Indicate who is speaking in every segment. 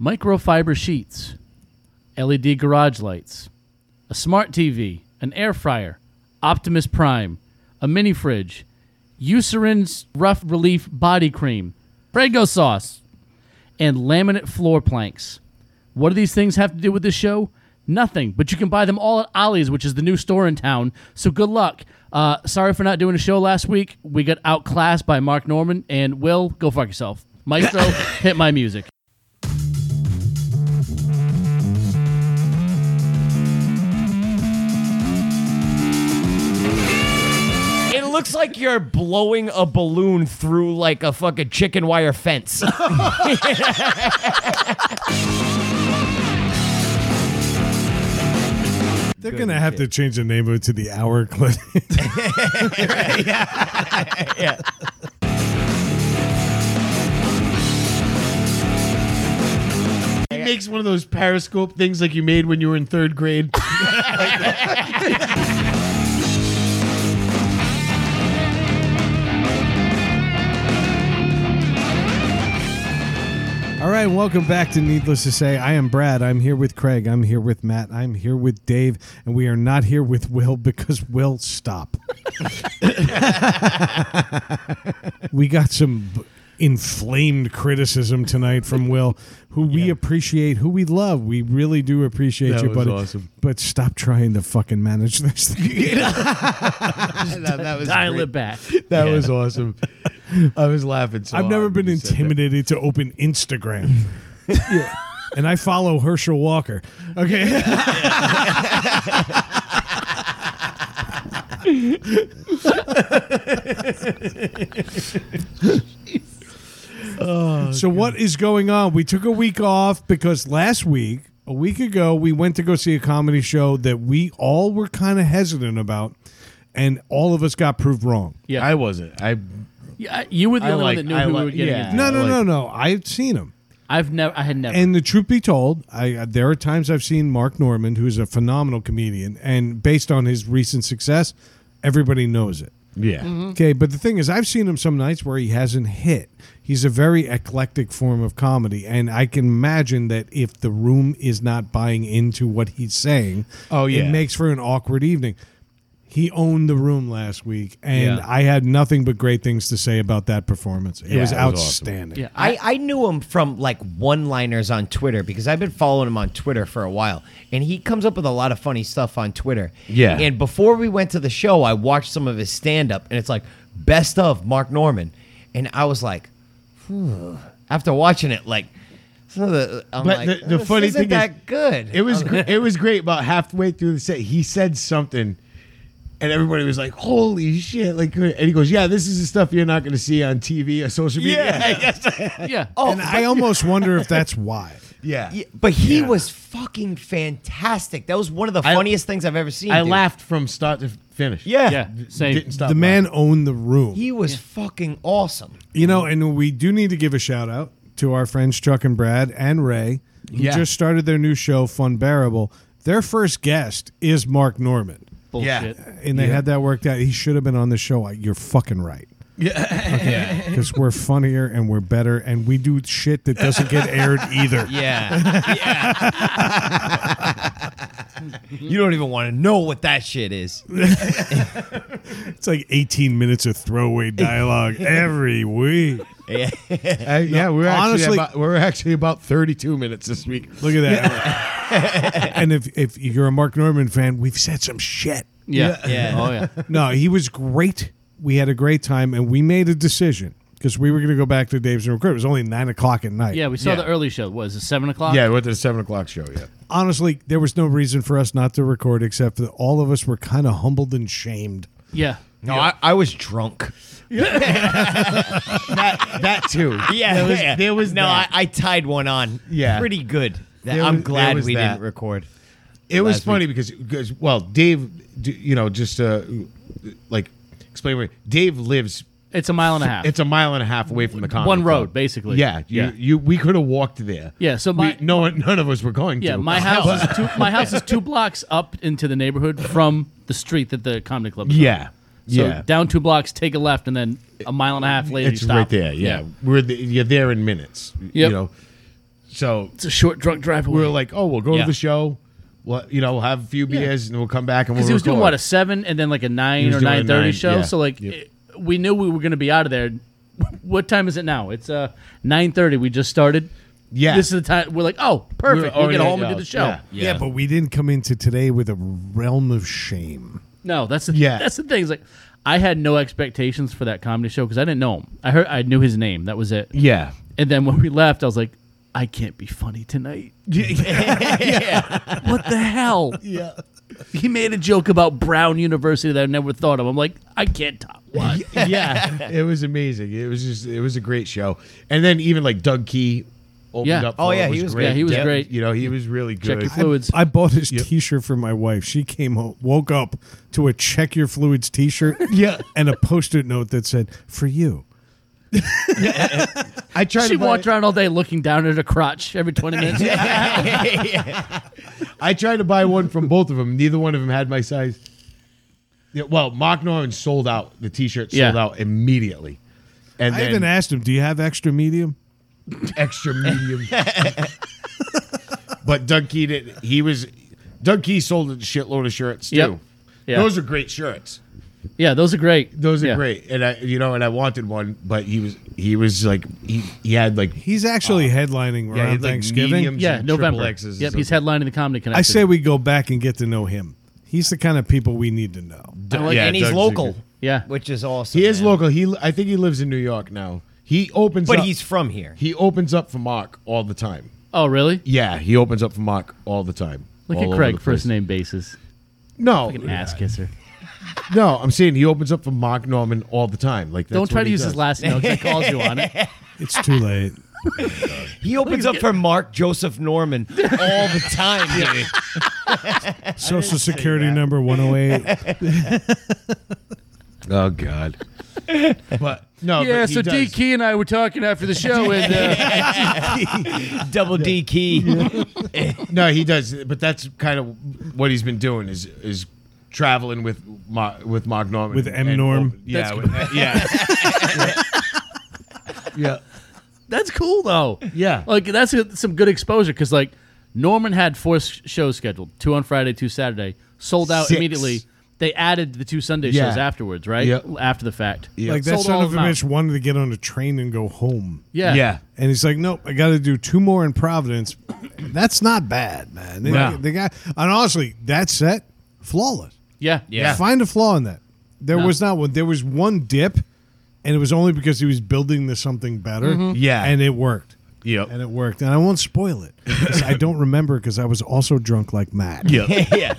Speaker 1: microfiber sheets, LED garage lights, a smart TV, an air fryer, Optimus Prime, a mini fridge, Eucerin's Rough Relief Body Cream, Prego Sauce, and laminate floor planks. What do these things have to do with this show? Nothing, but you can buy them all at Ollie's, which is the new store in town. So good luck. Uh, sorry for not doing a show last week. We got outclassed by Mark Norman and Will. Go fuck yourself, Maestro. hit my music.
Speaker 2: It looks like you're blowing a balloon through like a fucking chicken wire fence.
Speaker 3: They're going to have to change the name of it to the Hour Clinic.
Speaker 4: He makes one of those periscope things like you made when you were in third grade.
Speaker 3: All right, welcome back to Needless to Say. I am Brad. I'm here with Craig. I'm here with Matt. I'm here with Dave. And we are not here with Will because Will, stop. we got some b- inflamed criticism tonight from Will, who we appreciate, who we love. We really do appreciate
Speaker 4: That
Speaker 3: you,
Speaker 4: was
Speaker 3: buddy.
Speaker 4: awesome.
Speaker 3: But stop trying to fucking manage this thing.
Speaker 4: that was
Speaker 1: Dial it back.
Speaker 4: That was awesome. I was laughing so
Speaker 3: I've never
Speaker 4: hard
Speaker 3: been
Speaker 4: when you said that.
Speaker 3: intimidated to open Instagram. Yeah. And I follow Herschel Walker. Okay.
Speaker 4: Oh,
Speaker 3: so what is going on? We took a week off because last week, a week ago, we went to go see a comedy show that we all were kind of hesitant about, and all of us got proved wrong.
Speaker 1: Yeah.
Speaker 4: I wasn't. I
Speaker 1: Yeah, you were the
Speaker 4: I
Speaker 1: only
Speaker 4: like-
Speaker 1: one that knew
Speaker 4: I
Speaker 1: who we
Speaker 4: like-
Speaker 1: were getting
Speaker 4: yeah.
Speaker 1: into.
Speaker 3: No, no,
Speaker 4: like-
Speaker 3: no, no. I've seen him.
Speaker 1: I've never. I had never.
Speaker 3: And the truth be told, I uh, there are times I've seen Mark Norman, who's a phenomenal comedian, and based on his recent success, everybody knows it.
Speaker 4: yeah.
Speaker 2: Mm-hmm.
Speaker 3: Okay, but the thing is, I've seen him some nights where he hasn't hit. He's a very eclectic form of comedy, and I can imagine that if the room is not buying into what he's saying,
Speaker 4: Oh, yeah.
Speaker 3: it makes for an awkward evening. He owned the room last week, and
Speaker 4: Yeah.
Speaker 3: I had nothing but great things to say about that performance. It
Speaker 4: Yeah,
Speaker 3: was
Speaker 4: it was awesome.
Speaker 3: outstanding.
Speaker 1: yeah,
Speaker 2: I, I knew him from like one liners on Twitter because I've been following him on Twitter for a while. And he comes up with a lot of funny stuff on Twitter.
Speaker 4: Yeah.
Speaker 2: And before we went to the show, I watched some of his stand up and it's like, best of Mark Norman. And I was like, "Phew." after watching it, like, some of the, I'm
Speaker 4: But
Speaker 2: like,
Speaker 4: the, the
Speaker 2: this
Speaker 4: funny
Speaker 2: isn't
Speaker 4: thing
Speaker 2: that
Speaker 4: is,
Speaker 2: good.
Speaker 4: It was gr- it was great. About halfway through the set, he said something, and everybody was like, "Holy shit!" Like, and he goes, "Yeah, this is the stuff you're not going to see on TV or social media."
Speaker 2: Yeah.
Speaker 1: yeah.
Speaker 2: Oh,
Speaker 3: And I almost wonder if that's why.
Speaker 4: yeah.
Speaker 2: yeah, but he was fucking fantastic. That was one of the
Speaker 4: I-
Speaker 2: funniest things I've ever seen.
Speaker 4: I
Speaker 2: dude.
Speaker 4: laughed from start to finish.
Speaker 2: Yeah.
Speaker 1: yeah. Same.
Speaker 4: Didn't stop
Speaker 3: the man owned the room.
Speaker 2: He was fucking awesome.
Speaker 3: you know, and we do need to give a shout out to our friends Chuck and Brad and Ray, who
Speaker 4: Yeah.
Speaker 3: just started their new show, Fun Bearable. Their first guest is Mark Norman,
Speaker 1: Bullshit.
Speaker 3: and they had that worked out. He should have been on the show. I- You're fucking right. Yeah, because we're funnier and we're better, and we do shit that doesn't get aired either.
Speaker 2: Yeah. you don't even want to know what that shit is.
Speaker 3: It's like 18 minutes of throwaway dialogue every week.
Speaker 4: Uh, yeah. We're
Speaker 3: honestly-
Speaker 4: actually about, we're actually about 32 minutes this week.
Speaker 3: Look at that. and if if you're a Mark Norman fan, we've said some shit.
Speaker 1: Yeah.
Speaker 2: Yeah.
Speaker 1: Oh yeah.
Speaker 3: No, he was great. We had a great time, and we made a decision because we were going to go back to Dave's and record. It was only nine o'clock at night.
Speaker 1: Yeah. We saw
Speaker 4: Yeah.
Speaker 1: the early show. What, is it seven o'clock?
Speaker 4: Yeah, we went to the seven o'clock show. Yeah.
Speaker 3: Honestly, there was no reason for us not to record except that all of us were kind of humbled and shamed.
Speaker 1: Yeah.
Speaker 2: No, I, I was drunk.
Speaker 4: That too.
Speaker 2: Yeah.
Speaker 4: There was, there was
Speaker 2: no, I,
Speaker 4: that.
Speaker 2: I tied one on.
Speaker 4: Yeah.
Speaker 2: Pretty good. That-
Speaker 4: There
Speaker 2: I'm
Speaker 4: was-
Speaker 2: glad
Speaker 4: there was
Speaker 2: we
Speaker 4: that.
Speaker 2: didn't record.
Speaker 4: It was
Speaker 2: last
Speaker 4: funny because, because well, Dave, d- you know, just uh, like explain. What, Dave lives.
Speaker 1: It's a mile and a half.
Speaker 4: It's a mile and a half away from the comedy
Speaker 1: one
Speaker 4: club.
Speaker 1: road, basically.
Speaker 4: Yeah, you,
Speaker 1: yeah.
Speaker 4: you we could have walked there.
Speaker 1: Yeah, so my-
Speaker 4: we, no one- none of us were going
Speaker 1: yeah.
Speaker 4: to.
Speaker 1: My house is two. My house is two blocks up into the neighborhood from the street that the comedy club. Is on.
Speaker 4: Yeah,
Speaker 1: So
Speaker 4: yeah.
Speaker 1: down two blocks, take a left, and then a mile and a half later
Speaker 4: it's
Speaker 1: you stop.
Speaker 4: right there. Yeah, we're the, you're there in minutes. y-
Speaker 1: Yep.
Speaker 4: You know, So
Speaker 1: It's a short drunk drive away.
Speaker 4: we were like, oh, we'll go
Speaker 2: Yeah.
Speaker 4: to the show. Well, you know, we'll have a few beers and we'll come back and we'll
Speaker 1: because he was doing
Speaker 4: record.
Speaker 1: what a seven and then like a nine
Speaker 4: was
Speaker 1: or
Speaker 4: doing a
Speaker 1: nine thirty
Speaker 4: nine,
Speaker 1: show.
Speaker 4: yeah.
Speaker 1: So like it- we knew we were going to be out of there. What time is it now? It's uh nine thirty. We just started.
Speaker 4: Yeah.
Speaker 1: this is the time we're like, oh, perfect.
Speaker 4: We were
Speaker 1: We'll get
Speaker 4: already-
Speaker 1: home and do the show.
Speaker 4: yeah.
Speaker 3: Yeah. but we didn't come into today with a realm of shame.
Speaker 1: No, that's the
Speaker 4: Yeah.
Speaker 1: that's the thing. It's like I had no expectations for that comedy show because I didn't know him. I heard I knew his name. That was it.
Speaker 4: Yeah.
Speaker 1: And then when we left, I was like, I can't be funny tonight. What the hell?
Speaker 4: Yeah.
Speaker 1: He made a joke about Brown University that I never thought of. I'm like, I can't top one.
Speaker 4: yeah, it was amazing. It was just it was a great show. And then even like Doug Key opened
Speaker 1: Yeah.
Speaker 4: up. For
Speaker 2: Oh,
Speaker 4: it.
Speaker 2: yeah,
Speaker 4: It
Speaker 2: he was
Speaker 4: great.
Speaker 1: Yeah, he was
Speaker 2: Yep.
Speaker 1: great.
Speaker 4: You know, he was really
Speaker 1: Check
Speaker 4: good.
Speaker 1: your fluids.
Speaker 3: I bought his T-shirt for my wife. She came home, woke up to a check your fluids T-shirt,
Speaker 4: Yeah.
Speaker 3: and a post-it note that said "for you."
Speaker 4: I tried
Speaker 1: she
Speaker 4: to buy,
Speaker 1: walked around all day looking down at her crotch every 20 minutes.
Speaker 4: I tried to buy one from both of them. Neither one of them had my size. Yeah, well, Mark Norman sold out. The T-shirt sold
Speaker 1: Yeah.
Speaker 4: out immediately. And
Speaker 3: I
Speaker 4: then
Speaker 3: even asked him, "Do you have extra medium?"
Speaker 4: extra medium. but Doug Key did. He was Doug Key sold a shitload of shirts too.
Speaker 1: Yep. Yeah.
Speaker 4: Those are great shirts.
Speaker 1: yeah, those are great.
Speaker 4: Those are
Speaker 1: Yeah.
Speaker 4: great, and I, you know, and I wanted one, but he was, he was like, he, he had like,
Speaker 3: He's actually headlining
Speaker 4: Uh, yeah, he
Speaker 3: around
Speaker 4: had, like,
Speaker 3: Thanksgiving.
Speaker 4: mediums
Speaker 1: Yeah,
Speaker 4: and
Speaker 1: November.
Speaker 4: triple X's or
Speaker 1: Yep, he's
Speaker 4: something.
Speaker 1: headlining the comedy connection.
Speaker 3: I say we go back and get to know him. He's the kind of people we need to know.
Speaker 1: I like-
Speaker 4: Yeah,
Speaker 2: and he's
Speaker 4: Doug's a
Speaker 2: local.
Speaker 4: good-
Speaker 1: Yeah.
Speaker 2: which is awesome.
Speaker 4: he is
Speaker 2: man.
Speaker 4: local. He, I think he lives in New York now. He opens,
Speaker 2: but
Speaker 4: up-
Speaker 2: he's from here.
Speaker 4: he opens up for Mark all the time.
Speaker 1: Oh, really?
Speaker 4: Yeah, he opens up for Mark all the time.
Speaker 1: Look
Speaker 4: all
Speaker 1: at
Speaker 4: over
Speaker 1: Craig
Speaker 4: the
Speaker 1: first
Speaker 4: place.
Speaker 1: name basis.
Speaker 4: No,
Speaker 1: Fucking ass kisser.
Speaker 4: no, I'm saying he opens up for Mark Norman all the time. Like, that's
Speaker 1: Don't try
Speaker 4: what
Speaker 1: to
Speaker 4: he
Speaker 1: use
Speaker 4: does.
Speaker 1: his last name because he calls you on it.
Speaker 3: It's too late.
Speaker 2: He opens up for Mark Joseph Norman all the time. dude.
Speaker 3: Social Security number 108.
Speaker 4: Oh God. but no.
Speaker 1: Yeah,
Speaker 4: but he
Speaker 1: so
Speaker 4: does.
Speaker 1: D Key and I were talking after the show, and uh,
Speaker 2: Double D key.
Speaker 4: No, he does, but that's kind of what he's been doing is is traveling with Ma, with Mark Norman
Speaker 3: With M. Norm.
Speaker 4: yeah,
Speaker 1: That's-
Speaker 4: with- yeah, yeah,
Speaker 1: that's cool though.
Speaker 4: Yeah.
Speaker 1: like that's a, some good exposure because like Norman had four s- shows scheduled: two on Friday, two Saturday, sold out
Speaker 4: Six.
Speaker 1: immediately. They added the two Sunday
Speaker 4: Yeah.
Speaker 1: shows afterwards, right?
Speaker 4: Yep.
Speaker 1: After the fact.
Speaker 4: Yeah.
Speaker 3: Like that
Speaker 1: Sold
Speaker 3: son
Speaker 1: all
Speaker 3: of a
Speaker 1: them out.
Speaker 3: bitch wanted to get on a train and go home.
Speaker 1: Yeah.
Speaker 4: yeah.
Speaker 3: And he's like, nope, I got to do two more in Providence. That's not bad, man. They,
Speaker 4: Wow.
Speaker 3: they got, and honestly, that set, flawless.
Speaker 1: Yeah.
Speaker 2: Yeah.
Speaker 3: Find a flaw in that. There was not one. There was one dip, and it was only because he was building to something better.
Speaker 4: Mm-hmm. Yeah.
Speaker 3: And it worked.
Speaker 4: Yep.
Speaker 3: And it worked. And I won't spoil it. 'cause I don't remember because I was also drunk like Matt.
Speaker 2: yeah,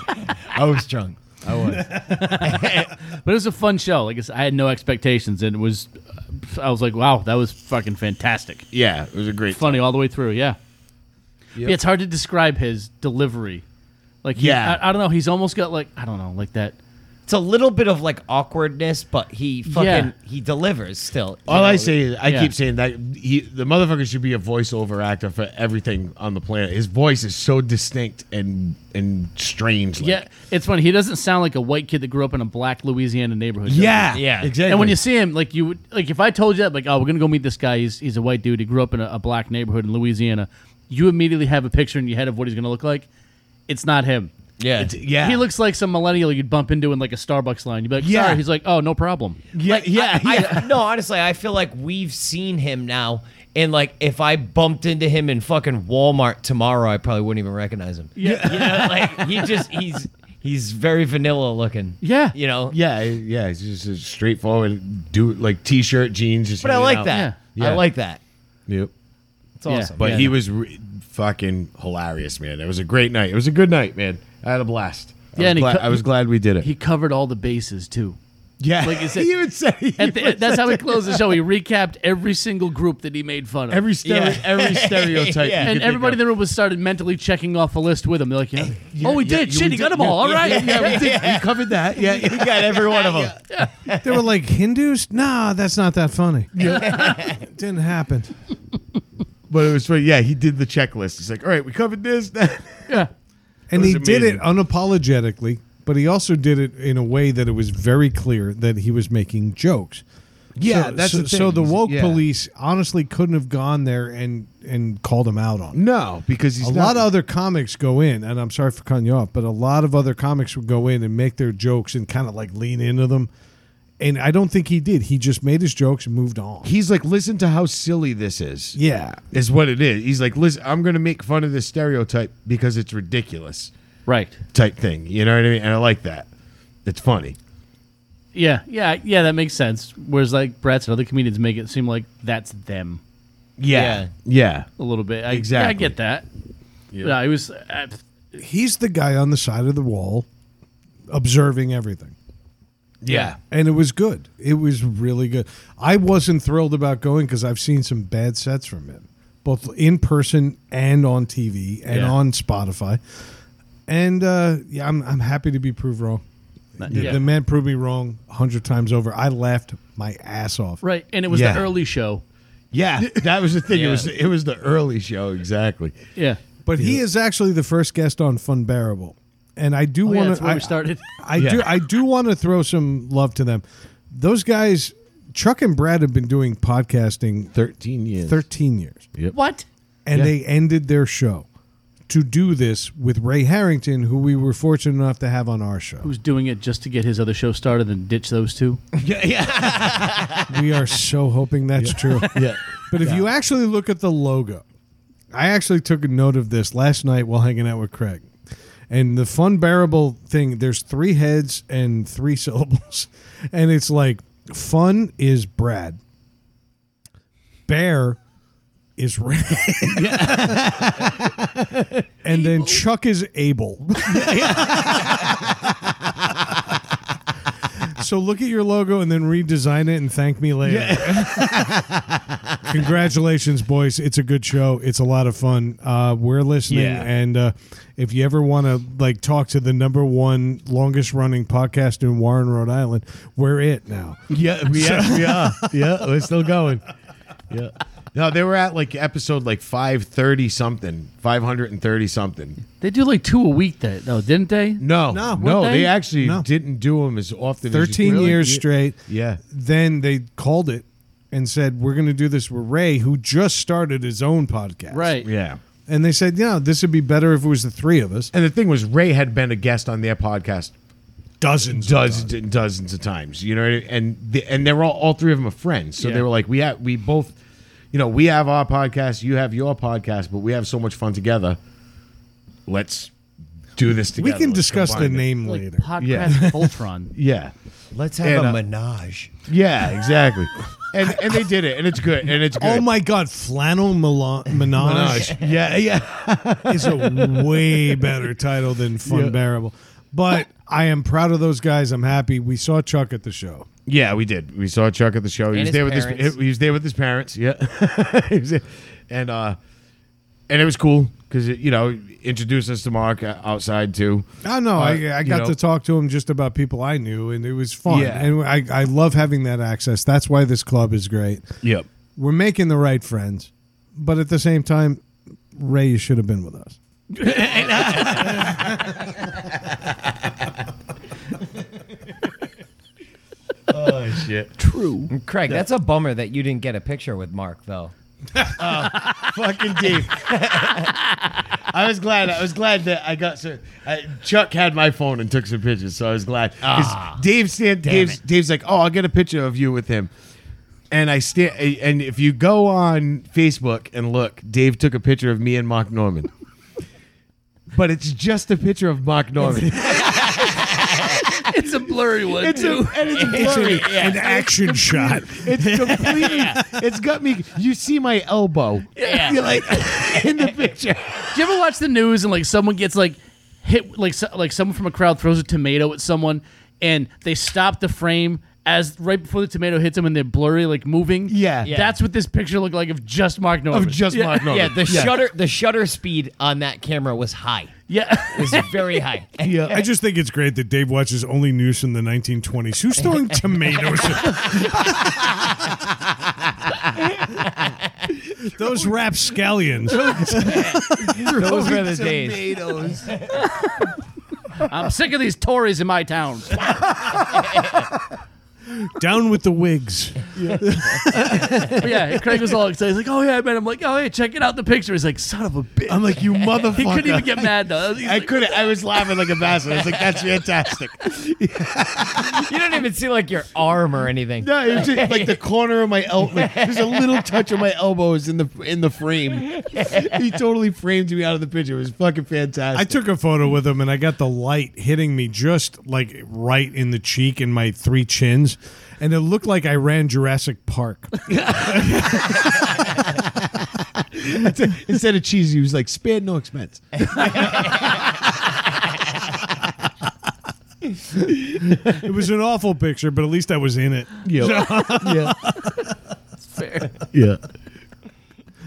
Speaker 2: I was drunk. I was.
Speaker 1: But it was a fun show. Like I said, I had no expectations, and it was. I was like, wow, that was fucking fantastic.
Speaker 4: Yeah, it was a great.
Speaker 1: funny all the way through. Yeah. Yeah, it's hard to describe his delivery. Like, he-
Speaker 4: Yeah.
Speaker 1: I, I don't know. He's almost got like I don't know, like that.
Speaker 2: It's a little bit of like awkwardness, but he fucking
Speaker 1: Yeah.
Speaker 2: he delivers still. you
Speaker 4: All I
Speaker 2: know?
Speaker 4: say is, I
Speaker 1: Yeah.
Speaker 4: keep saying that he, the motherfucker should be a voiceover actor for everything on the planet. His voice is so distinct and and strange. Like.
Speaker 1: Yeah, it's funny. He doesn't sound like a white kid that grew up in a black Louisiana neighborhood. does he?
Speaker 4: yeah,
Speaker 2: Yeah.
Speaker 4: exactly.
Speaker 1: And when you see him, like you would, like if I told you that, like, oh, we're gonna go meet this guy. He's he's a white dude. He grew up in a, a black neighborhood in Louisiana. You immediately have a picture in your head of what he's gonna look like. It's not him.
Speaker 2: yeah,
Speaker 4: yeah,
Speaker 1: He looks like some millennial you'd bump into in like a Starbucks line. You'd be like,
Speaker 4: Yeah.
Speaker 1: sorry. He's like, oh, no problem.
Speaker 4: yeah, yeah,
Speaker 2: I,
Speaker 4: yeah.
Speaker 2: no, honestly, I feel like we've seen him now, and like if I bumped into him in fucking Walmart tomorrow, I probably wouldn't even recognize him. Yeah, you know, like he just he's he's very vanilla looking.
Speaker 1: Yeah.
Speaker 2: you know.
Speaker 4: Yeah, yeah, it's just a straightforward dude, like t-shirt, jeans. Just
Speaker 2: but I
Speaker 4: hanging
Speaker 2: like
Speaker 4: out.
Speaker 2: that.
Speaker 4: Yeah.
Speaker 2: I like that.
Speaker 4: Yep.
Speaker 2: It's awesome.
Speaker 4: But
Speaker 1: Yeah.
Speaker 4: he was re- fucking hilarious, man. It was a great night. It was a good night, man. I had a blast.
Speaker 1: Yeah,
Speaker 4: I was
Speaker 1: and he
Speaker 4: glad,
Speaker 1: co-
Speaker 4: I was glad we did it.
Speaker 1: He covered all the bases too.
Speaker 4: yeah,
Speaker 1: like you said-
Speaker 4: he even said he
Speaker 1: At the, that's how he closed the show. He recapped every single group that he made fun of.
Speaker 4: every stere-
Speaker 2: Yeah.
Speaker 4: every stereotype,
Speaker 2: Yeah.
Speaker 4: you
Speaker 1: and
Speaker 4: could
Speaker 1: everybody in
Speaker 4: think
Speaker 1: the room was started mentally checking off a list with him. They're like, yeah. oh, we
Speaker 4: yeah,
Speaker 1: did.
Speaker 4: you-
Speaker 1: Shit,
Speaker 4: we
Speaker 1: he got
Speaker 4: did.
Speaker 1: them all. All
Speaker 2: Yeah,
Speaker 1: right.
Speaker 2: yeah,
Speaker 1: Yeah, we did.
Speaker 4: of. we covered that. Yeah,
Speaker 2: we got every one of them.
Speaker 3: They were like, Hindus? Nah, that's not that funny. Didn't happen.
Speaker 4: but it was funny. Yeah, he did the checklist. He's like, all right, we covered this. That.
Speaker 1: Yeah.
Speaker 3: And
Speaker 4: was
Speaker 3: he did it
Speaker 4: amazing.
Speaker 3: unapologetically, but he also did it in a way that it was very clear that he was making jokes.
Speaker 4: Yeah,
Speaker 3: so,
Speaker 4: that's
Speaker 3: so,
Speaker 4: the thing.
Speaker 3: so the
Speaker 4: He's-
Speaker 3: woke
Speaker 4: yeah.
Speaker 3: police honestly couldn't have gone there and and called him out on. it.
Speaker 4: No, because he's
Speaker 3: a
Speaker 4: not,
Speaker 3: lot of other comics go in, and I'm sorry for cutting you off, but a lot of other comics would go in and make their jokes and kind of like lean into them. And I don't think he did. He just made his jokes and moved on.
Speaker 4: He's like, listen to how silly this is.
Speaker 3: yeah.
Speaker 4: Is what it is. He's like, listen, I'm going to make fun of this stereotype because it's ridiculous
Speaker 1: Right.
Speaker 4: type thing. You know what I mean? And I like that. It's funny.
Speaker 1: Yeah, yeah, yeah. That makes sense. Whereas like Bratz and other comedians make it seem like that's them
Speaker 4: Yeah. Yeah.
Speaker 1: a little bit. I,
Speaker 4: Exactly.
Speaker 1: Yeah, I get that. Yeah, I was. uh, I,
Speaker 3: He's the guy on the side of the wall observing everything.
Speaker 4: Yeah.
Speaker 3: And it was good. It was really good. I wasn't thrilled about going because I've seen some bad sets from him, both in person and on TV and
Speaker 1: Yeah.
Speaker 3: on Spotify. And uh, yeah, I'm, I'm happy to be proved wrong. The,
Speaker 1: yeah.
Speaker 3: the man proved me wrong a hundred times over. I laughed my ass off.
Speaker 1: right, and it was
Speaker 4: Yeah.
Speaker 1: the early show.
Speaker 4: Yeah. That was the thing. It
Speaker 2: Yeah.
Speaker 4: was it was the early show, exactly.
Speaker 1: Yeah.
Speaker 3: But he is actually the first guest on Fun Bearable. And I do
Speaker 1: Oh, yeah,
Speaker 3: want
Speaker 1: that's
Speaker 3: to
Speaker 1: where we started.
Speaker 3: I do I do want to throw some love to them. Those guys Chuck and Brad have been doing podcasting
Speaker 4: 13 years.
Speaker 3: 13 years.
Speaker 1: what?
Speaker 3: and they ended their show to do this with Ray Harrington, who we were fortunate enough to have on our show.
Speaker 1: Who's doing it just to get his other show started and ditch those two?
Speaker 3: We are so hoping that's true.
Speaker 4: Yeah.
Speaker 3: But if you actually look at the logo, I actually took a note of this last night while hanging out with Craig. And the fun bearable thing, there's three heads and three syllables. And it's like fun is Brad. Bear is Ray. and then Chuck is Abel. so look at your logo and then redesign it and thank me later. Congratulations, boys. It's a good show. It's a lot of fun. Uh, we're listening.
Speaker 4: Yeah.
Speaker 3: And uh, if you ever want to like talk to the number one longest running podcast in Warren, Rhode Island, we're it now.
Speaker 4: Yeah, we, yeah, we are. Yeah, we're still going. Yeah. No, they were at like episode like 530 something, 530 something.
Speaker 1: They do like two a week. That though, didn't they?
Speaker 4: No,
Speaker 3: No,
Speaker 4: no,
Speaker 3: weren't
Speaker 4: no they?
Speaker 1: they?
Speaker 4: actually
Speaker 3: No.
Speaker 4: didn't do them as often. as you-
Speaker 3: 13
Speaker 4: Really?
Speaker 3: years
Speaker 4: Yeah.
Speaker 3: straight.
Speaker 4: Yeah.
Speaker 3: Then they called it and said, We're going to do this with Ray, who just started his own podcast.
Speaker 1: Right.
Speaker 4: Yeah.
Speaker 3: And they said, Yeah, this would be better if it was the three of us.
Speaker 4: And the thing was, Ray had been a guest on their podcast
Speaker 3: Dozens. of
Speaker 4: dozens and dozens of times. You know, what I mean? and the, and they were all, all three of them are friends. So they
Speaker 1: Yeah.
Speaker 4: were like, we have we both, you know, we have our podcast, you have your podcast, but we have so much fun together. Let's do this
Speaker 3: We
Speaker 4: together.
Speaker 3: can
Speaker 4: Let's
Speaker 3: discuss the
Speaker 4: combine it.
Speaker 3: name
Speaker 1: Like
Speaker 3: later.
Speaker 1: podcast
Speaker 4: Yeah.
Speaker 1: Voltron.
Speaker 4: Yeah,
Speaker 2: Let's have
Speaker 4: And,
Speaker 2: a
Speaker 4: uh,
Speaker 2: menage.
Speaker 4: yeah, exactly. and and they did it, and it's good, and it's good.
Speaker 3: Oh my God, Flannel Mila- Menage
Speaker 4: Yeah, yeah.
Speaker 3: is a way better title than Fun Bearable. But I am proud of those guys. I'm happy. We saw Chuck at the show.
Speaker 4: Yeah, we did. We saw Chuck at the show. he
Speaker 2: And
Speaker 4: was
Speaker 2: his
Speaker 4: there with his
Speaker 2: parents.
Speaker 4: he was there with his parents. Yeah, He was there. and uh, and it was cool because you know introduced us to Mark uh, outside too.
Speaker 3: Oh no,
Speaker 4: Uh,
Speaker 3: I, I
Speaker 4: you
Speaker 3: got
Speaker 4: know.
Speaker 3: to talk to him just about people I knew, and it was fun.
Speaker 4: Yeah.
Speaker 3: And I, I love having that access. That's why this club is great.
Speaker 4: Yep.
Speaker 3: We're making the right friends, but at the same time, Ray, you should have been with us.
Speaker 4: Oh shit.
Speaker 1: True.
Speaker 2: Craig, that's a bummer that you didn't get a picture with Mark though.
Speaker 4: Fucking deep. I was glad. I was glad that I got so. I, Chuck had my phone and took some pictures, so I was glad. 'Cause
Speaker 2: Ah,
Speaker 4: Dave stand. Dave's, Dave's like, oh, I'll get a picture of you with him. And I stand. And if you go on Facebook and look, Dave took a picture of me and Mark Norman. But it's just a picture of Mark Norman.
Speaker 1: It's a blurry one.
Speaker 4: It's a,
Speaker 1: too.
Speaker 4: and it's blurry.
Speaker 3: An action shot.
Speaker 4: It's completely. It's got me. You see my elbow.
Speaker 1: Yeah.
Speaker 4: You're like in the picture.
Speaker 1: Do you ever watch the news and like someone gets like hit like so, like someone from a crowd throws a tomato at someone and they stop the frame as right before the tomato hits them and they're blurry like moving?
Speaker 4: Yeah. Yeah.
Speaker 1: That's what this picture looked like of just Mark Norman.
Speaker 4: Of just Mark Norman.
Speaker 2: Yeah, the shutter the shutter speed on that camera was high.
Speaker 1: yeah.
Speaker 2: It was very high.
Speaker 3: I just think it's great that Dave watches only news from the 1920s. Who's throwing tomatoes? Those rapscallions.
Speaker 2: Those were the days.
Speaker 4: Tomatoes.
Speaker 1: I'm sick of these Tories in my town.
Speaker 3: Down with the wigs.
Speaker 1: But yeah, Craig was all excited. He's like, "Oh yeah, I met." him." I'm like, "Oh hey, check it out the picture." He's like, "Son of a bitch."
Speaker 4: I'm like, you motherfucker.
Speaker 1: he couldn't even get mad though. He's
Speaker 4: I
Speaker 1: like,
Speaker 4: couldn't. I was laughing like a bastard. I was like, that's fantastic.
Speaker 2: You don't even see like your arm or anything.
Speaker 4: No, it was just like the corner of my elbow. Like, there's a little touch of my elbow is in the in the frame. He totally framed me out of the picture. It was fucking
Speaker 3: I
Speaker 4: fantastic.
Speaker 3: took a photo with him and I got the light hitting me just like right in the cheek and my three chins. And it looked like I ran Jurassic Park.
Speaker 4: Instead of cheesy, he was like, spared no expense.
Speaker 3: It was an awful picture, but at least I was in it.
Speaker 4: Yeah, yeah,
Speaker 1: fair.
Speaker 4: yeah.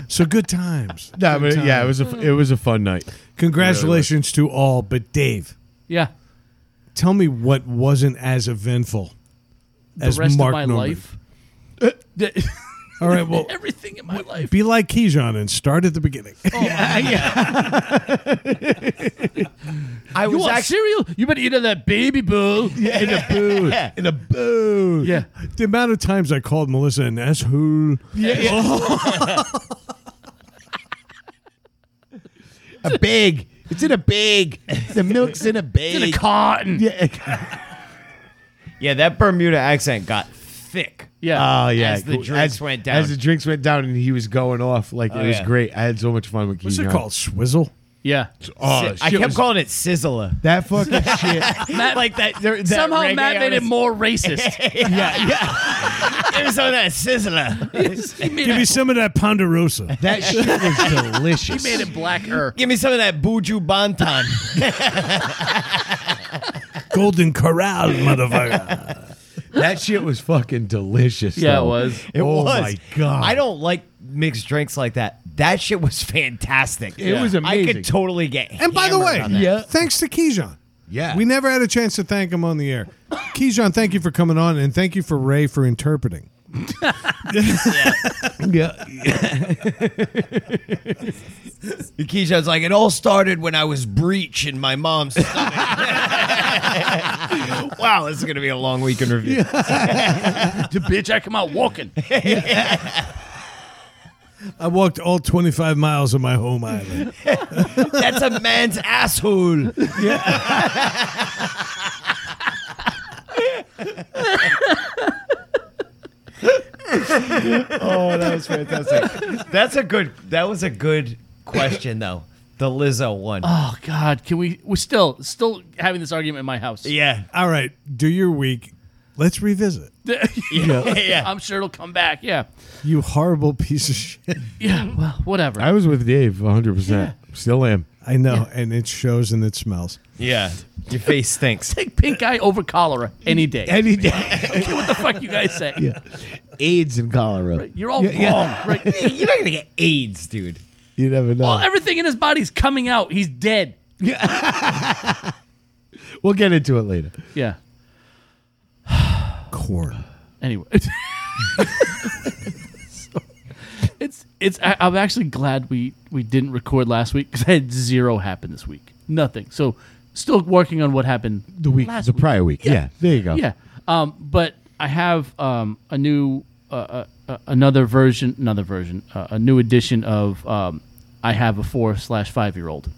Speaker 3: So good times.
Speaker 4: No, but yeah, it was a it was a fun night.
Speaker 3: Congratulations to all, but Dave,
Speaker 1: Yeah,
Speaker 3: tell me what wasn't as eventful
Speaker 1: the
Speaker 3: as
Speaker 1: rest
Speaker 3: Mark
Speaker 1: of my
Speaker 3: Norman.
Speaker 1: life. The-
Speaker 3: All right, well,
Speaker 1: everything in my life.
Speaker 3: be like Keyshawn and start at the beginning.
Speaker 2: I
Speaker 1: You
Speaker 2: was
Speaker 1: want
Speaker 2: actually
Speaker 1: cereal? You better eat all that baby boo.
Speaker 3: in a booth. In a booth.
Speaker 1: Yeah.
Speaker 3: The amount of times I called Melissa an asshole.
Speaker 4: A big. It's in a bag. The milk's in a bag.
Speaker 1: In a cotton. Yeah.
Speaker 2: yeah. That Bermuda accent got thick.
Speaker 4: Oh yeah,
Speaker 2: As the
Speaker 4: cool.
Speaker 2: drinks
Speaker 4: As-
Speaker 2: went down.
Speaker 4: As the drinks went down, and he was going off like
Speaker 2: Oh,
Speaker 4: it was
Speaker 2: yeah.
Speaker 4: great. I had so much fun with Keyshawn.
Speaker 3: What's it called? Swizzle?
Speaker 1: Yeah.
Speaker 4: Oh,
Speaker 2: I
Speaker 4: shit,
Speaker 2: kept
Speaker 4: was-
Speaker 2: calling it Sizzler.
Speaker 4: that fucking shit.
Speaker 1: Matt,
Speaker 2: like that, that
Speaker 1: somehow
Speaker 2: reggae
Speaker 1: Matt made it
Speaker 2: artist.
Speaker 1: more racist.
Speaker 2: yeah, yeah. it was on that Sizzler.
Speaker 1: he made
Speaker 3: Give me
Speaker 1: it,
Speaker 3: some of that Ponderosa.
Speaker 4: That shit was delicious.
Speaker 1: he made it blacker.
Speaker 2: Give me some of that Buju Bantan.
Speaker 3: Golden Corral, motherfucker.
Speaker 4: That shit was fucking delicious.
Speaker 1: Yeah, it
Speaker 4: though.
Speaker 1: was.
Speaker 2: It
Speaker 4: Oh
Speaker 2: was.
Speaker 4: my God.
Speaker 2: I don't like mixed drinks like that. That shit was fantastic.
Speaker 4: It was
Speaker 2: I
Speaker 4: amazing.
Speaker 2: could totally get.
Speaker 3: And by the
Speaker 2: hammered
Speaker 3: way,
Speaker 2: on that.
Speaker 4: Yeah.
Speaker 3: thanks to Keyshawn.
Speaker 4: Yeah.
Speaker 3: We never had a chance to thank him on the air. Keyshawn, thank you for coming on, and thank you for Ray for interpreting.
Speaker 4: Yeah.
Speaker 2: Keyshawn's like, it all started when I was breech in my mom's stomach. wow, this is gonna be a long week in review.
Speaker 1: The bitch, I come out walking.
Speaker 3: I walked all 25 miles of my home island.
Speaker 2: That's a man's asshole. oh, that was fantastic. That's a good. That was a good question, though. The Lizzo one.
Speaker 4: Uh,
Speaker 1: Oh God, can we? We're still still having this argument in my house.
Speaker 2: yeah,
Speaker 3: All right, do your week. Let's revisit.
Speaker 2: yeah, yeah.
Speaker 1: I'm sure it'll come back. Yeah,
Speaker 3: You horrible piece of shit.
Speaker 1: yeah. Well, whatever.
Speaker 4: I was with Dave 100%. Still am.
Speaker 3: I know, and it shows and it smells.
Speaker 2: Your face stinks.
Speaker 1: Take pink eye over cholera any day. I
Speaker 4: Any day.
Speaker 1: don't care what the fuck you guys say.
Speaker 4: AIDS in cholera.
Speaker 1: You're all wrong. Right?
Speaker 2: You're not gonna get AIDS, dude.
Speaker 4: You never know.
Speaker 1: Well, everything in his body's coming out. He's dead.
Speaker 4: we'll get into it later.
Speaker 1: Yeah.
Speaker 3: Corn.
Speaker 1: Anyway. So, It's it's. I, I'm actually glad we we didn't record last week because I had zero happen this week. Nothing. So still working on what happened
Speaker 4: The week,
Speaker 1: Last
Speaker 4: the
Speaker 1: week.
Speaker 4: prior week. Yeah. There you go.
Speaker 1: Yeah. Um, but I have um, a new, uh, uh, another version, another version, uh, a new edition of um, I have a four slash five year old.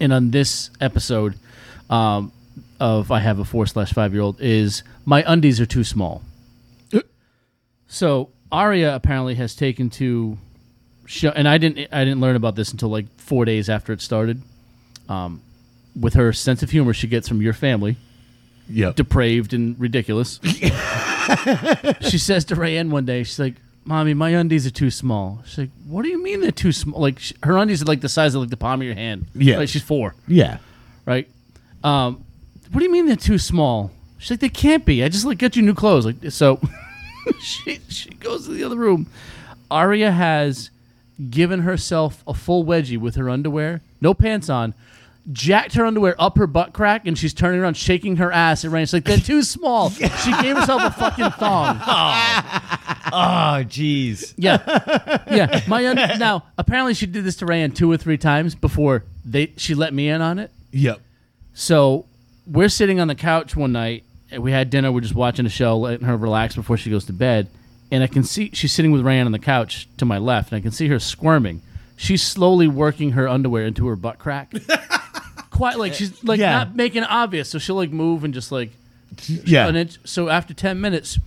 Speaker 1: And on this episode um, of I have a four slash five year old is my undies are too small. so Aria apparently has taken to, show, and I didn't I didn't learn about this until like four days after it started. Um, with her sense of humor, she gets from your family
Speaker 4: Yep.
Speaker 1: depraved and ridiculous. she says to Rayanne one day, she's like, "Mommy, my undies are too small." She's like, "What do you mean they're too small? Like sh- her undies are like the size of like the palm of your hand."
Speaker 4: Yeah.
Speaker 1: like she's four,
Speaker 4: yeah.
Speaker 1: right? Um, what do you mean they're too small? She's like, "They can't be. I just like got you new clothes." Like so, she she goes to the other room. Aria has given herself a full wedgie with her underwear, no pants on, jacked her underwear up her butt crack, and she's turning around, shaking her ass at Ryan. She's like, they're too small. She gave herself a fucking thong.
Speaker 2: Oh, jeez.
Speaker 1: Yeah. Yeah. My un- now, apparently she did this to Ryan two or three times before they she let me in on it.
Speaker 4: Yep.
Speaker 1: So we're sitting on the couch one night. And we had dinner. We're just watching a show, letting her relax before she goes to bed. and I can see she's sitting with Ryan on the couch to my left, and I can see her squirming. She's slowly working her underwear into her butt crack. Quite like she's like
Speaker 4: Yeah.
Speaker 1: not making it obvious, so she'll like move and just like
Speaker 4: Yeah.
Speaker 1: an inch. So after ten minutes,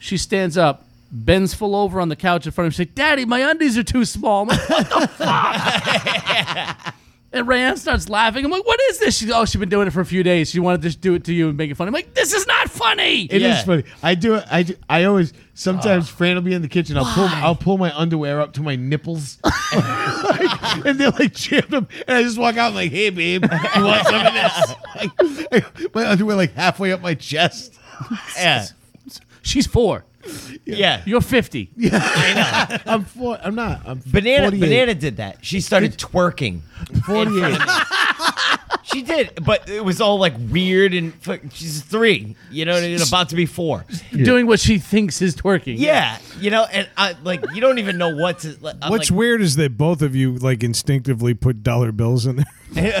Speaker 1: she stands up, bends full over on the couch in front of me. She's like, "Daddy, my undies are too small." I'm like, "What the fuck?" and Rayanne starts laughing. I'm like, "What is this?" She's, "Oh, she's been doing it for a few days. She wanted to just do it to you and make it funny." I'm like, "This is not funny."
Speaker 4: It is
Speaker 2: Yeah.
Speaker 4: funny. I do it. I do. I always. Sometimes Fran will be in the kitchen. I'll pull. I'll pull my underwear up to my nipples, Like, and they're like jammed up. And I just walk out like, "Hey, babe, you want some of this?" Like, my underwear like halfway up my chest.
Speaker 2: Yeah.
Speaker 1: she's four.
Speaker 2: Yeah.
Speaker 1: You're 50.
Speaker 4: I'm four. I'm not. I'm
Speaker 2: Banana
Speaker 4: 48.
Speaker 2: Banana did that. She started twerking. in front of
Speaker 4: Forty-eight.
Speaker 2: me. She did, but it was all like weird and fuck- she's three, you know, what I mean? about to be four.
Speaker 1: Doing what she thinks is twerking.
Speaker 2: Yeah, you know, and I like you don't even know what to. Like, I'm
Speaker 3: What's
Speaker 2: like,
Speaker 3: weird is that both of you like instinctively put dollar bills in there.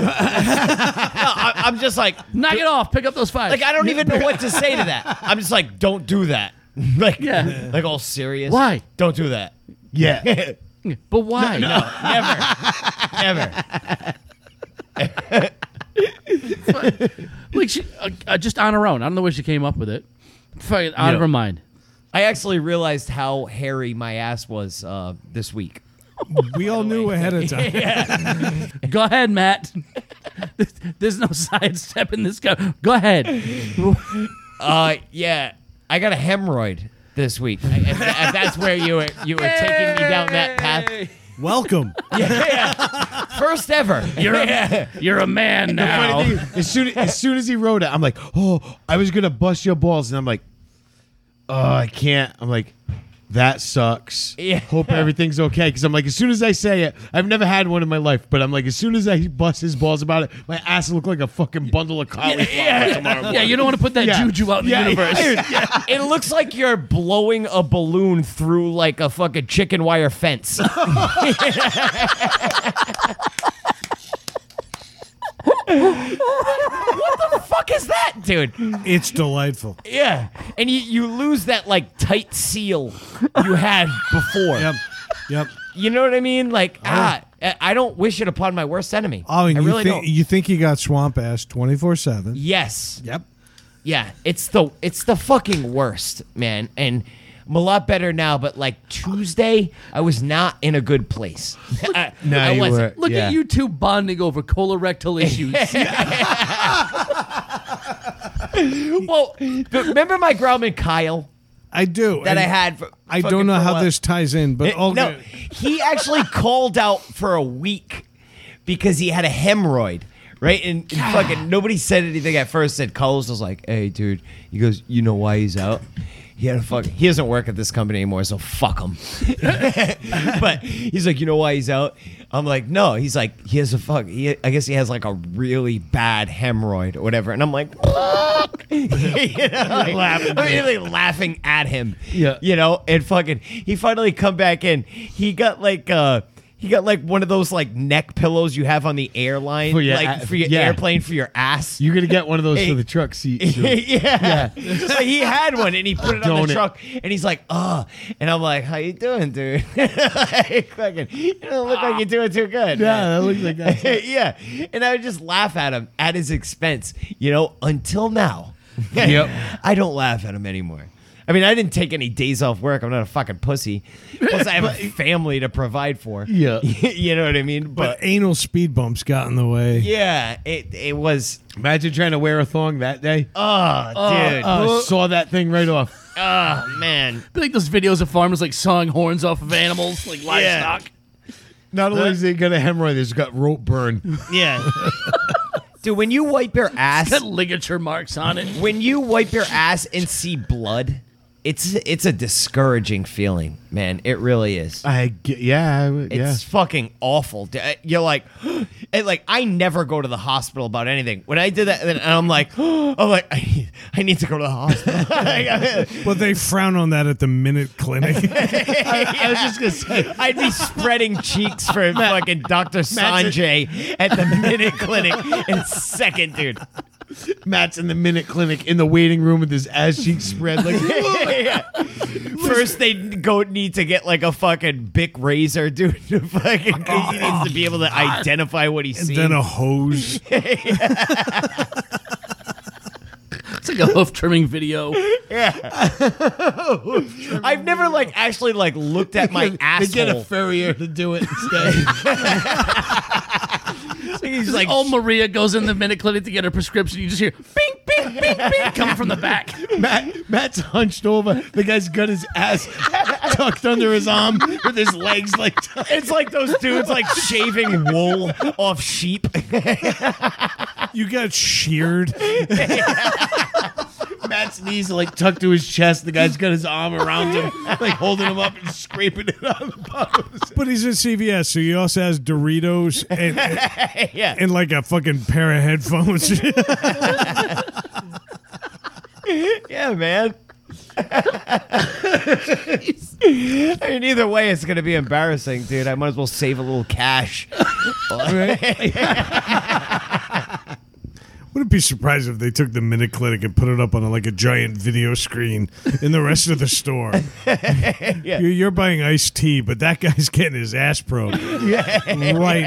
Speaker 2: no, I, I'm just like
Speaker 1: Knock it off. Pick up those five.
Speaker 2: like I don't even know what to say to that. I'm just like, don't do that. Like
Speaker 1: Yeah.
Speaker 2: like all serious.
Speaker 1: Why?
Speaker 2: Don't do that.
Speaker 4: Yeah.
Speaker 1: but why?
Speaker 2: No, never, never.
Speaker 1: Like she, uh, uh, just on her own. I don't know where she came up with it. Fucking out of her mind.
Speaker 2: I actually realized how hairy my ass was uh, this week.
Speaker 3: We all knew ahead of time.
Speaker 1: Go ahead, Matt. There's no sidestep in this guy. Go ahead.
Speaker 2: Uh, yeah, I got a hemorrhoid this week. I, and, and that's where you were you were taking me down that path.
Speaker 3: Welcome.
Speaker 2: First ever.
Speaker 1: You're a, you're a man now.
Speaker 4: Funny thing, as soon as soon as he wrote it, I'm like, oh, I was gonna bust your balls, and I'm like, oh, I can't. I'm like, that sucks.
Speaker 2: Yeah.
Speaker 4: Hope everything's okay, because I'm like, as soon as I say it, I've never had one in my life, but I'm like, as soon as I bust his balls about it, my ass look like a fucking bundle of cauliflower tomorrow.
Speaker 1: Yeah, you don't want to put that
Speaker 4: Yeah.
Speaker 1: juju out in
Speaker 4: Yeah,
Speaker 1: the universe.
Speaker 4: yeah,
Speaker 2: It looks like you're blowing a balloon through like a fucking chicken wire fence. what the fuck is that, dude?
Speaker 3: It's delightful.
Speaker 2: Yeah. And you, you lose that like tight seal you had before.
Speaker 3: Yep. Yep.
Speaker 2: You know what I mean? Like, ah, I- I don't wish it upon my worst enemy.
Speaker 3: Oh, and
Speaker 2: I
Speaker 3: you,
Speaker 2: really
Speaker 3: thi-
Speaker 2: don't.
Speaker 3: you think he got swamp ass 24 7.
Speaker 2: yes.
Speaker 3: Yep.
Speaker 2: Yeah, it's the it's the fucking worst, man. And I'm a lot better now, but like Tuesday, I was not in a good place. I,
Speaker 4: No,
Speaker 2: I
Speaker 4: you
Speaker 2: wasn't.
Speaker 4: were-
Speaker 1: Look
Speaker 4: Yeah.
Speaker 1: at you two bonding over colorectal issues.
Speaker 2: Well, the- remember my Grauman Kyle
Speaker 3: I do.
Speaker 2: that
Speaker 3: and
Speaker 2: I had. For,
Speaker 3: I
Speaker 2: fucking
Speaker 3: don't know
Speaker 2: for
Speaker 3: how
Speaker 2: what?
Speaker 3: this ties in, but
Speaker 2: It-
Speaker 3: okay.
Speaker 2: no, he actually called out for a week because he had a hemorrhoid, right? And, and fucking nobody said anything at first. Said Carlos was like, "Hey, dude," he goes, "You know why he's out?" He had a fucking. He doesn't work at this company anymore, so fuck him. but he's like, you know why he's out? I'm like, no. He's like, he has a fuck. He, I guess he has like a really bad hemorrhoid or whatever. And I'm like, what? you know, like, I'm really laughing at him.
Speaker 4: Yeah.
Speaker 2: You know, and fucking, he finally come back in. He got like, uh, he got like one of those like neck pillows you have on the airline,
Speaker 4: For your
Speaker 2: like
Speaker 4: a-
Speaker 2: for your
Speaker 4: yeah.
Speaker 2: airplane for your ass.
Speaker 4: You're gonna get one of those for the truck seat. too.
Speaker 2: yeah. So he had one and he put it on
Speaker 4: Don't
Speaker 2: the
Speaker 4: it.
Speaker 2: truck and he's like, oh. And I'm like, how you doing, dude? like, fucking, you don't look like you're doing too good. man.
Speaker 4: Ah. Yeah, that looks like that.
Speaker 2: yeah. And I would just laugh at him at his expense, you know, until now.
Speaker 4: Yep.
Speaker 2: I don't laugh at him anymore. I mean, I didn't take any days off work. I'm not a fucking pussy. Plus, I have a family to provide for.
Speaker 4: Yeah.
Speaker 2: you know what I mean? But,
Speaker 3: but anal speed bumps got in the way.
Speaker 2: yeah, it, it was,
Speaker 4: Imagine trying to wear a thong that day.
Speaker 2: oh, dude.
Speaker 4: Oh, saw that thing right off.
Speaker 2: oh, man.
Speaker 1: Be like those videos of farmers like sawing horns off of animals, like livestock.
Speaker 4: Not only is it got a hemorrhoid, it's got rope burn.
Speaker 2: Yeah. Dude, when you wipe your ass,
Speaker 1: Got ligature marks on it.
Speaker 2: when you wipe your ass and see blood, it's it's a discouraging feeling, man. It really is.
Speaker 4: I get, yeah, I would-
Speaker 2: It's
Speaker 4: yeah.
Speaker 2: fucking awful. D- uh, You're like, and like I never go to the hospital about anything. When I did that, and I'm like, I'm like, I need, I need to go to the hospital.
Speaker 3: But they frown on that at the minute clinic.
Speaker 4: I was just gonna say,
Speaker 2: I'd be spreading cheeks for fucking Dr. Sanjay at the minute clinic in a second, dude.
Speaker 4: Matt's in the minute clinic in the waiting room with his ass cheeks spread. Like,
Speaker 2: First, they go need to get like a fucking big razor, dude. To fucking,
Speaker 4: Oh
Speaker 2: 'cause he needs to be able to identify what he's
Speaker 3: And
Speaker 2: seeing.
Speaker 3: then a hose.
Speaker 1: It's like a hoof trimming video.
Speaker 2: I've never like actually like looked at my
Speaker 4: they get a
Speaker 2: asshole.
Speaker 4: furrier to do it instead.
Speaker 2: He's like,
Speaker 1: oh, Maria goes in the minute clinic to get her prescription. You just hear bing, bing, bing, bing coming from the back.
Speaker 4: "Oh, Matt, Matt's hunched over. The guy's got his ass tucked under his arm with his legs like. tucked.
Speaker 2: it's like those dudes like shaving wool off sheep.
Speaker 3: You got sheared.
Speaker 4: Matt's knees are like tucked to his chest. The guy's got his arm around him, like holding him up and scraping it on the bottom. of his-
Speaker 3: But he's in CVS, so he also has Doritos and,
Speaker 2: yeah.
Speaker 3: and like a fucking pair of headphones.
Speaker 2: Yeah, man. I mean, either way, it's gonna be embarrassing, dude. I might as well save a little cash.
Speaker 3: Wouldn't be surprised if they took the Minute Clinic and put it up on like a giant video screen in the rest of the store.
Speaker 2: Yeah.
Speaker 3: You're, you're buying iced tea, but that guy's getting his ass probed right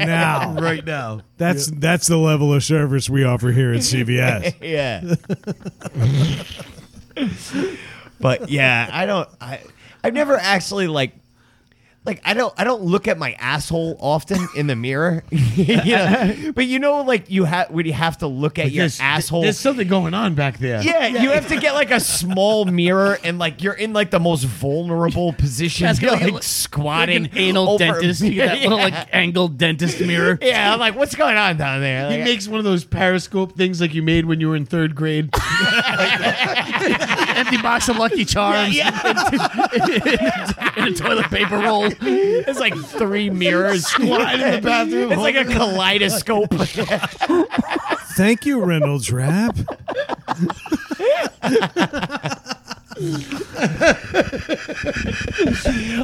Speaker 3: now.
Speaker 4: Right now,
Speaker 3: That's that's the level of service we offer here at CVS.
Speaker 2: Yeah. but yeah, I don't. I I've never actually like. Like I don't, I don't look at my asshole often in the mirror, you know? but you know, like you have when you have to look at your
Speaker 4: There's-
Speaker 2: asshole.
Speaker 4: There's something going on back there.
Speaker 2: yeah, you have to get like a small mirror, and like you're in like the most vulnerable position,
Speaker 1: That's
Speaker 2: you're,
Speaker 1: gonna
Speaker 2: like,
Speaker 1: look-
Speaker 2: squatting,
Speaker 1: like an anal
Speaker 2: over-
Speaker 1: dentist. You get that little
Speaker 2: Yeah.
Speaker 1: like angled dentist mirror.
Speaker 2: yeah, I'm like, what's going on down there?
Speaker 4: He
Speaker 2: Like,
Speaker 4: makes one of those periscope things like you made when you were in third grade.
Speaker 1: Empty box of Lucky Charms. and a toilet paper roll.
Speaker 2: it's like three mirrors squatting in the bathroom. It's like a kaleidoscope.
Speaker 3: Thank you, Reynolds Rap.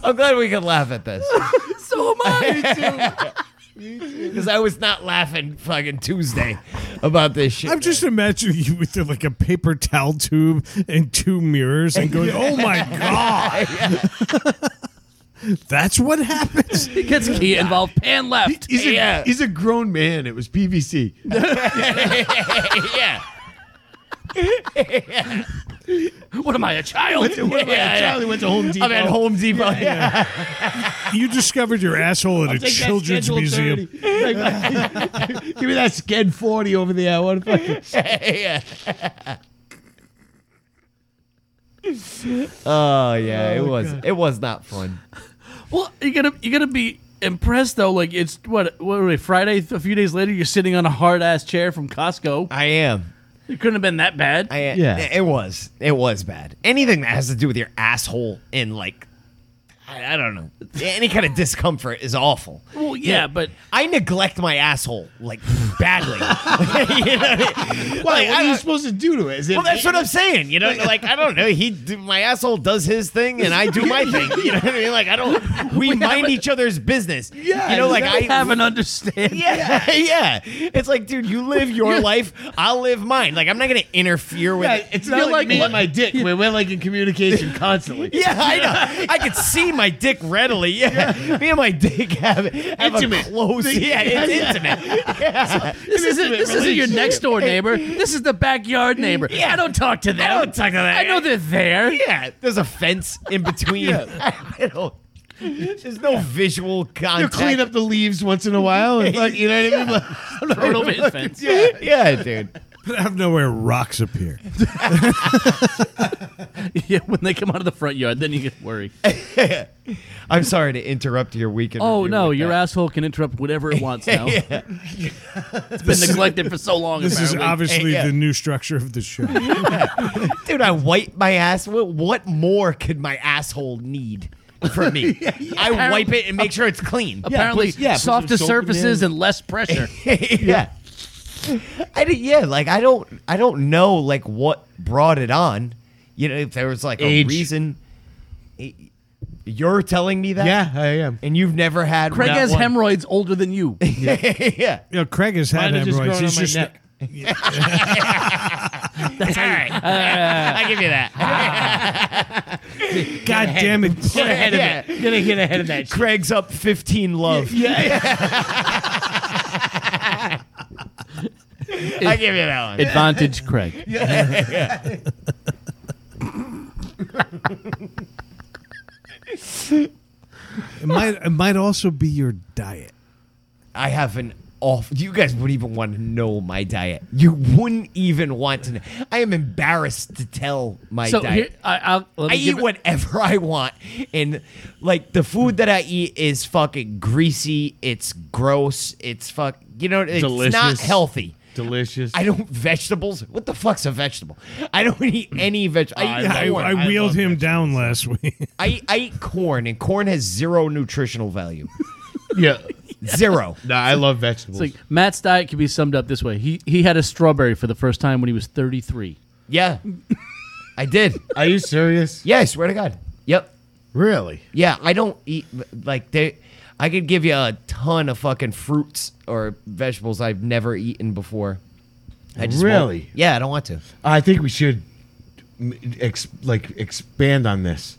Speaker 2: I'm glad we could laugh at this
Speaker 1: So am I.
Speaker 2: because I was not laughing fucking Tuesday about this shit.
Speaker 3: I'm just imagining you with like a paper towel tube and two mirrors and going, "Oh my god." That's what happens.
Speaker 1: It gets key involved. Pan left.
Speaker 4: He's a,
Speaker 2: Yeah.
Speaker 4: he's a grown man. It was PVC.
Speaker 2: yeah.
Speaker 1: What am I, a child?
Speaker 2: Yeah,
Speaker 4: Charlie went to Home Depot.
Speaker 2: I'm at Home Depot.
Speaker 3: You discovered your asshole at a
Speaker 4: Take that
Speaker 3: children's
Speaker 4: Schedule
Speaker 3: museum.
Speaker 4: 30. Like, give me that Sked 40 over there. I want to fucking
Speaker 2: yeah. oh yeah, it was. It was not fun.
Speaker 1: Well, you're gonna you're gonna be impressed though. Like it's what what were we, Friday? A few days later, you're sitting on a hard ass chair from Costco.
Speaker 2: I am.
Speaker 1: It couldn't have been that bad.
Speaker 2: I am.
Speaker 4: Yeah.
Speaker 2: It was. It was bad. Anything that has to do with your asshole and like, I, I don't know, any kind of discomfort is awful.
Speaker 1: well, yeah, but
Speaker 2: I neglect my asshole like badly. You know what I mean?
Speaker 4: Why?
Speaker 2: Like,
Speaker 4: what
Speaker 2: I
Speaker 4: are you
Speaker 2: don't-
Speaker 4: supposed to do to it? Is it
Speaker 2: well, that's what I'm saying. You know, like I don't know. He, d- my asshole does his thing, and I do my thing. You know what I mean? Like I don't. We, mind each other's business.
Speaker 4: Yeah,
Speaker 2: You know, like
Speaker 1: I
Speaker 2: I
Speaker 1: have an understanding.
Speaker 2: Yeah, yeah. It's like, dude, you live your life. I'll live mine. Like I'm not gonna interfere with.
Speaker 4: Yeah,
Speaker 2: it.
Speaker 4: it's not
Speaker 1: You're
Speaker 4: like,
Speaker 1: like,
Speaker 4: me
Speaker 1: what-
Speaker 4: and my dick where we're like in communication constantly.
Speaker 2: Yeah, I know. I could see my dick readily. Yeah, me and my dick have, have
Speaker 4: Intimate.
Speaker 2: a close. Yeah, it's intimate. Yeah.
Speaker 1: This isn't
Speaker 4: intimate
Speaker 1: this isn't your
Speaker 4: relationship.
Speaker 1: next door neighbor. This is the backyard neighbor.
Speaker 2: Yeah.
Speaker 1: I don't talk to them.
Speaker 2: I don't talk to them.
Speaker 1: I know they're there.
Speaker 2: Yeah, there's a fence in between. I don't- There's no visual contact.
Speaker 4: You clean up the leaves once in a while, and like, you know what I mean. Like,
Speaker 1: Throw it over his fence.
Speaker 2: Yeah, yeah, dude.
Speaker 3: Out of nowhere, rocks appear.
Speaker 1: Yeah, when they come out of the front yard, then you get worried.
Speaker 2: I'm sorry to interrupt your Uh, weekend.
Speaker 1: Oh no, your asshole can interrupt whatever it wants now. it's been neglected for so long.
Speaker 3: This is
Speaker 1: apparently.
Speaker 3: obviously
Speaker 2: yeah.
Speaker 3: the new structure of the show.
Speaker 2: dude. I wipe my ass. What, what more could my asshole need from me? I wipe it and make sure it's clean.
Speaker 1: apparently
Speaker 4: put- yeah, put some
Speaker 1: softer
Speaker 4: soap in there.
Speaker 1: surfaces and less pressure.
Speaker 2: yeah. I did, yeah, like I don't I don't know like what brought it on. You know, if there was like
Speaker 4: Age.
Speaker 2: a reason Eh, you're telling me that?
Speaker 4: yeah, I am.
Speaker 2: And you've never had
Speaker 1: Craig
Speaker 2: not
Speaker 1: has
Speaker 2: one-
Speaker 1: hemorrhoids older than you.
Speaker 2: yeah.
Speaker 3: You know, Craig has had
Speaker 4: Mine are just
Speaker 3: hemorrhoids.
Speaker 4: growing on
Speaker 3: He's
Speaker 4: my
Speaker 3: just
Speaker 4: neck.
Speaker 2: All right. I give you that.
Speaker 3: God damn it.
Speaker 5: Get ahead of
Speaker 2: Yeah.
Speaker 5: it. Gonna get ahead of that. shit.
Speaker 2: Craig's up 15 love. I give you that one.
Speaker 1: Advantage, Craig.
Speaker 3: It might it might also be your diet.
Speaker 2: I have an off. You guys wouldn't even want to know my diet. You wouldn't even want to know. I am embarrassed to tell my
Speaker 1: So
Speaker 2: diet.
Speaker 1: here, I, I'll, let
Speaker 2: I
Speaker 1: me
Speaker 2: eat
Speaker 1: give it-
Speaker 2: whatever I want. And like the food that I eat is fucking greasy. It's gross. It's fuck. You know, it's not
Speaker 4: Delicious.
Speaker 2: healthy.
Speaker 4: Delicious.
Speaker 2: I don't vegetables. What the fuck's a vegetable? I don't eat any vegetable. I, eat
Speaker 4: I
Speaker 3: I,
Speaker 2: corn.
Speaker 4: love
Speaker 3: I wheeled him
Speaker 4: vegetables.
Speaker 3: down last week.
Speaker 2: I, I eat corn, and corn has zero nutritional value.
Speaker 4: yeah.
Speaker 2: Zero.
Speaker 4: No, I love vegetables.
Speaker 1: It's like Matt's diet can be summed up this way. He he had a strawberry for the first time when he was 33.
Speaker 2: Yeah, I did.
Speaker 4: Are you serious?
Speaker 2: Yeah, I swear to God. Yep.
Speaker 4: Really?
Speaker 2: Yeah, I don't eat like they. I could give you a ton of fucking fruits or vegetables I've never eaten before. I just won't.
Speaker 4: Really?
Speaker 2: Yeah, I don't want to.
Speaker 4: I think we should mm, ex- like expand on this.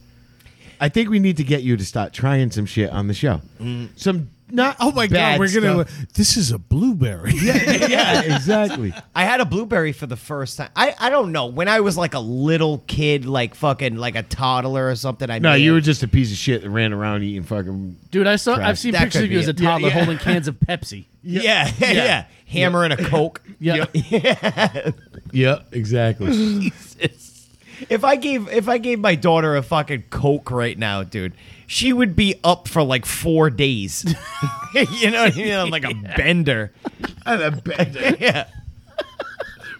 Speaker 4: I think we need to get you to start trying some shit on the show.
Speaker 2: Mm.
Speaker 4: Some not.
Speaker 3: Oh my
Speaker 4: bad
Speaker 3: god, we're gonna
Speaker 4: stuff.
Speaker 3: This is a blueberry.
Speaker 4: yeah, exactly.
Speaker 2: I had a blueberry for the first time. I, I don't know when I was like a little kid, like fucking like a toddler or something. I
Speaker 4: No,
Speaker 2: may
Speaker 4: you
Speaker 2: have-
Speaker 4: were just a piece of shit that ran around eating fucking.
Speaker 1: Dude, I saw
Speaker 4: Trash.
Speaker 1: I've seen
Speaker 2: That
Speaker 1: pictures
Speaker 2: could
Speaker 1: of you
Speaker 2: be
Speaker 1: as a
Speaker 2: it.
Speaker 1: toddler holding cans of Pepsi.
Speaker 2: yeah yeah, yeah. hammer and a coke.
Speaker 1: Yeah.
Speaker 4: Yep, exactly.
Speaker 2: If I gave if I gave my daughter a fucking coke right now, dude, she would be up for like four days. you know what I mean? On, like a bender.
Speaker 4: and a bed
Speaker 2: Yeah,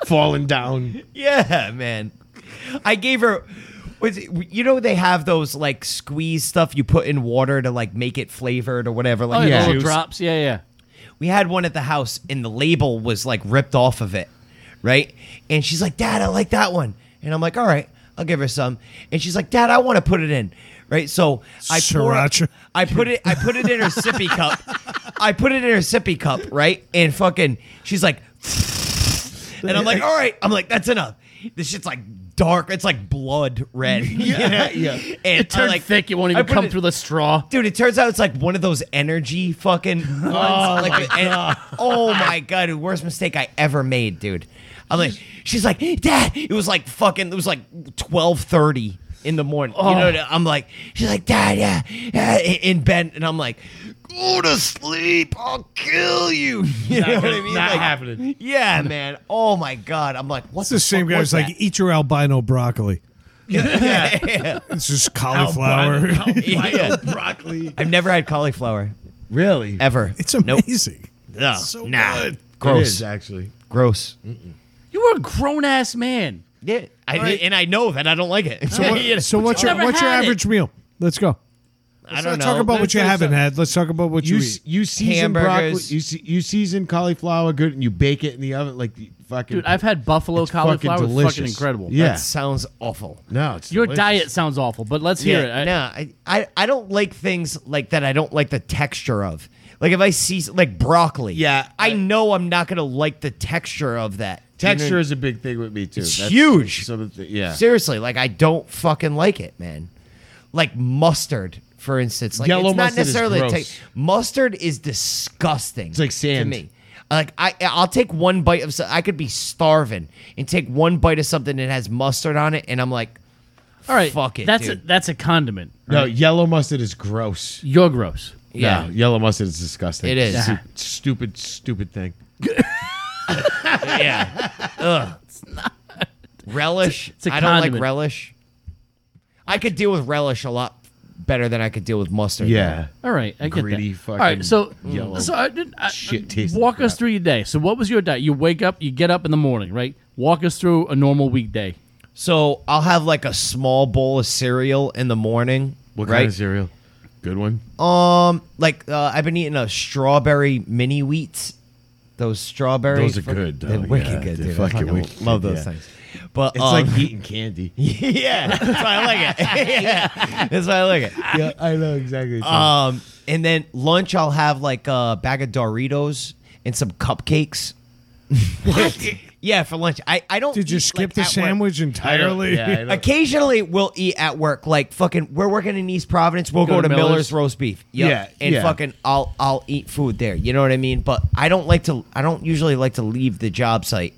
Speaker 4: falling down.
Speaker 2: yeah, man. I gave her. Was it, you know they have those like squeeze stuff you put in water to like make it flavored or whatever like
Speaker 1: Oh, yeah.
Speaker 4: Yeah.
Speaker 1: Little
Speaker 4: Juice.
Speaker 1: drops. Yeah, yeah.
Speaker 2: we had one at the house and the label was like ripped off of it, right? And she's like, Dad, I like that one. And I'm like, All right, I'll give her some. And she's like, Dad, I want to put it in. Right. So I pour-
Speaker 3: Sriracha.
Speaker 2: I put it I put it in her sippy cup. I put it in her sippy cup, right? And fucking she's like and I'm like, all right. I'm like, that's enough. This shit's like dark. It's like blood red. Yeah, yeah. And
Speaker 1: It
Speaker 2: I
Speaker 1: turned
Speaker 2: like
Speaker 1: thick. It won't
Speaker 2: I
Speaker 1: even
Speaker 2: put
Speaker 1: come
Speaker 2: it-
Speaker 1: through the straw.
Speaker 2: Dude, it turns out it's like one of those energy fucking. Ones. Oh, like, my god. oh my god, dude, worst mistake I ever made, dude. I'm like, she's like, Dad. It was like fucking. It was like twelve thirty in the morning. You know, what I- I'm like, she's like, Dad, yeah, yeah, in bed, and I'm like, Go to sleep. I'll kill you. You know what I mean?
Speaker 4: Not
Speaker 2: Like,
Speaker 4: happening.
Speaker 2: Yeah, man. Oh my god. I'm like, what's
Speaker 3: It's the same guy who's like, eat your albino broccoli.
Speaker 2: yeah.
Speaker 3: It's just cauliflower.
Speaker 2: yeah.
Speaker 4: Broccoli.
Speaker 2: I've never had cauliflower
Speaker 4: Really?
Speaker 2: ever.
Speaker 3: It's amazing.
Speaker 2: No,
Speaker 3: so
Speaker 2: nah.
Speaker 3: good.
Speaker 4: It
Speaker 2: Gross.
Speaker 4: is actually.
Speaker 2: Gross.
Speaker 1: You were a grown ass man.
Speaker 2: Yeah, I, and I know that I don't like it.
Speaker 3: So, what, so what's your
Speaker 1: Never
Speaker 3: what's your
Speaker 1: had it.
Speaker 3: average meal? Let's go.
Speaker 2: I
Speaker 3: Let's
Speaker 2: don't know.
Speaker 3: talk about what you
Speaker 4: Let's-
Speaker 3: haven't had. Let's talk about what you,
Speaker 4: You
Speaker 3: eat.
Speaker 4: s- you season broccoli.
Speaker 2: Hamburgers.
Speaker 4: You se- you season cauliflower good, and you bake it in the oven like you fucking.
Speaker 1: Dude, I've had buffalo cauliflower. It's
Speaker 4: delicious.
Speaker 1: fucking incredible.
Speaker 4: Yeah.
Speaker 2: That sounds awful.
Speaker 4: no, it's
Speaker 1: Your
Speaker 4: delicious.
Speaker 1: diet sounds awful, but let's hear it. I-
Speaker 2: no, I, I I don't like things like that. I don't like the texture of. Like if I see like broccoli,
Speaker 4: Yeah,
Speaker 2: I,
Speaker 4: I-
Speaker 2: know I'm not gonna like the texture of that.
Speaker 4: Texture is a big thing with me too.
Speaker 2: It's huge.
Speaker 4: Some of the, yeah.
Speaker 2: Seriously, like I don't fucking like it, man. Like mustard, for instance. Like
Speaker 4: Yellow
Speaker 2: it's not
Speaker 4: mustard is
Speaker 2: necessarily a
Speaker 4: gross.
Speaker 2: ta- mustard is disgusting. It's
Speaker 4: like sand.
Speaker 2: to me. Like I, I'll take one bite of. so- I could be starving and take one bite of something that has mustard on it, and I'm like,
Speaker 1: all right.
Speaker 2: fuck it,
Speaker 1: That's
Speaker 2: dude.
Speaker 1: a that's a condiment.
Speaker 4: No, yellow mustard is gross.
Speaker 1: You're gross.
Speaker 2: yeah,
Speaker 4: No, yellow mustard is disgusting.
Speaker 2: It is.
Speaker 4: It's a stupid, stupid thing.
Speaker 2: yeah. Ugh. Relish.
Speaker 1: it's a
Speaker 2: I don't
Speaker 1: condiment.
Speaker 2: like relish. I could deal with relish a lot better than I could deal with mustard.
Speaker 4: Yeah.
Speaker 1: All right, I get
Speaker 4: Greedy
Speaker 1: that. All right,
Speaker 4: fucking
Speaker 1: so
Speaker 4: yellow
Speaker 1: so I did, I,
Speaker 4: shit-tasting
Speaker 1: walk us
Speaker 4: crap.
Speaker 1: through your day. So what was your day? You wake up, you get up in the morning, right? Walk us through a normal weekday.
Speaker 2: So I'll have like a small bowl of cereal in the morning.
Speaker 4: What
Speaker 2: right?
Speaker 4: kind of cereal? Good one.
Speaker 2: Um, like uh, I've been eating a strawberry mini wheats. Those strawberry.
Speaker 4: Those are
Speaker 2: fuck-
Speaker 4: good, though.
Speaker 2: They're wicked
Speaker 4: Yeah,
Speaker 2: good,
Speaker 4: they're
Speaker 2: dude. I
Speaker 4: fucking
Speaker 2: fucking
Speaker 4: wicked,
Speaker 2: love those
Speaker 4: yeah.
Speaker 2: things. But
Speaker 4: It's
Speaker 2: um,
Speaker 4: like eating candy.
Speaker 2: yeah, that's why I like it. yeah, that's why I like it.
Speaker 4: yeah, I know exactly.
Speaker 2: Um, and then lunch I'll have like a bag of Doritos and some cupcakes. What? yeah, for lunch. I, I don't.
Speaker 3: Did you
Speaker 2: eat,
Speaker 3: skip
Speaker 2: like,
Speaker 3: the
Speaker 2: at work.
Speaker 3: sandwich
Speaker 4: I don't-
Speaker 3: entirely?
Speaker 4: yeah, I don't-
Speaker 2: Occasionally, we'll eat at work. Like fucking, we're working in East Providence. We'll go, to, Miller's. roast beef. Yep.
Speaker 4: Yeah,
Speaker 2: and
Speaker 4: yeah.
Speaker 2: fucking, I'll I'll eat food there. You know what I mean? But I don't like to. I don't usually like to leave the job site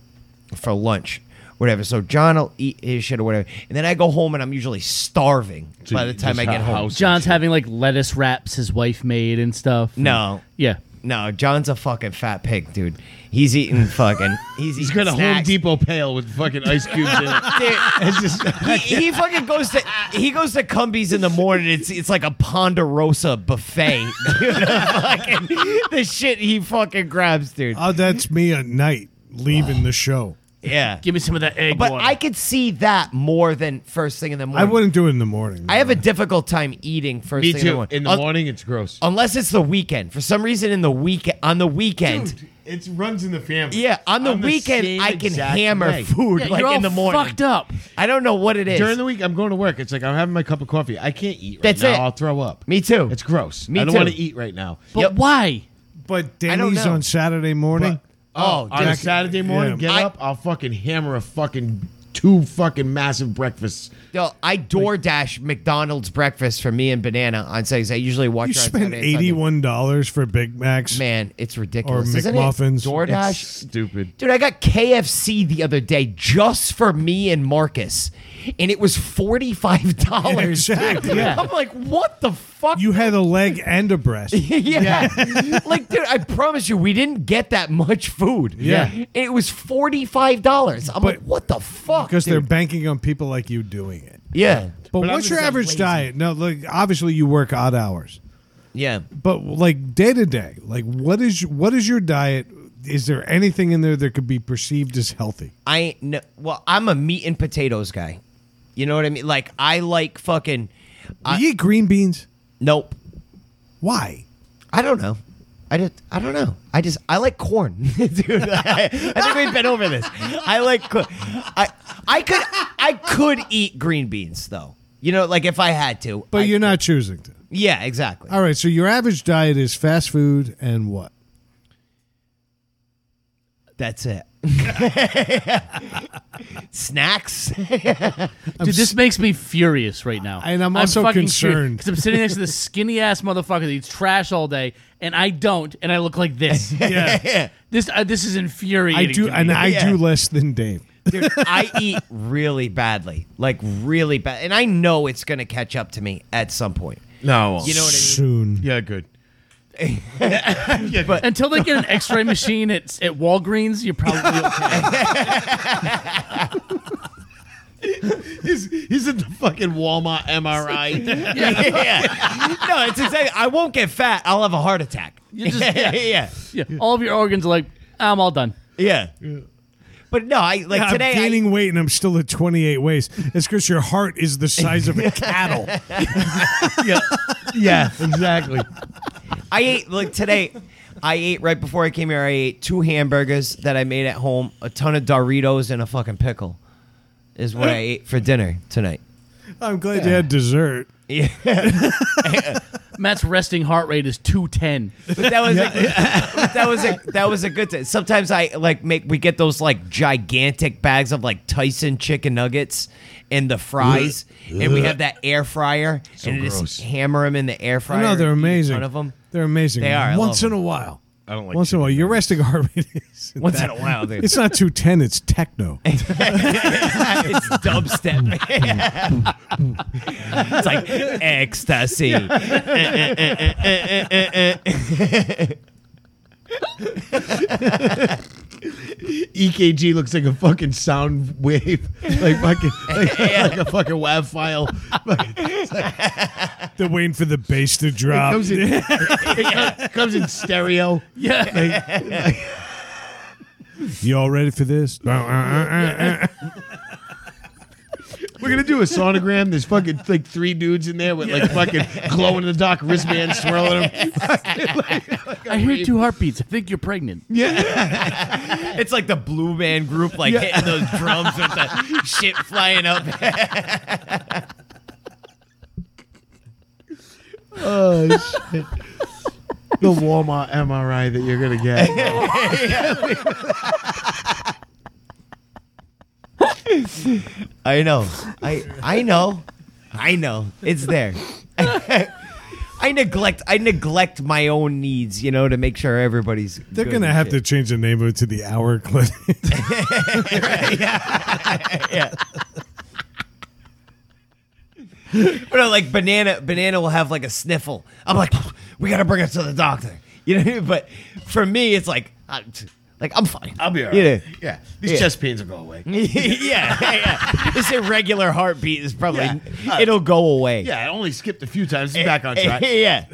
Speaker 2: for lunch, whatever. So John will eat his shit or whatever, and then I go home and I'm usually starving
Speaker 4: So
Speaker 2: by
Speaker 4: you
Speaker 2: the time
Speaker 4: just
Speaker 2: I get
Speaker 4: have
Speaker 2: home.
Speaker 4: house-
Speaker 1: John's having like lettuce wraps his wife made and stuff.
Speaker 2: No,
Speaker 1: Yeah.
Speaker 2: no, John's a fucking fat pig, dude. He's eating fucking. He's
Speaker 4: He's
Speaker 2: eating
Speaker 4: got a Home
Speaker 2: snacks.
Speaker 4: Depot pail with fucking ice cubes in it.
Speaker 2: Dude,
Speaker 4: It's just
Speaker 2: he, he fucking goes to he goes to Cumbies in the morning. It's it's like a Ponderosa buffet. Dude, fucking, the shit he fucking grabs, dude.
Speaker 3: Oh, that's me at night leaving the show.
Speaker 2: Yeah,
Speaker 1: Give me some of that egg.
Speaker 2: but
Speaker 1: water.
Speaker 2: I could see that more than first thing in the
Speaker 3: I
Speaker 2: morning.
Speaker 3: wouldn't do it in the morning.
Speaker 2: I have a difficult time eating first
Speaker 4: me
Speaker 2: thing
Speaker 4: too.
Speaker 2: in the morning.
Speaker 4: In the
Speaker 2: Un-
Speaker 4: morning, it's gross.
Speaker 2: Unless it's the weekend. For some reason, in the week on the weekend,
Speaker 4: it runs in the family.
Speaker 2: yeah, on the
Speaker 4: I'm the
Speaker 2: weekend
Speaker 4: same
Speaker 2: I can
Speaker 4: exact
Speaker 2: hammer
Speaker 4: way.
Speaker 2: food
Speaker 1: Yeah,
Speaker 2: like
Speaker 1: you're
Speaker 2: in
Speaker 1: all
Speaker 2: the morning.
Speaker 1: fucked up.
Speaker 2: I don't know what it is.
Speaker 4: During the week, I'm going to work. It's like I'm having my cup of coffee. I can't eat right
Speaker 2: That's
Speaker 4: now.
Speaker 2: it.
Speaker 4: I'll throw up.
Speaker 2: Me too.
Speaker 4: It's gross.
Speaker 2: Me
Speaker 4: I don't
Speaker 2: too.
Speaker 4: want to eat right now.
Speaker 1: But
Speaker 2: Yep.
Speaker 1: why?
Speaker 3: but
Speaker 2: I don't
Speaker 3: Danny's
Speaker 2: know.
Speaker 3: on Saturday morning.
Speaker 2: oh,
Speaker 4: on a
Speaker 2: dude.
Speaker 4: Saturday morning,
Speaker 3: Yeah.
Speaker 4: get
Speaker 2: I-
Speaker 4: up. I'll fucking hammer a fucking two fucking massive breakfasts.
Speaker 2: Yo, I DoorDash McDonald's breakfast for me and Banana on Sundays. I usually watch.
Speaker 3: you
Speaker 2: her on
Speaker 3: spend
Speaker 2: Saturday and Sunday.
Speaker 3: eighty-one dollars for Big Macs.
Speaker 2: Man, it's ridiculous.
Speaker 3: Or
Speaker 2: isn't
Speaker 3: McMuffins.
Speaker 2: It? DoorDash.
Speaker 4: Stupid.
Speaker 2: Dude, I got KFC the other day just for me and Marcus, and it was forty five dollars.
Speaker 3: Exactly.
Speaker 1: Yeah.
Speaker 2: I'm like, what the fuck?
Speaker 3: You had a leg and a breast.
Speaker 2: yeah. like, dude, I promise you, we didn't get that much food.
Speaker 3: Yeah.
Speaker 2: And it was forty five dollars. I'm like,
Speaker 3: But-
Speaker 2: what the fuck?
Speaker 3: because they're
Speaker 2: dude?
Speaker 3: banking on people like you doing it.
Speaker 2: yeah,
Speaker 3: But,
Speaker 4: But I'm
Speaker 3: what's your
Speaker 4: just
Speaker 3: average
Speaker 2: lazy.
Speaker 3: diet? No, like obviously you work odd hours,
Speaker 2: yeah.
Speaker 3: but like day to day, like what is what is your diet? Is there anything in there that could be perceived as healthy?
Speaker 2: I ain't no, well, I'm a meat and potatoes guy. You know what I mean? Like I like fucking I-
Speaker 3: Do you eat green beans?
Speaker 2: nope.
Speaker 3: Why?
Speaker 2: I don't know. I just I don't know. I just I like corn, dude. I, I think we've been over this. I like co- I I could I could eat green beans though. You know, like if I had to.
Speaker 3: But
Speaker 2: I-
Speaker 3: you're not choosing to.
Speaker 2: yeah, exactly.
Speaker 3: All right, so your average diet is fast food and what?
Speaker 2: That's it. Snacks.
Speaker 1: Dude, this makes me furious right now.
Speaker 3: And I'm also
Speaker 1: fucking
Speaker 3: concerned.
Speaker 1: Because I'm sitting next to this skinny ass motherfucker that eats trash all day, and I don't, and I look like this.
Speaker 2: Yeah.
Speaker 1: This uh, this is
Speaker 3: I
Speaker 1: infuriating.
Speaker 3: do,
Speaker 1: to me.
Speaker 3: and I
Speaker 2: Yeah.
Speaker 3: do less than Dave.
Speaker 2: Dude, I eat really badly, like really bad, and I know it's gonna catch up to me at some point.
Speaker 4: No.
Speaker 2: You know what I mean?
Speaker 3: Soon,
Speaker 4: Yeah, good.
Speaker 1: Until they get an X-ray machine at at Walgreens, you're probably okay.
Speaker 4: He's, he's at the fucking Walmart MRI.
Speaker 2: yeah. No, it's exactly. I won't get fat. I'll have a heart attack.
Speaker 1: You just- yeah.
Speaker 2: yeah.
Speaker 1: Yeah, all of your organs are like, I'm all done.
Speaker 2: Yeah. But no, I like
Speaker 3: I'm
Speaker 2: today. I-
Speaker 3: gaining weight, and I'm still at 28 waist. It's because your heart is the size of a cattle.
Speaker 4: yeah. yeah, exactly.
Speaker 2: I, ate like today. I ate right before I came here. I ate two hamburgers that I made at home, a ton of Doritos, and a fucking pickle. Is what I ate for dinner tonight.
Speaker 3: I'm glad you had dessert.
Speaker 2: Yeah,
Speaker 1: Matt's resting heart rate is 210.
Speaker 2: but that was a, but that was a that was a good thing. Sometimes I like make we get those like gigantic bags of like Tyson chicken nuggets and the fries, and we have that air fryer, and you
Speaker 4: gross.
Speaker 2: just hammer them in the air fryer.
Speaker 3: No, they're
Speaker 2: and eat a
Speaker 3: amazing.
Speaker 2: ton of 'em.
Speaker 3: They're amazing.
Speaker 2: They are. I
Speaker 3: Once
Speaker 2: love
Speaker 3: in a while.
Speaker 4: I don't like
Speaker 3: Once in a while, your resting heart rate is.
Speaker 2: Once in a while, dude.
Speaker 3: It's not two ten. It's techno.
Speaker 2: it's dubstep.
Speaker 3: Mm.
Speaker 2: it's like ecstasy.
Speaker 4: EKG E looks like a fucking sound wave, like fucking like, like a fucking WAV file.
Speaker 3: They're waiting for the bass to drop.
Speaker 4: comes in, it co- comes in stereo.
Speaker 1: Yeah.
Speaker 3: you all ready for this? Uh, uh, uh, uh, uh.
Speaker 4: We're gonna do a sonogram. There's fucking like three dudes in there with like fucking glow in the dark wristbands swirling them.
Speaker 1: I hear two heartbeats. I think you're pregnant.
Speaker 2: It's like the Blue Man Group, like hitting those drums with the shit flying up.
Speaker 4: Oh shit! the Walmart MRI that you're gonna get.
Speaker 2: I know. I I know. I know. It's there. I neglect I neglect my own needs, you know, to make sure everybody's.
Speaker 3: They're gonna have to change the name of it to the Hour Clinic.
Speaker 2: to. But like banana, banana will have like a sniffle. I'm like, we gotta bring it to the doctor, you know. what I mean? But for me, it's like, I, like I'm fine.
Speaker 4: I'll be alright.
Speaker 2: You know?
Speaker 4: Yeah, these
Speaker 2: Yeah.
Speaker 4: chest pains will go away.
Speaker 2: yeah, yeah, yeah. This irregular heartbeat is probably
Speaker 4: Yeah. Uh,
Speaker 2: it'll go away.
Speaker 4: Yeah, I only skipped a few times. It's back on track.
Speaker 2: yeah,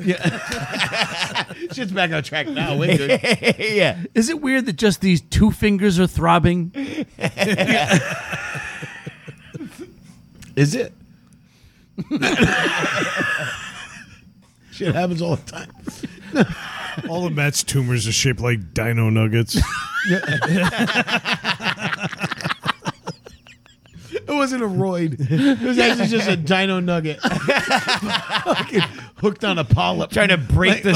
Speaker 4: Shit's back on track now. We're good.
Speaker 2: yeah.
Speaker 1: Is it weird that just these two fingers are throbbing?
Speaker 4: Is it? Shit happens all the time.
Speaker 3: All of Matt's tumors are shaped like dino nuggets.
Speaker 4: It wasn't a roid. It was actually just a dino nugget. Fucking hooked on a polyp.
Speaker 2: Trying to break the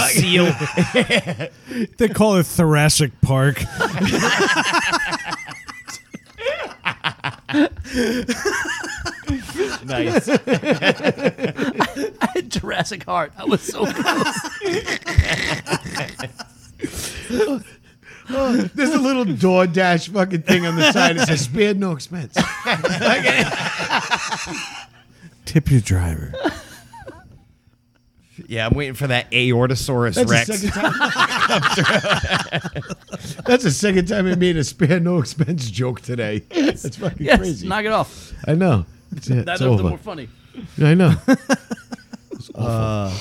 Speaker 2: seal.
Speaker 3: they call it Thoracic Park.
Speaker 2: nice.
Speaker 1: Jurassic Heart. I was so
Speaker 4: There's a little DoorDash fucking thing on the side. It says spared no expense.
Speaker 3: Tip your driver.
Speaker 2: Yeah, I'm waiting for that Aortosaurus
Speaker 4: That's
Speaker 2: Rex.
Speaker 4: the second time. That's the second time I made a spare no expense joke today. That's fucking
Speaker 1: yes,
Speaker 4: crazy.
Speaker 1: knock it off.
Speaker 4: I know. It's, it's
Speaker 1: That's
Speaker 4: over.
Speaker 1: more funny.
Speaker 4: I know.
Speaker 2: Uh,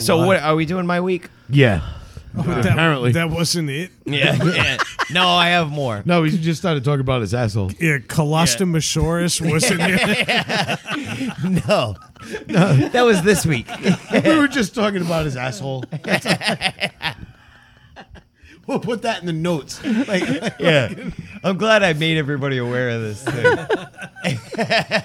Speaker 2: so what are we doing my week?
Speaker 4: Yeah. Uh, apparently.
Speaker 3: that wasn't it.
Speaker 2: Yeah. yeah. No, I have more.
Speaker 4: no, we just started talking about his asshole.
Speaker 3: Yeah, Colostomosaurus wasn't it.
Speaker 2: No. No. That was this week.
Speaker 4: we were just talking about his asshole. we'll put that in the notes. Like,
Speaker 2: Yeah. I'm glad I made everybody aware of this thing.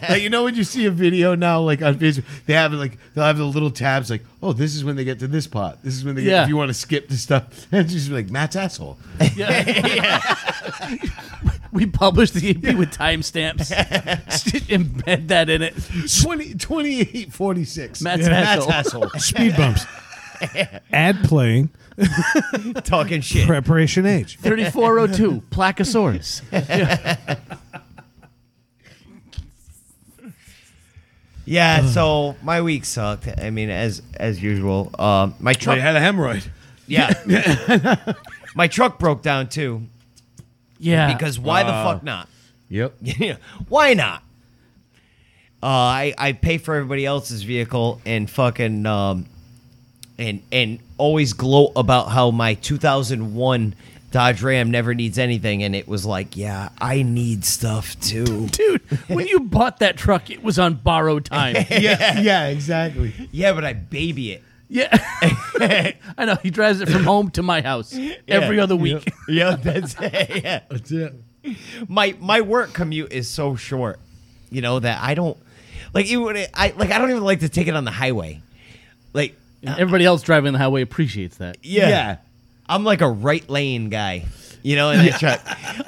Speaker 4: like, you know when you see a video now, like on Facebook, they have like they'll have the little tabs like, oh, this is when they get to this part. This is when they get
Speaker 1: Yeah.
Speaker 4: if you want to skip the stuff. And it's just like Matt's asshole.
Speaker 1: We published the EP with timestamps. Just Embed that in it.
Speaker 4: 20, 2846.
Speaker 1: Matt's asshole.
Speaker 4: asshole.
Speaker 3: Speed bumps. Ad playing.
Speaker 2: Talking shit.
Speaker 3: Preparation age.
Speaker 1: 3402, Placosaurus.
Speaker 2: Yeah, so my week sucked. I mean, as as usual. Um my truck
Speaker 4: had a hemorrhoid.
Speaker 2: Yeah. my truck broke down too.
Speaker 1: Yeah.
Speaker 2: Because why the fuck not?
Speaker 4: Yep.
Speaker 2: Yeah, why not? Uh, I I pay for everybody else's vehicle and fucking um, and and always gloat about how my 2001 Dodge Ram never needs anything, and it was like, yeah, I need stuff too.
Speaker 1: dude, when you bought that truck, it was on borrowed time.
Speaker 4: Yeah, yeah, exactly.
Speaker 2: yeah, but I baby it.
Speaker 1: Yeah. I know. He drives it from home to my house every other week.
Speaker 2: Yeah, that's yeah.
Speaker 4: That's it.
Speaker 2: my my work commute is so short, you know that I don't like even when it, I like I don't even like to take it on the highway, like
Speaker 4: Mm.
Speaker 1: And everybody else driving the highway appreciates that.
Speaker 2: yeah. I'm like a right lane guy. You know, and I, try,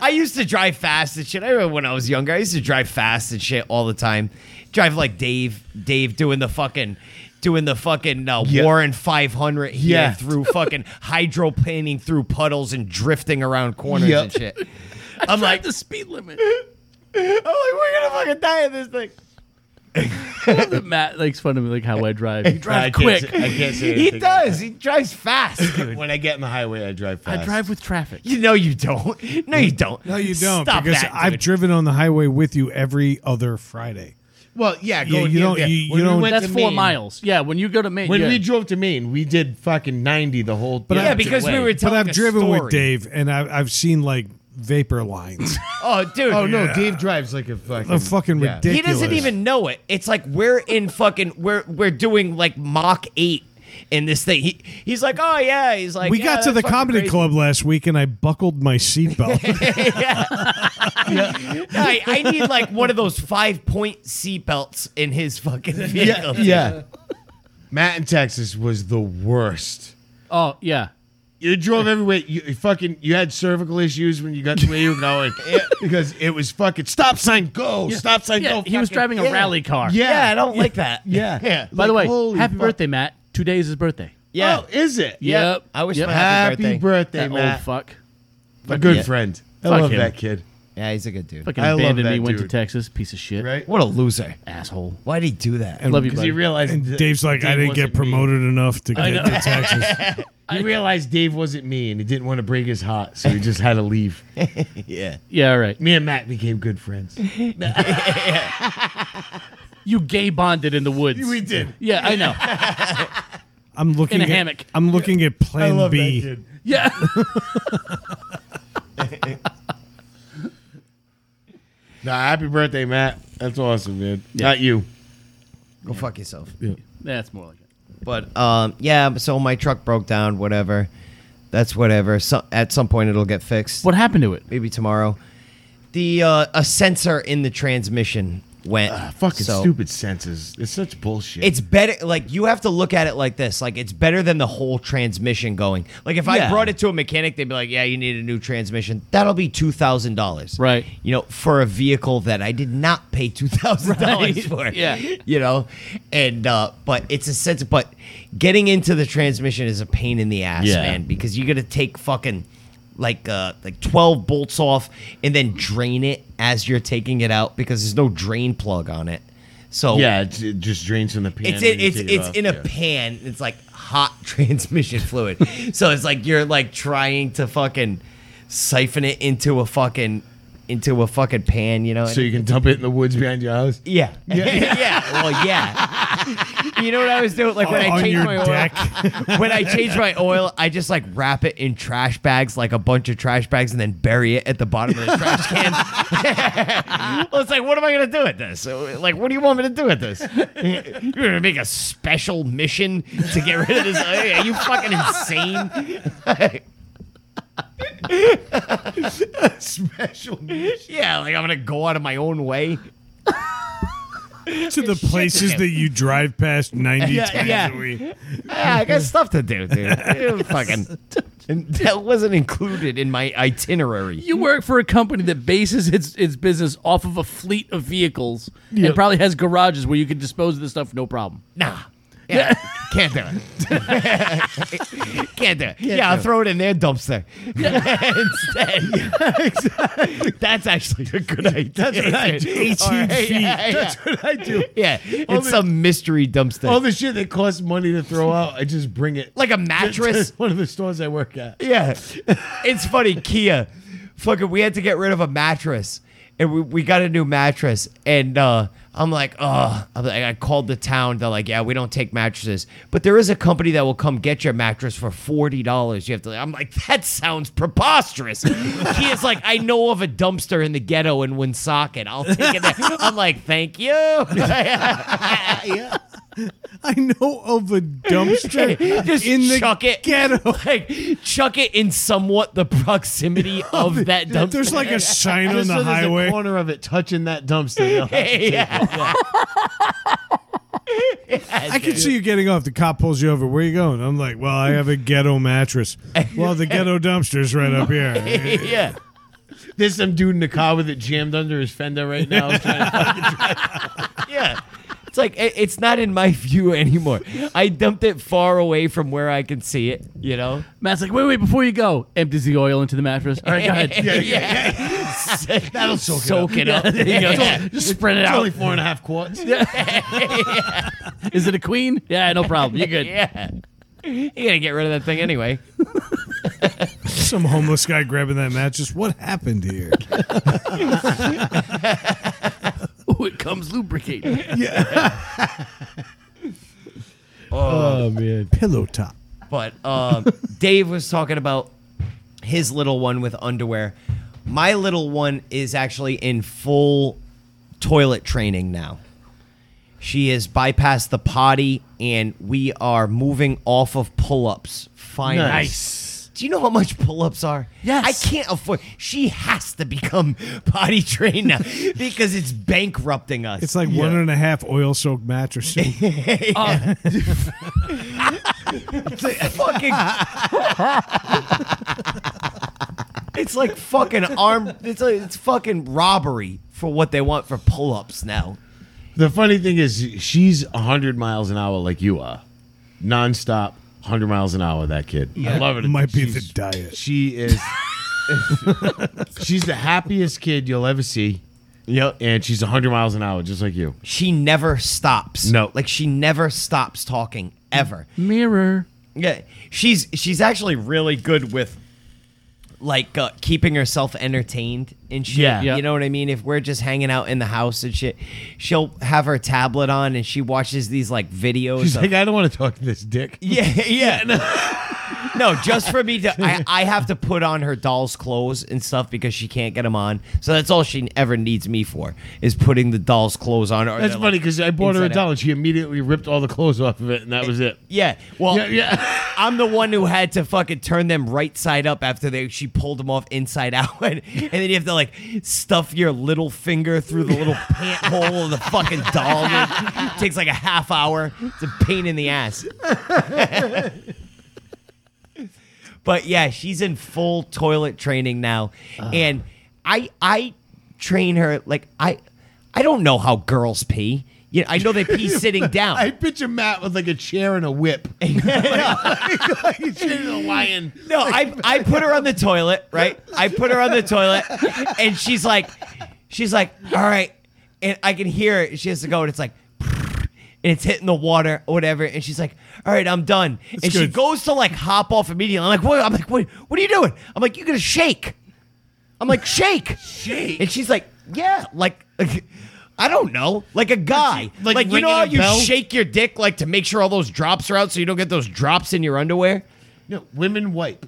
Speaker 2: I used to drive fast and shit. I remember when I was younger, I used to drive fast and shit all the time. Drive like Dave, Dave doing the fucking, doing the fucking uh,
Speaker 4: Yeah.
Speaker 2: Warren 500 here
Speaker 4: Yeah.
Speaker 2: through fucking hydroplaning through puddles and drifting around corners
Speaker 4: Yep.
Speaker 2: and shit. I'm
Speaker 1: Drive
Speaker 2: like,
Speaker 1: the speed limit.
Speaker 2: I'm like, we're gonna fucking die in this thing.
Speaker 1: Matt likes fun of me, like how I drive. You
Speaker 4: I
Speaker 1: drive
Speaker 4: can't
Speaker 1: quick.
Speaker 4: say- I can't
Speaker 2: He
Speaker 4: say anything.
Speaker 2: does. He drives fast, dude.
Speaker 4: When I get in the highway, I drive fast.
Speaker 1: I drive with traffic.
Speaker 2: You know you don't. No, you don't.
Speaker 3: No, you don't.
Speaker 2: Stop
Speaker 3: because
Speaker 2: that,
Speaker 3: I've
Speaker 2: dude.
Speaker 3: driven on the highway with you every other Friday.
Speaker 4: Well, yeah,
Speaker 3: Yeah,
Speaker 4: going
Speaker 3: you
Speaker 4: in
Speaker 3: don't-
Speaker 4: there.
Speaker 3: you- you
Speaker 4: When we
Speaker 3: don't-
Speaker 4: went
Speaker 1: That's
Speaker 4: to
Speaker 1: four
Speaker 4: Maine-
Speaker 1: miles. Yeah, when you go to Maine.
Speaker 4: When
Speaker 1: yeah.
Speaker 4: we drove to Maine, we did fucking ninety the whole.
Speaker 3: But
Speaker 2: yeah, because we were
Speaker 3: But
Speaker 2: telling
Speaker 3: I've
Speaker 2: a
Speaker 3: driven
Speaker 2: story.
Speaker 3: with Dave, and I've, I've seen like vapor lines.
Speaker 2: Oh, dude.
Speaker 4: Oh no,
Speaker 3: Yeah.
Speaker 4: Dave drives like a fucking.
Speaker 3: They're fucking
Speaker 4: yeah.
Speaker 3: ridiculous.
Speaker 2: He doesn't even know it. It's like we're in fucking we're we're doing like Mach eight in this thing. He he's like, oh yeah. He's like,
Speaker 3: We
Speaker 2: "Yeah,
Speaker 3: got to
Speaker 2: that's
Speaker 3: the
Speaker 2: fucking
Speaker 3: comedy
Speaker 2: crazy."
Speaker 3: club last week, and I buckled my seatbelt.
Speaker 2: I, I need like one of those five point seatbelts in his fucking vehicle.
Speaker 4: Yeah, yeah. Matt in Texas was the worst.
Speaker 1: Oh yeah.
Speaker 4: You drove everywhere. You you fucking you had cervical issues when you got to where you were going because it was fucking stop sign go stop sign
Speaker 1: Yeah,
Speaker 4: go.
Speaker 1: he was
Speaker 4: fucking-
Speaker 1: driving a
Speaker 4: yeah.
Speaker 1: rally car.
Speaker 4: Yeah,
Speaker 2: I don't like that.
Speaker 4: yeah, yeah.
Speaker 1: By the
Speaker 4: Like,
Speaker 1: way,
Speaker 4: holy
Speaker 1: happy
Speaker 4: fuck.
Speaker 1: birthday, Matt. Today is his birthday.
Speaker 2: Yeah.
Speaker 4: Oh, is it?
Speaker 2: Yeah.
Speaker 1: Yep.
Speaker 2: I wish
Speaker 1: Yep.
Speaker 2: my happy,
Speaker 4: Happy birthday, Uh,
Speaker 1: That
Speaker 4: oh, Matt.
Speaker 1: old fuck.
Speaker 4: a good
Speaker 2: Yeah.
Speaker 4: friend. I
Speaker 1: Fuck
Speaker 4: love
Speaker 1: him.
Speaker 4: that kid.
Speaker 2: Yeah, he's a good dude.
Speaker 1: Fucking
Speaker 4: I love
Speaker 1: abandoned me.
Speaker 4: that
Speaker 1: Went to
Speaker 4: dude.
Speaker 1: Texas. Piece of shit.
Speaker 4: Right?
Speaker 2: What a loser.
Speaker 1: Asshole.
Speaker 2: Why'd he do that?
Speaker 1: Love you,
Speaker 4: Because he
Speaker 1: buddy.
Speaker 4: realized
Speaker 3: And
Speaker 4: that
Speaker 3: Dave's like, I
Speaker 4: Dave
Speaker 3: didn't get
Speaker 4: wasn't me.
Speaker 3: promoted enough to get to Texas.
Speaker 4: He realized Dave wasn't me, and he didn't want to break his heart, so he just had to leave.
Speaker 2: yeah.
Speaker 1: Yeah. All right.
Speaker 4: Me and Matt became good friends.
Speaker 1: You gay bonded in the woods.
Speaker 4: did.
Speaker 1: Yeah, I know.
Speaker 3: I'm looking
Speaker 1: In a
Speaker 3: at,
Speaker 1: hammock.
Speaker 3: I'm looking at Plan B.
Speaker 1: Yeah.
Speaker 4: Nah, happy birthday, Matt. That's awesome, man.
Speaker 1: Yeah.
Speaker 4: Not you.
Speaker 2: Go fuck yourself.
Speaker 1: That's more like it.
Speaker 2: But um, yeah. So my truck broke down. Whatever. That's whatever. So, at some point, it'll get fixed.
Speaker 1: What happened to it?
Speaker 2: Maybe tomorrow. The uh, a sensor in the transmission went.
Speaker 4: Ah, Fucking
Speaker 2: so-
Speaker 4: stupid senses. It's such bullshit.
Speaker 2: It's better. Like you have to look at it like this. Like it's better than the whole transmission going. Like if I
Speaker 1: Yeah.
Speaker 2: brought it to a mechanic, they'd be like, "Yeah, you need a new transmission. That'll be two thousand dollars."
Speaker 1: Right.
Speaker 2: You know, for a vehicle that I did not pay two thousand dollars
Speaker 1: Right.
Speaker 2: for.
Speaker 1: Yeah.
Speaker 2: You know, and uh, but it's a sense. But getting into the transmission is a pain in the ass,
Speaker 4: Yeah.
Speaker 2: man, because you got to take fucking. Like uh, like twelve bolts off, and then drain it as you're taking it out because there's no drain plug on it. So
Speaker 4: yeah, it's, it just drains from the pan.
Speaker 2: it's
Speaker 4: when
Speaker 2: in,
Speaker 4: you
Speaker 2: it's
Speaker 4: take it
Speaker 2: it's
Speaker 4: off.
Speaker 2: in a
Speaker 4: Yeah.
Speaker 2: pan. It's like hot transmission fluid. so it's like you're like trying to fucking siphon it into a fucking into a fucking pan. You know.
Speaker 4: So you can dump it in the woods behind your house.
Speaker 2: yeah. Yeah. Well, yeah. You know what I was doing? Like when I
Speaker 3: on
Speaker 2: changed
Speaker 3: your
Speaker 2: my oil,
Speaker 3: deck.
Speaker 2: when I change my oil, I just like wrap it in trash bags, like a bunch of trash bags, and then bury it at the bottom of the trash can. well, it's like, what am I gonna do with this? Like, what do you want me to do with this? You're gonna make a special mission to get rid of this? Are you fucking insane?
Speaker 4: Special.
Speaker 2: yeah, like I'm gonna go out of my own way.
Speaker 3: to the places that you drive past 90
Speaker 2: Yeah,
Speaker 3: times
Speaker 2: yeah.
Speaker 3: a week.
Speaker 2: Yeah, I got stuff to do, dude. You fucking. And that wasn't included in my itinerary.
Speaker 1: You work for a company that bases its its business off of a fleet of vehicles and probably has garages where you can dispose of this stuff no problem.
Speaker 2: Nah. Yeah. Can't do it. Can't do it. yeah, I'll throw it in their dumpster instead. That's actually a good idea. That's what I do.
Speaker 3: 18 feet.
Speaker 2: Yeah, yeah.
Speaker 4: That's what I do.
Speaker 2: yeah. it's some mystery dumpster.
Speaker 4: All the shit that costs money to throw out, I just bring it.
Speaker 2: like a
Speaker 4: to- to
Speaker 2: mattress.
Speaker 4: One of the stores I work at.
Speaker 2: Yeah. It's funny, Kia. Fucking we had to get rid of a mattress. And we, we got a new mattress. And uh I'm like, oh I'm like, I called the town. They're like, yeah, we don't take mattresses. But there is a company that will come get your mattress for forty dollars. You have to I'm like, that sounds preposterous. Kia's like, I know of a dumpster in the ghetto in Woonsocket. I'll take it there. I'm like, thank you.
Speaker 3: I know of a dumpster
Speaker 2: Just
Speaker 3: in the
Speaker 2: chuck it.
Speaker 3: ghetto.
Speaker 2: like chuck it in somewhat the proximity of that dumpster.
Speaker 3: There's like a sign on
Speaker 4: Just
Speaker 3: the
Speaker 4: so there's
Speaker 3: highway.
Speaker 4: a corner of it touching that dumpster.
Speaker 2: yeah.
Speaker 3: I can see you getting off. The cop pulls you over. Where you going? I'm like, well, I have a ghetto mattress. Well, the ghetto dumpster's right up here.
Speaker 2: yeah.
Speaker 4: There's some dude in the car with it jammed under his fender right now.
Speaker 2: Yeah. It's like it- it's not in my view anymore. I dumped it far away from where I can see it, you know?
Speaker 1: Matt's like, wait, wait, before you go, empties the oil into the mattress. All right, go ahead.
Speaker 2: Yeah. That'll soak, it up.
Speaker 1: Yeah. Just spread it
Speaker 4: It's only
Speaker 1: out.
Speaker 4: four and a half quarts.
Speaker 1: Is it a queen? Yeah, no problem. You're good.
Speaker 2: Yeah. You gotta get rid of that thing anyway.
Speaker 3: Some homeless guy grabbing that mattress. What happened here?
Speaker 1: Ooh, it comes lubricated.
Speaker 4: Oh man.
Speaker 3: Pillow top.
Speaker 2: But um, Dave was talking about his little one with underwear. My little one is actually in full toilet training now. She has bypassed the potty, and we are moving off of pull ups. Finally,
Speaker 4: Nice.
Speaker 2: Do you know how much pull-ups are?
Speaker 1: Yes.
Speaker 2: I can't afford. She has to become potty trained now because it's bankrupting us.
Speaker 3: It's like one and a half oil soaked mattresses.
Speaker 2: fucking. it's like fucking arm. It's like, it's fucking robbery for what they want for pull-ups now.
Speaker 4: The funny thing is, she's 100 miles an hour like you are. Nonstop, 100 miles an hour, that kid. I love it.
Speaker 3: Might be the
Speaker 4: She's-
Speaker 3: diet.
Speaker 4: She is. she's the happiest kid you'll ever see.
Speaker 2: Yep.
Speaker 4: And she's 100 miles an hour, just like you.
Speaker 2: She never stops.
Speaker 4: No.
Speaker 2: Like she never stops talking ever.
Speaker 1: Mirror.
Speaker 2: Yeah, she's she's actually really good with like uh, keeping herself entertained and shit.
Speaker 4: Yeah.
Speaker 1: Yeah.
Speaker 2: you know what I mean. If we're just hanging out in the house and shit, she'll have her tablet on and she watches these like videos.
Speaker 4: She's
Speaker 2: of-
Speaker 4: like, I don't want to talk to this dick.
Speaker 2: yeah, yeah. No. no, just for me to, I, I have to put on her doll's clothes and stuff because she can't get them on. So that's all she ever needs me for is putting the doll's clothes on. Or
Speaker 4: That's
Speaker 2: they're,
Speaker 4: funny
Speaker 2: like,
Speaker 4: because I bought her a
Speaker 2: inside out.
Speaker 4: doll and she immediately ripped all the clothes off of it, and that was it.
Speaker 2: Yeah. Well,
Speaker 4: Yeah, yeah.
Speaker 2: I'm the one who had to fucking turn them right side up after they she pulled them off inside out, and, and then you have to like stuff your little finger through the little pant hole of the fucking doll. It takes like a half hour. It's a pain in the ass. but yeah, she's in full toilet training now, and I I train her like I I don't know how girls pee. Yeah, I know they pee sitting down.
Speaker 4: I picture Matt with like a chair and a whip. like, like a chair and a lion.
Speaker 2: No, I I put her on the toilet, right? I put her on the toilet, and she's like, she's like, all right, and I can hear it. She has to go, and it's like, and it's hitting the water or whatever, and she's like, all right, I'm done, and she
Speaker 3: good.
Speaker 2: goes to like hop off immediately. I'm like, what? I'm like, what? What are you doing? I'm like, you're gonna shake. I'm like, shake, shake, and she's like, yeah, like. I don't know, like a guy,
Speaker 4: like
Speaker 2: like, you know
Speaker 4: ringing
Speaker 2: how
Speaker 4: a
Speaker 2: you
Speaker 4: bell?
Speaker 2: shake your dick like to make sure all those drops are out, so you don't get those drops in your underwear.
Speaker 4: No, women wipe.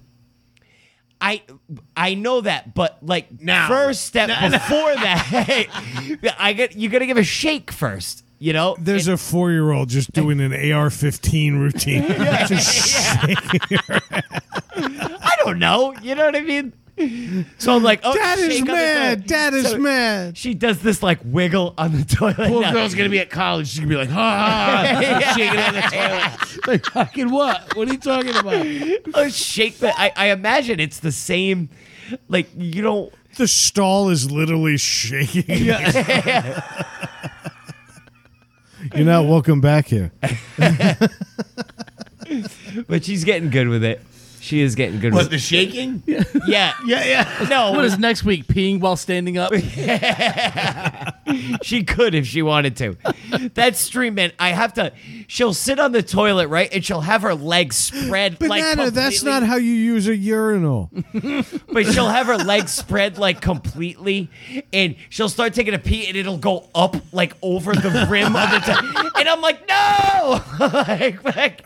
Speaker 2: I I know that, but like
Speaker 4: Now.
Speaker 2: first step before that, I got you got to give a shake first. You know,
Speaker 3: There's a four year old just doing an AR 15 routine. Just sh-
Speaker 2: I don't know. You know what I mean? So I'm like, oh,
Speaker 3: Dad is
Speaker 2: shake on the
Speaker 3: mad.
Speaker 2: toilet.
Speaker 3: Dad is
Speaker 2: So
Speaker 3: mad.
Speaker 2: She does this like wiggle on the toilet.
Speaker 4: Poor
Speaker 2: now.
Speaker 4: girl's gonna be at college. She's gonna be like, ha ha, ha, shaking on the toilet. Like, fucking what? What are you talking about?
Speaker 2: Oh, shake the. I, I imagine it's the same. Like you don't.
Speaker 3: The stall is literally shaking. You're not welcome back here.
Speaker 2: But she's getting good with it. She is getting good with it.
Speaker 4: the shaking?
Speaker 2: Yeah.
Speaker 4: Yeah, yeah.
Speaker 2: No,
Speaker 1: What is next week? Peeing while standing up?
Speaker 2: She could if she wanted to. That stream man, I have to. She'll sit on the toilet, right, and she'll have her legs spread. like
Speaker 3: Banana, that's
Speaker 2: completely-
Speaker 3: not how you use a urinal.
Speaker 2: But she'll have her legs spread like completely, and she'll start taking a pee, and it'll go up like over the rim of the toilet. And I'm like, no, like, like,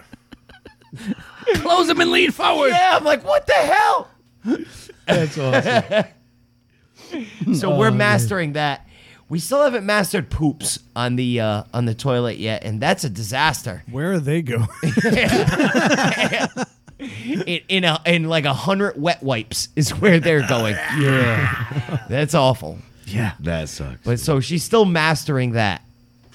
Speaker 1: Close them and lean forward.
Speaker 2: yeah, I'm like, what the hell?
Speaker 4: That's awesome.
Speaker 2: So
Speaker 3: Oh,
Speaker 2: we're mastering that. We still haven't mastered poops on the uh, on the toilet yet, and that's a disaster.
Speaker 3: Where are they going?
Speaker 2: in, in a in like a hundred wet wipes is where they're going. yeah, that's awful.
Speaker 4: Yeah, that sucks.
Speaker 2: But so she's still mastering that,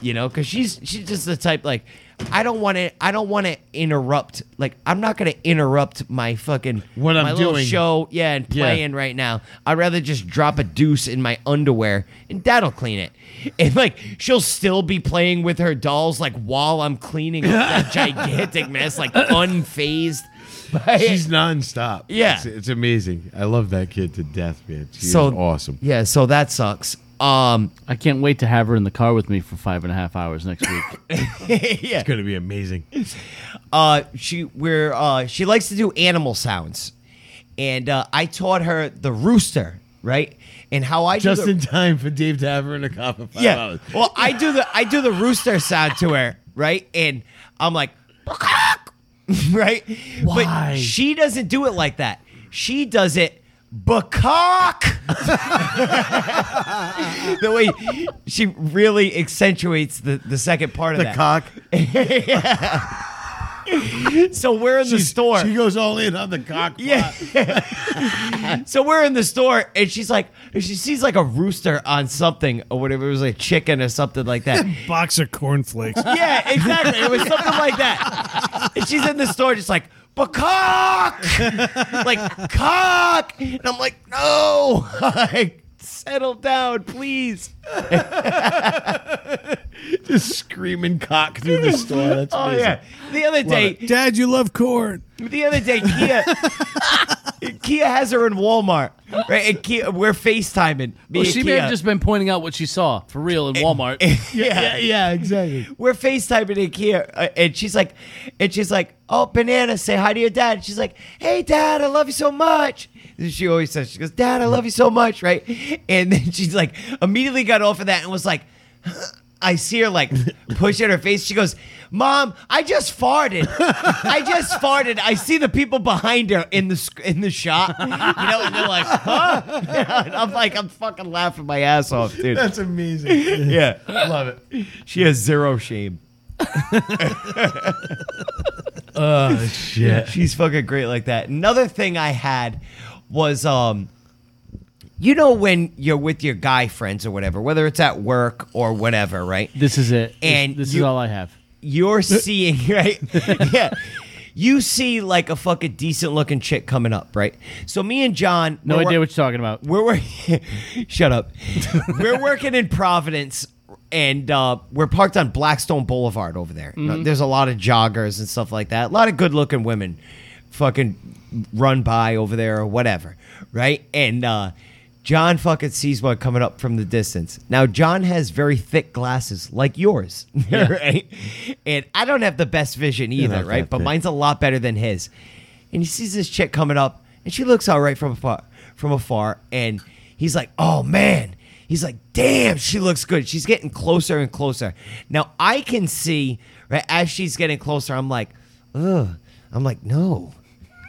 Speaker 2: you know, because she's she's just the type like I don't want to I don't want to interrupt. Like I'm not gonna interrupt my fucking
Speaker 4: What I'm
Speaker 2: my little
Speaker 4: doing.
Speaker 2: show. Yeah, and
Speaker 4: Yeah.
Speaker 2: playing right now. I'd rather just drop a deuce in my underwear and Dad'll clean it. And like she'll still be playing with her dolls like while I'm cleaning up that gigantic mess, like unfazed. by it.
Speaker 4: She's nonstop.
Speaker 2: Yeah.
Speaker 4: it's, it's amazing. I love that kid to death, man. She's awesome.
Speaker 2: Yeah, so that sucks. Um,
Speaker 1: I can't wait to have her in the car with me for five and a half hours next week.
Speaker 2: yeah.
Speaker 4: It's gonna be amazing.
Speaker 2: Uh, she we're uh she likes to do animal sounds, and uh, I taught her the rooster right, and how I do
Speaker 4: Just
Speaker 2: the-
Speaker 4: in time for Dave to have her in a car for five
Speaker 2: yeah.
Speaker 4: hours.
Speaker 2: Well, I do the I do the rooster sound to her right, and I'm like, right,
Speaker 4: Why?
Speaker 2: but she doesn't do it like that. She does it. Bacock! the way she really accentuates the, the second part of
Speaker 4: The
Speaker 2: that.
Speaker 4: cock.
Speaker 2: So we're in the store.
Speaker 4: She goes all in on the cock.
Speaker 2: Yeah. so we're in the store, and she's like, she sees like a rooster on something or whatever. It was like chicken or something like that.
Speaker 3: Box of cornflakes.
Speaker 2: yeah, exactly. It was something like that. And she's in the store, just like, but cock, like cock, and I'm like, no, like settle down, please.
Speaker 4: Just screaming cock through the store. That's
Speaker 2: Oh
Speaker 4: amazing.
Speaker 2: yeah. The other day,
Speaker 3: Dad, you love corn.
Speaker 2: The other day, Kia Kia has her in Walmart, right? And Kia, we're FaceTiming. Me
Speaker 1: Well,
Speaker 2: and
Speaker 1: she
Speaker 2: Kia.
Speaker 1: may have just been pointing out what she saw for real in Walmart.
Speaker 2: yeah.
Speaker 4: Yeah, yeah, exactly.
Speaker 2: We're FaceTiming in Kia, uh, and she's like, and she's like, oh, banana, say hi to your dad. And she's like, hey, dad, I love you so much. And she always says, she goes, dad, I love you so much, right? And then she's like, immediately got off of that and was like. I see her like pushing her face. She goes, "Mom, I just farted. I just farted." I see the people behind her in the sc- in the shop, you know, and they're like, "Huh?" And I'm like, I'm fucking laughing my ass off, dude.
Speaker 4: That's amazing.
Speaker 2: yeah,
Speaker 4: Love it.
Speaker 2: she has zero shame.
Speaker 4: Oh shit.
Speaker 2: She's fucking great like that. Another thing I had was um you know when you're with your guy friends or whatever, whether it's at work or whatever, right?
Speaker 1: This is it. This-
Speaker 2: And
Speaker 1: this, is
Speaker 2: you-
Speaker 1: all I have.
Speaker 2: You're seeing, right? yeah. You see like a fucking decent looking chick coming up, right? So me and John
Speaker 1: No
Speaker 2: we're-
Speaker 1: idea what you're talking about.
Speaker 2: we're working. Shut up. we're working in Providence, and uh, we're parked on Blackstone Boulevard over there.
Speaker 4: Mm-hmm.
Speaker 2: There's a lot of joggers and stuff like that. A lot of good-looking women, fucking run by over there or whatever, right? And uh, John fucking sees one coming up from the distance. Now John has very thick glasses, like yours, right? And I don't have the best vision either,
Speaker 4: not
Speaker 2: right?
Speaker 4: that
Speaker 2: But
Speaker 4: thick.
Speaker 2: mine's a lot better than his. And he sees this chick coming up, and she looks all right from afar. From afar, and he's like, "Oh man." He's like, "Damn, she looks good. She's getting closer and closer." Now I can see right as she's getting closer. I'm like, "Ugh." I'm like, "No."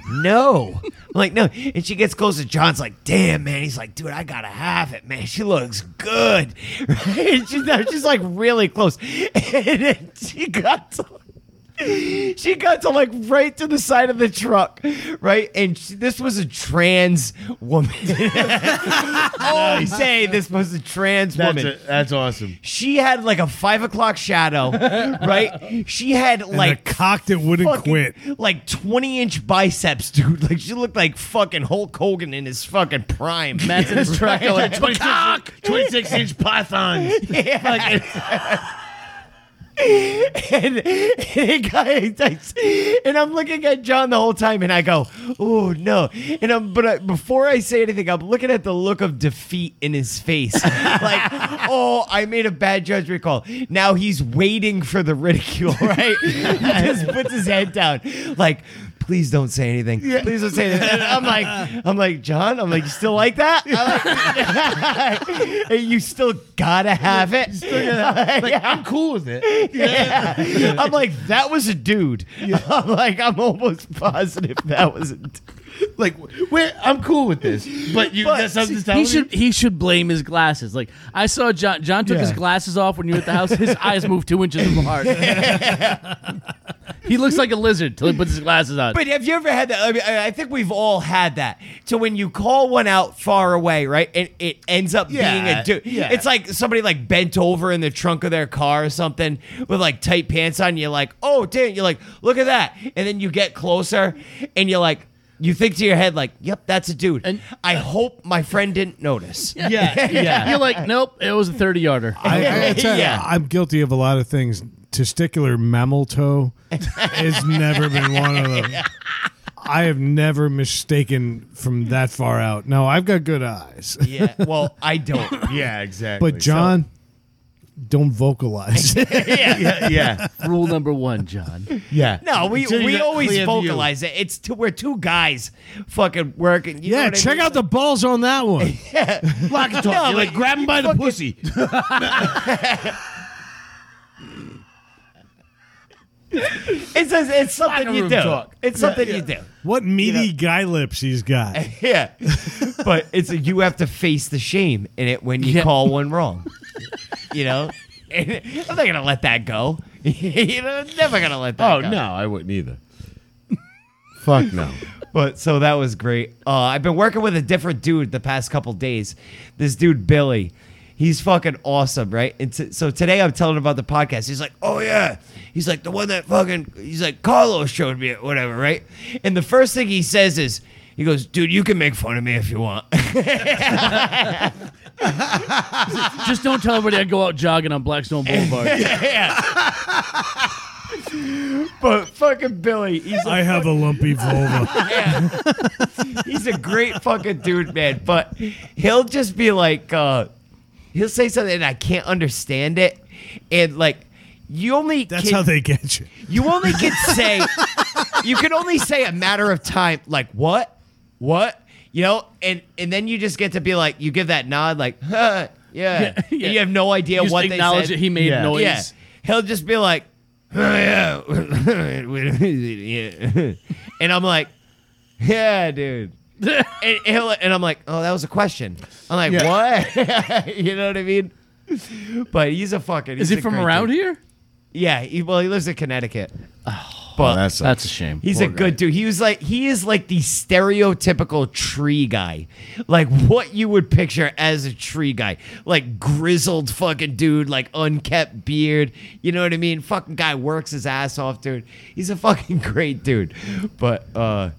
Speaker 2: No, I'm like no, and she gets closer. John's like, "Damn, man!" He's like, "Dude, I gotta have it, man. She looks good." Right? And she's, now she's like really close, and then she got to she got to like right to the side of the truck, right? And she, this was a trans woman. All day, this was a trans
Speaker 4: That's
Speaker 2: woman.
Speaker 4: it. That's awesome.
Speaker 2: She had like a five o'clock shadow, right? She had
Speaker 3: Like
Speaker 2: like
Speaker 3: a cock that wouldn't
Speaker 2: fucking,
Speaker 3: quit.
Speaker 2: like twenty inch biceps, dude. Like she looked like fucking Hulk Hogan in his fucking prime.
Speaker 1: Matt's in his truck. going, "Twenty-six
Speaker 4: Cock. Twenty-six inch pythons.
Speaker 2: and, and, guy, and I'm looking at John the whole time, and I go, "Oh no!" And I'm, but I, before I say anything, I'm looking at the look of defeat in his face, like, "Oh, I made a bad judgment call." Now he's waiting for the ridicule, right? he just puts his head down, like. Please don't say anything. Please don't say anything. And I'm like, I'm like John. I'm like, you still like that? I'm like, you still gotta have it.
Speaker 4: Like, I'm cool with it.
Speaker 2: Yeah. I'm like, that was a dude. I'm like, I'm almost positive that was a dude.
Speaker 4: Like, where I'm cool with this, but you.
Speaker 2: But
Speaker 4: that's something to tell
Speaker 1: He
Speaker 4: me.
Speaker 1: should he should blame his glasses. Like I saw John John took his
Speaker 4: Yeah.
Speaker 1: glasses off when you were at the house. His eyes moved two inches apart. he looks like a lizard till he puts his glasses on.
Speaker 2: But have you ever had that? I, mean, I I think we've all had that. So when you call one out far away, right, and it ends up
Speaker 4: Yeah,
Speaker 2: being a dude.
Speaker 4: yeah.
Speaker 2: It's like somebody like bent over in the trunk of their car or something with like tight pants on. You're like, oh damn. You're like, look at that. And then you get closer, and you're like. You think to your head like, "Yep, that's a dude."
Speaker 1: And-
Speaker 2: I hope my friend didn't notice.
Speaker 4: yeah, yeah.
Speaker 1: You're like, nope, it was a thirty yarder.
Speaker 3: I, I tell
Speaker 2: Yeah.
Speaker 3: you, I'm guilty of a lot of things. Testicular mammal toe has never been one of them. I have never mistaken from that far out. No, I've got good eyes.
Speaker 2: yeah. Well, I don't.
Speaker 4: Yeah, exactly.
Speaker 3: But John, don't vocalize.
Speaker 4: So- uh, yeah,
Speaker 1: Rule number one, John.
Speaker 4: yeah.
Speaker 2: No, we
Speaker 4: Until you
Speaker 2: we
Speaker 4: got
Speaker 2: always
Speaker 4: clear view.
Speaker 2: vocalize it. It's two, we're two guys fucking working. You know
Speaker 3: yeah,
Speaker 2: what I
Speaker 3: check
Speaker 2: mean?
Speaker 3: out the balls on that one.
Speaker 4: Lock and talk.
Speaker 2: No,
Speaker 4: You're
Speaker 2: but
Speaker 4: like, grab him by the
Speaker 2: fucking-
Speaker 4: pussy.
Speaker 2: It's a, it's something
Speaker 4: Locker
Speaker 2: you
Speaker 4: room
Speaker 2: do.
Speaker 4: talk.
Speaker 2: It's something you do.
Speaker 3: What meaty guy lips he's got.
Speaker 2: Yeah, but it's a, you have to face the shame in it when you
Speaker 1: Yeah.
Speaker 2: call one wrong. you know, and I'm not gonna let that go. you know, never gonna let that.
Speaker 4: Oh
Speaker 2: go.
Speaker 4: no, I wouldn't either. Fuck no.
Speaker 2: But so that was great. Uh, I've been working with a different dude the past couple days. This dude Billy, he's fucking awesome, right? And t- so today I'm telling him about the podcast. He's like, "Oh yeah," he's like the one that fucking. He's like Carlos showed me it, whatever, right? And the first thing he says is, he goes, "Dude, you can make fun of me if you want."
Speaker 1: Just don't tell everybody I go out jogging on Blackstone Boulevard.
Speaker 2: yeah. but fucking Billy, he's
Speaker 3: I have a lumpy vulva.
Speaker 2: He's a great fucking dude, man. But he'll just be like, uh, he'll say something and I can't understand it, and like, you only
Speaker 3: That's
Speaker 2: can,
Speaker 3: how they get you.
Speaker 2: you only can say you can only say a matter of time, like what, what, you know, and and then you just get to be like, you give that nod, like, huh, yeah, And
Speaker 1: yeah.
Speaker 2: you have no idea
Speaker 1: Just
Speaker 2: what they
Speaker 1: acknowledge
Speaker 2: said.
Speaker 1: that he made
Speaker 4: Yeah.
Speaker 1: noise.
Speaker 2: Yeah. He'll just be like, "Oh, yeah. Yeah. and I'm like, yeah, dude. and, he'll, and I'm like, oh, that was a question. I'm like, what? you know what I mean? But he's a fucking.
Speaker 1: Is
Speaker 2: he's
Speaker 1: he
Speaker 2: a
Speaker 1: from
Speaker 2: great
Speaker 1: around
Speaker 2: dude.
Speaker 1: here?
Speaker 2: Yeah. He, well, he lives in Connecticut. but
Speaker 4: That's a,
Speaker 1: That's a shame.
Speaker 2: He's a good dude. He was like he is like the stereotypical tree guy. Like what you would picture as a tree guy. Like grizzled fucking dude, like unkept beard. You know what I mean? Fucking guy works his ass off, dude. He's a fucking great dude. But uh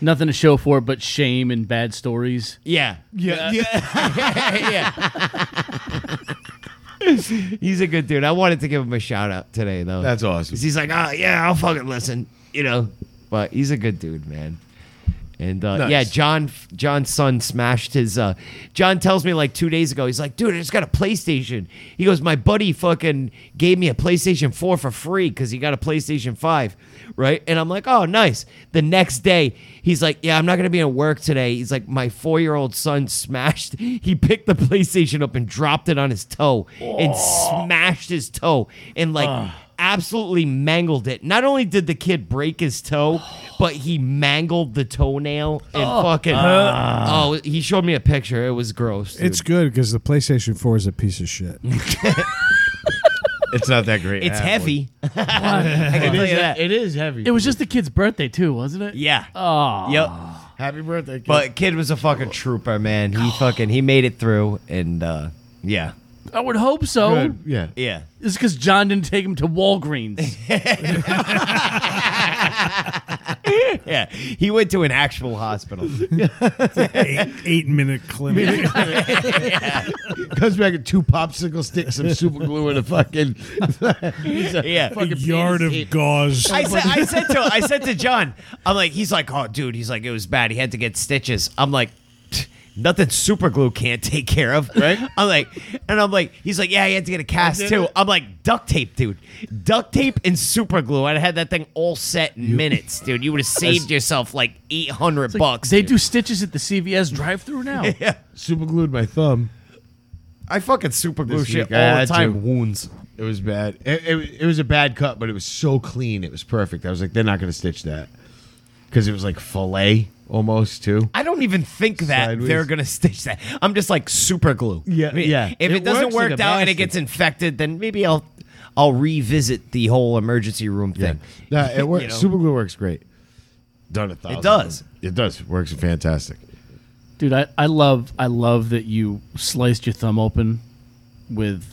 Speaker 1: Nothing to show for it but shame and bad stories.
Speaker 2: yeah.
Speaker 4: yeah. yeah.
Speaker 2: yeah. He's a good dude. I wanted to give him a shout out today though.
Speaker 4: That's awesome.
Speaker 2: 'Cause he's like, oh yeah, I'll fucking listen, you know. But he's a good dude, man. And uh,
Speaker 4: Nice.
Speaker 2: yeah, John John's son smashed his. Uh, John tells me like two days ago, he's like, dude, I just got a PlayStation. He goes, my buddy fucking gave me a PlayStation Four for free because he got a PlayStation Five, right? And I'm like, oh, nice. The next day, he's like, yeah, I'm not gonna be at work today. He's like, my four year old son smashed. He picked the PlayStation up and dropped it on his toe and smashed his toe and like absolutely mangled it. Not only did the kid break his toe, but he mangled the toenail and fucking. oh, he showed me a picture. It was gross. dude.
Speaker 3: It's good because the PlayStation 4 is a piece of shit.
Speaker 4: It's not that great.
Speaker 2: it's
Speaker 4: I have
Speaker 2: heavy. I can tell you that.
Speaker 4: It is heavy.
Speaker 1: It was just the kid's birthday too, wasn't it?
Speaker 2: yeah.
Speaker 1: Oh.
Speaker 2: Yep.
Speaker 4: Happy birthday, kid.
Speaker 2: But kid was a fucking trooper, man. He fucking he made it through, and uh, yeah,
Speaker 1: I would hope so.
Speaker 4: Good. yeah.
Speaker 2: yeah.
Speaker 1: It's because John didn't take him to Walgreens.
Speaker 2: Yeah, he went to an actual hospital.
Speaker 3: eight, eight minute clinic.
Speaker 4: Comes back with two popsicle sticks, some super glue, and a fucking. he's a
Speaker 2: Yeah.
Speaker 3: A
Speaker 4: fucking
Speaker 3: yard of
Speaker 4: penis ape.
Speaker 3: gauze.
Speaker 2: I said, I said to I said to John, I'm like, he's like, oh, dude, he's like, it was bad. He had to get stitches. I'm like, "Pfft, nothing super glue can't take care of,
Speaker 4: Right.
Speaker 2: I'm like, and I'm like, he's like, yeah, he had to get a cast too. I'm like, duct tape, dude, duct tape and super glue. I had that thing all set in minutes, dude. You would have saved yourself like 800 bucks.
Speaker 1: They
Speaker 2: dude.
Speaker 1: do stitches at the CVS drive-through now.
Speaker 4: Super glued my thumb.
Speaker 2: I fucking super glue
Speaker 4: This
Speaker 2: shit
Speaker 4: week I
Speaker 2: all the
Speaker 4: had
Speaker 2: time.
Speaker 4: to.
Speaker 2: Wounds.
Speaker 4: It was bad. It, it, it was a bad cut, but it was so clean. It was perfect. I was like, they're not going to stitch that because it was like fillet almost too.
Speaker 2: I don't even think that
Speaker 4: Sideways.
Speaker 2: they're gonna stitch that. I'm just like super glue.
Speaker 4: Yeah,
Speaker 2: I mean,
Speaker 4: yeah.
Speaker 2: If it,
Speaker 4: It
Speaker 2: doesn't
Speaker 4: works like
Speaker 2: work
Speaker 4: a
Speaker 2: out and it
Speaker 4: bastard.
Speaker 2: gets infected, then maybe I'll I'll revisit the whole emergency room thing.
Speaker 4: Nah, it works.
Speaker 2: You know?
Speaker 4: Super glue works great. Done a thousand.
Speaker 2: It does.
Speaker 4: It does. Works fantastic.
Speaker 1: Dude, I, I love I love that you sliced your thumb open with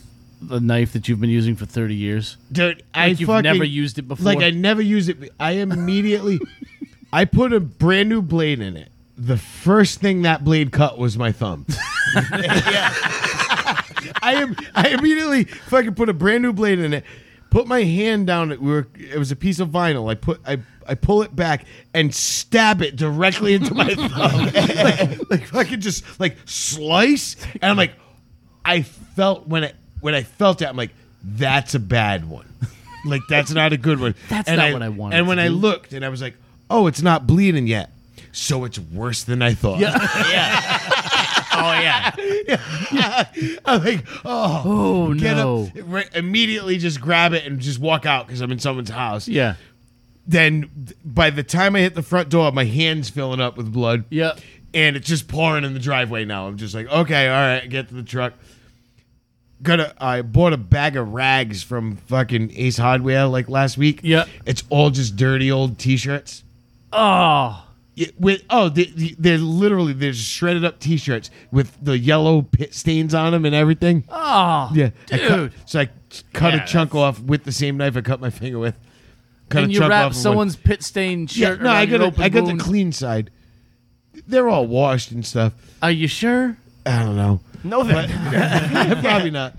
Speaker 1: the knife that you've been using for 30 years.
Speaker 4: Dude, I
Speaker 1: you've never used it before.
Speaker 4: Like I never used it. I immediately, I put a brand new blade in it. The first thing that blade cut was my thumb. I am. I immediately fucking put a brand new blade in it. Put my hand down. It we were. It was a piece of vinyl. I put. I. I pull it back and stab it directly into my thumb. like, like fucking just like slice. And I'm like, I felt when I when I felt that I'm like, that's a bad one. Like that's not a good one.
Speaker 1: That's
Speaker 4: and
Speaker 1: not what I wanted
Speaker 4: And when
Speaker 1: to
Speaker 4: I
Speaker 1: do.
Speaker 4: looked and I was like, oh, it's not bleeding yet. So it's worse than I thought.
Speaker 2: Oh yeah.
Speaker 4: I'm like, oh,
Speaker 1: Oh
Speaker 4: get
Speaker 1: no.
Speaker 4: up, right, immediately just grab it and just walk out because I'm in someone's house.
Speaker 1: Yeah.
Speaker 4: Then th- by the time I hit the front door, my hand's filling up with blood.
Speaker 1: Yeah.
Speaker 4: And it's just pouring in the driveway now. I'm just like, okay, all right, get to the truck. got a I bought a bag of rags from fucking Ace Hardware like last week.
Speaker 1: Yeah.
Speaker 4: It's all just dirty old t-shirts.
Speaker 1: Oh,
Speaker 4: Yeah, with oh they, they- they're literally they're just shredded up t-shirts with the yellow pit stains on them and everything.
Speaker 1: oh,
Speaker 4: yeah. I cut-
Speaker 1: dude.
Speaker 4: so I cut
Speaker 1: Yeah,
Speaker 4: a chunk off with the same knife I cut my finger with. Cut
Speaker 1: and
Speaker 4: a
Speaker 1: you
Speaker 4: chunk
Speaker 1: wrap
Speaker 4: off of one-
Speaker 1: someone's pit stained
Speaker 4: Yeah,
Speaker 1: shirt.
Speaker 4: no, I
Speaker 1: around your
Speaker 4: got
Speaker 1: open
Speaker 4: I got the
Speaker 1: wound.
Speaker 4: clean side. They're all washed and stuff.
Speaker 1: Are you sure?
Speaker 4: I don't know.
Speaker 2: No, that,
Speaker 4: Probably not.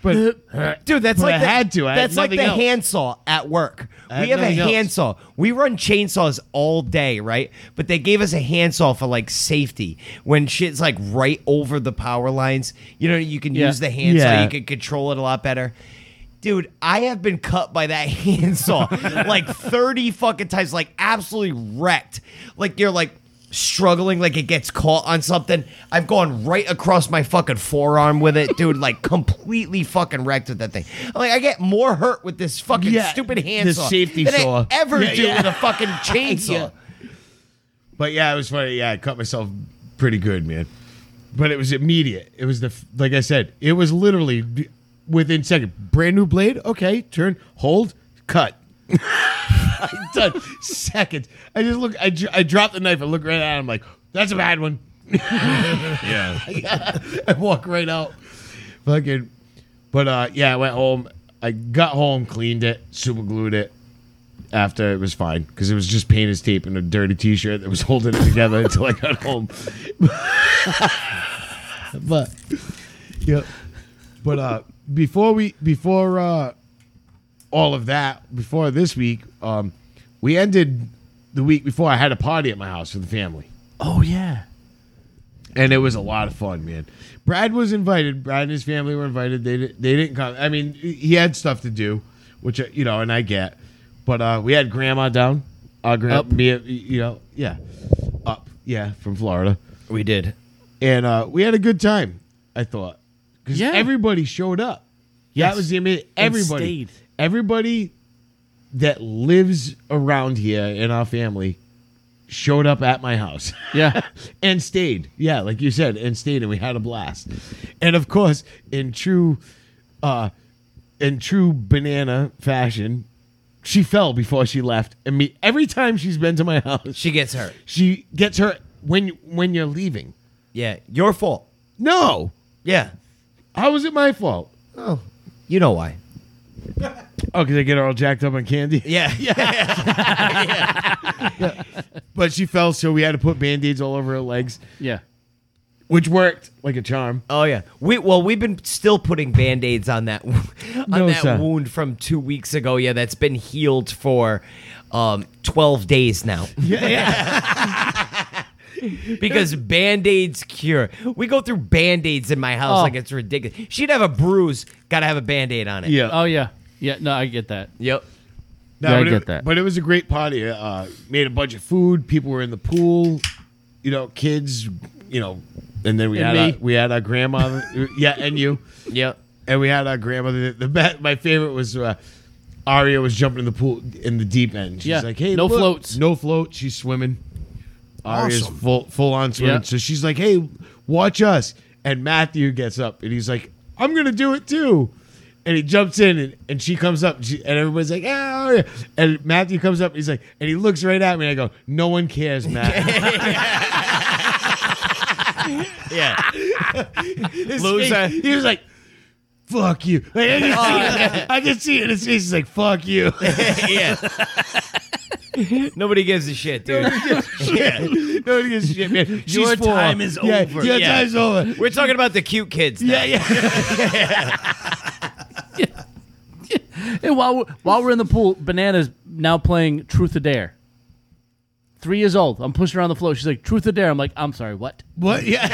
Speaker 4: But
Speaker 2: dude, that's
Speaker 4: But
Speaker 2: like
Speaker 4: I
Speaker 2: the,
Speaker 4: had to. I had
Speaker 2: that's like the
Speaker 4: nothing else.
Speaker 2: handsaw at work.
Speaker 4: had
Speaker 2: We have a
Speaker 4: nothing else.
Speaker 2: handsaw. We run chainsaws all day, right? But they gave us a handsaw for like safety when shit's like right over the power lines. You know, you can
Speaker 1: Yeah.
Speaker 2: use the handsaw.
Speaker 4: Yeah.
Speaker 2: You can control it a lot better. Dude, I have been cut by that handsaw like 30 fucking times, like absolutely wrecked. Like you're like struggling, like it gets caught on something. I've gone right across my fucking forearm with it, dude, like completely fucking wrecked with that thing. I'm like, I get more hurt with this fucking
Speaker 4: Yeah,
Speaker 2: stupid
Speaker 4: the
Speaker 2: handsaw
Speaker 4: safety
Speaker 2: than
Speaker 4: saw.
Speaker 2: I ever
Speaker 4: Yeah,
Speaker 2: do
Speaker 4: yeah.
Speaker 2: with a fucking chainsaw.
Speaker 4: Yeah. But yeah, it was funny. Yeah, I cut myself pretty good, man. But it was immediate. It was the f- like I said, it was literally b- within second. Brand new blade. Okay, turn, hold, cut. I'm done. Seconds. I just look. I, dr- I dropped the knife. I look right at. It, I'm like, that's a bad one. yeah. I walk right out. Fucking. But uh, yeah, I went home. I got home, cleaned it, super glued it, after it was fine because it was just painter's tape and a dirty t-shirt that was holding it together until I got home. but yeah, but uh, before we before uh, all of that before this week, um, we ended the week before I had a party at my house with the family
Speaker 1: Oh yeah.
Speaker 4: and it was a lot of fun, man. Brad was invited. Brad and his family were invited. They di- they didn't come. I mean, he had stuff to do, which uh, you know, and I get. But uh, we had Grandma down. Our grand,
Speaker 1: Up.
Speaker 4: me, you know, yeah, up, yeah, from Florida,
Speaker 2: We did.
Speaker 4: and uh, we had a good time. I thought because
Speaker 1: Yeah.
Speaker 4: everybody showed up.
Speaker 1: Yes.
Speaker 4: That was the amazing. Everybody,
Speaker 1: stayed.
Speaker 4: everybody that lives around here in our family showed up at my house
Speaker 1: Yeah.
Speaker 4: and stayed. Yeah, like you said, and stayed, and we had a blast. And of course, in true, uh, in true banana fashion, she fell before she left. And me, every time she's been to my house,
Speaker 2: She gets hurt.
Speaker 4: she gets her when when you're leaving.
Speaker 2: Yeah. Your fault.
Speaker 4: No,
Speaker 2: Yeah.
Speaker 4: how was it my fault?
Speaker 2: Oh. You know why.
Speaker 4: Oh, because I get her all jacked up on candy.
Speaker 2: Yeah. Yeah.
Speaker 4: But she fell, so we had to put band aids all over her legs,
Speaker 1: Yeah.
Speaker 4: which worked like a charm.
Speaker 2: Oh yeah. We well we've been still putting band-aids on that wo- on
Speaker 4: No,
Speaker 2: that
Speaker 4: sir.
Speaker 2: wound from 2 weeks ago. Yeah, that's been healed for um 12 days now.
Speaker 4: Yeah, yeah.
Speaker 2: because band-aids cure. We go through band-aids in my house
Speaker 1: Oh.
Speaker 2: like it's ridiculous. She'd have a bruise, got to have a band-aid on it.
Speaker 4: yeah.
Speaker 1: Oh yeah. Yeah. No, I get that.
Speaker 2: Yep.
Speaker 4: No,
Speaker 1: Yeah, I
Speaker 4: but
Speaker 1: get
Speaker 4: it,
Speaker 1: that.
Speaker 4: But it was a great party. Uh, made a bunch of food. People were in the pool. You know, kids. You know, and then we
Speaker 1: And
Speaker 4: had
Speaker 1: me.
Speaker 4: our, we had our grandma. yeah, and you.
Speaker 2: Yep.
Speaker 4: And we had our grandmother. The, be- my favorite was uh, Aria was jumping in the pool in the deep end. She's
Speaker 1: Yeah,
Speaker 4: like, "Hey,
Speaker 1: no
Speaker 4: look,
Speaker 1: floats.
Speaker 4: no float." She's swimming. Aria's
Speaker 3: Awesome.
Speaker 4: full full on swimming.
Speaker 1: Yeah.
Speaker 4: So she's like, "Hey, watch us!" And Matthew gets up and he's like, "I'm gonna do it too." And he jumps in and, and she comes up and, she, and everybody's like, "Ah, Aria!" And Matthew comes up and he's like, and he looks right at me and I go, "No one cares, Matt."
Speaker 2: Yeah.
Speaker 4: His
Speaker 2: Loser.
Speaker 4: face- he was like. Fuck you!
Speaker 1: Oh,
Speaker 4: Like, I, can see it. I can see it in his face. He's like, "Fuck you!"
Speaker 2: yeah. Nobody gives a shit, dude.
Speaker 4: No, gives a shit, man. She's
Speaker 1: Your
Speaker 4: full.
Speaker 1: time is
Speaker 4: Yeah,
Speaker 1: over.
Speaker 4: Your
Speaker 2: Yeah.
Speaker 4: time's over.
Speaker 2: We're talking about the cute kids. Now.
Speaker 4: Yeah, yeah.
Speaker 1: And while we're, while we're in the pool, Banana's now playing Truth or Dare. Three years old. I'm pushing her on the floor. She's like, Truth or Dare. I'm like, I'm sorry, what?
Speaker 4: What? Yeah.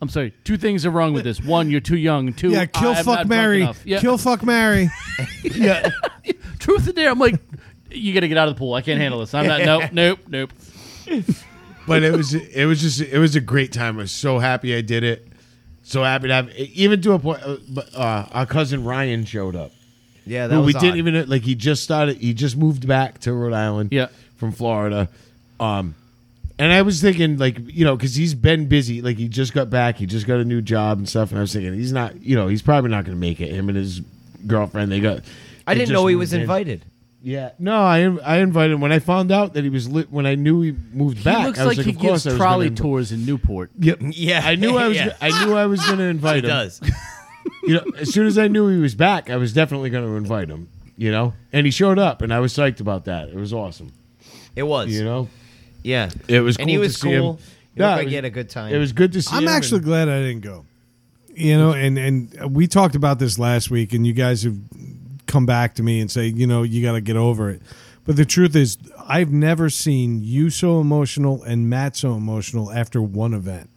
Speaker 1: I'm sorry. Two things are wrong with this. One, you're too young. Two,
Speaker 3: Yeah, kill
Speaker 1: I am not
Speaker 3: fuck
Speaker 1: drunk
Speaker 3: Mary.
Speaker 1: enough. Yeah.
Speaker 3: Kill fuck Mary.
Speaker 4: yeah.
Speaker 1: Truth or Dare. I'm like, you got to get out of the pool. I can't handle this. I'm not. Nope, nope, nope.
Speaker 4: But it was it was just it was a great time. I was so happy I did it. So happy to have even to a point. uh, But uh, our cousin Ryan showed up.
Speaker 2: Yeah, that
Speaker 4: Who
Speaker 2: was
Speaker 4: we
Speaker 2: odd.
Speaker 4: didn't even like. He just started. He just moved back to Rhode Island.
Speaker 1: Yeah.
Speaker 4: From Florida. Um, And I was thinking, like, you know, because he's been busy. Like, he just got back. He just got a new job and stuff. And I was thinking, he's not, you know, he's probably not going to make it. Him and his girlfriend, they got.
Speaker 2: I
Speaker 4: they
Speaker 2: didn't
Speaker 4: just
Speaker 2: know he
Speaker 4: moved
Speaker 2: was
Speaker 4: in.
Speaker 2: invited.
Speaker 4: Yeah. No, I I invited him when I found out that he was lit. When I knew he moved
Speaker 1: He
Speaker 4: back,
Speaker 1: looks
Speaker 4: I was
Speaker 1: like,
Speaker 4: like,
Speaker 1: he
Speaker 4: of course
Speaker 1: gives
Speaker 4: I was
Speaker 1: trolley
Speaker 4: gonna inv-
Speaker 1: tours in Newport.
Speaker 4: Yep.
Speaker 2: Yeah.
Speaker 4: I knew I was.
Speaker 2: Yeah.
Speaker 4: I knew I was going to invite
Speaker 2: He
Speaker 4: him.
Speaker 2: does.
Speaker 4: You know, as soon as I knew he was back, I was definitely going to invite him. You know, and he showed up, and I was psyched about that. It was awesome.
Speaker 2: It was.
Speaker 4: You know,
Speaker 2: Yeah.
Speaker 4: it was.
Speaker 2: and he
Speaker 4: cool
Speaker 2: was
Speaker 4: to see him.
Speaker 2: cool. He
Speaker 4: Yeah,
Speaker 2: looked
Speaker 4: it
Speaker 2: like
Speaker 4: was-
Speaker 2: he had a good time.
Speaker 4: It was good to see.
Speaker 3: I'm
Speaker 4: him,
Speaker 3: actually
Speaker 4: and-
Speaker 3: glad I didn't go. You know, and and we talked about this last week, and you guys have come back to me and say, you know, you got to get over it. But the truth is, I've never seen you so emotional and Matt so emotional after one event.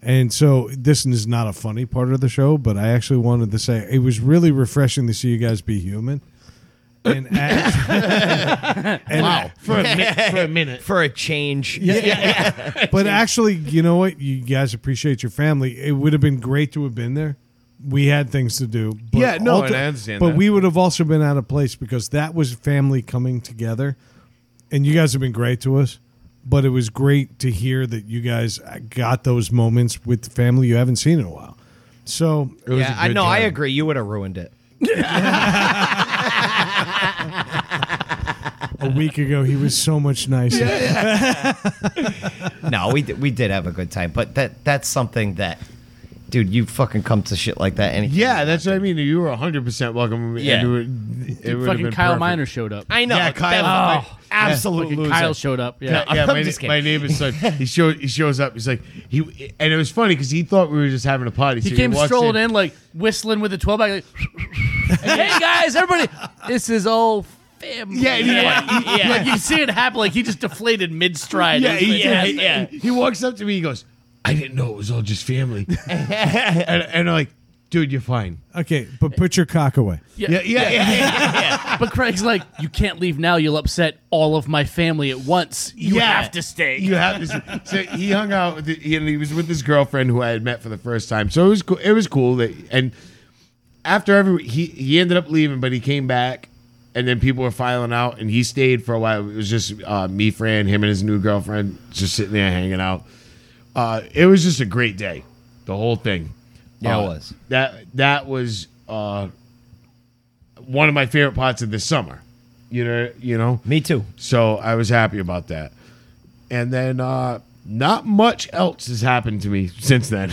Speaker 3: And so this is not a funny part of the show, but I actually wanted to say it was really refreshing to see you guys be human. And, act, and wow.
Speaker 4: for a, mi- for a minute.
Speaker 2: for a change. Yeah.
Speaker 3: But actually, you know what? You guys appreciate your family. It would have been great to have been there. We had things to do. But
Speaker 4: Yeah, no, and I understand
Speaker 3: But
Speaker 4: that.
Speaker 3: we would have also been out of place because that was family coming together, and you guys have been great to us. But it was great to hear that you guys got those moments with the family you haven't seen in a while. So
Speaker 4: It was a
Speaker 2: I
Speaker 4: good
Speaker 2: know. I
Speaker 4: time.
Speaker 2: agree. You would have ruined it.
Speaker 3: a week ago, he was so much nicer.
Speaker 2: No, we did, we did have a good time, but that that's something that, dude, you fucking come to shit like that. Anything.
Speaker 4: Yeah, that's what I mean. You were 100 percent welcome. and
Speaker 2: Yeah.
Speaker 4: it would, it would have
Speaker 1: Fucking
Speaker 4: been
Speaker 1: Kyle
Speaker 4: perfect.
Speaker 1: Miner showed up.
Speaker 2: I know.
Speaker 4: Yeah, Kyle-
Speaker 2: that-
Speaker 1: Oh,
Speaker 2: absolute
Speaker 1: Fucking
Speaker 2: loser.
Speaker 1: Kyle showed up. Yeah.
Speaker 4: yeah,
Speaker 2: I'm
Speaker 4: my,
Speaker 2: just kidding.
Speaker 4: na- my neighbor's son. He show, he shows up. He's like he, and it was funny because he thought we were just having a party.
Speaker 1: He
Speaker 4: so
Speaker 1: came
Speaker 4: walks
Speaker 1: strolling in. like whistling with a 12 pack. Like, hey guys, everybody, this is all family.
Speaker 4: Yeah, yeah,
Speaker 1: Like, you- like, you see it happen. Like he just deflated mid stride.
Speaker 4: Yeah, he, yeah, yeah. He walks up to me. He goes, "I didn't know it was all just family." and, and I'm like, "Dude, you're fine."
Speaker 3: Okay, but put your cock away.
Speaker 4: Yeah, yeah, yeah.
Speaker 1: But Craig's like, you can't leave now. You'll upset all of my family at once. You
Speaker 4: Yeah.
Speaker 1: have to stay.
Speaker 4: You have this. So he hung out with the, and he was with his girlfriend who I had met for the first time. So it was cool. It was cool that and after every he he ended up leaving, but he came back, and then people were filing out, and he stayed for a while. It was just uh, me, Fran, him, and his new girlfriend just sitting there hanging out. Uh, it was just a great day, the whole thing.
Speaker 2: Yeah, it
Speaker 4: Uh,
Speaker 2: was.
Speaker 4: That that was uh, one of my favorite parts of this summer. You know, you know.
Speaker 2: Me too.
Speaker 4: So I was happy about that. And then uh not much else has happened to me since then.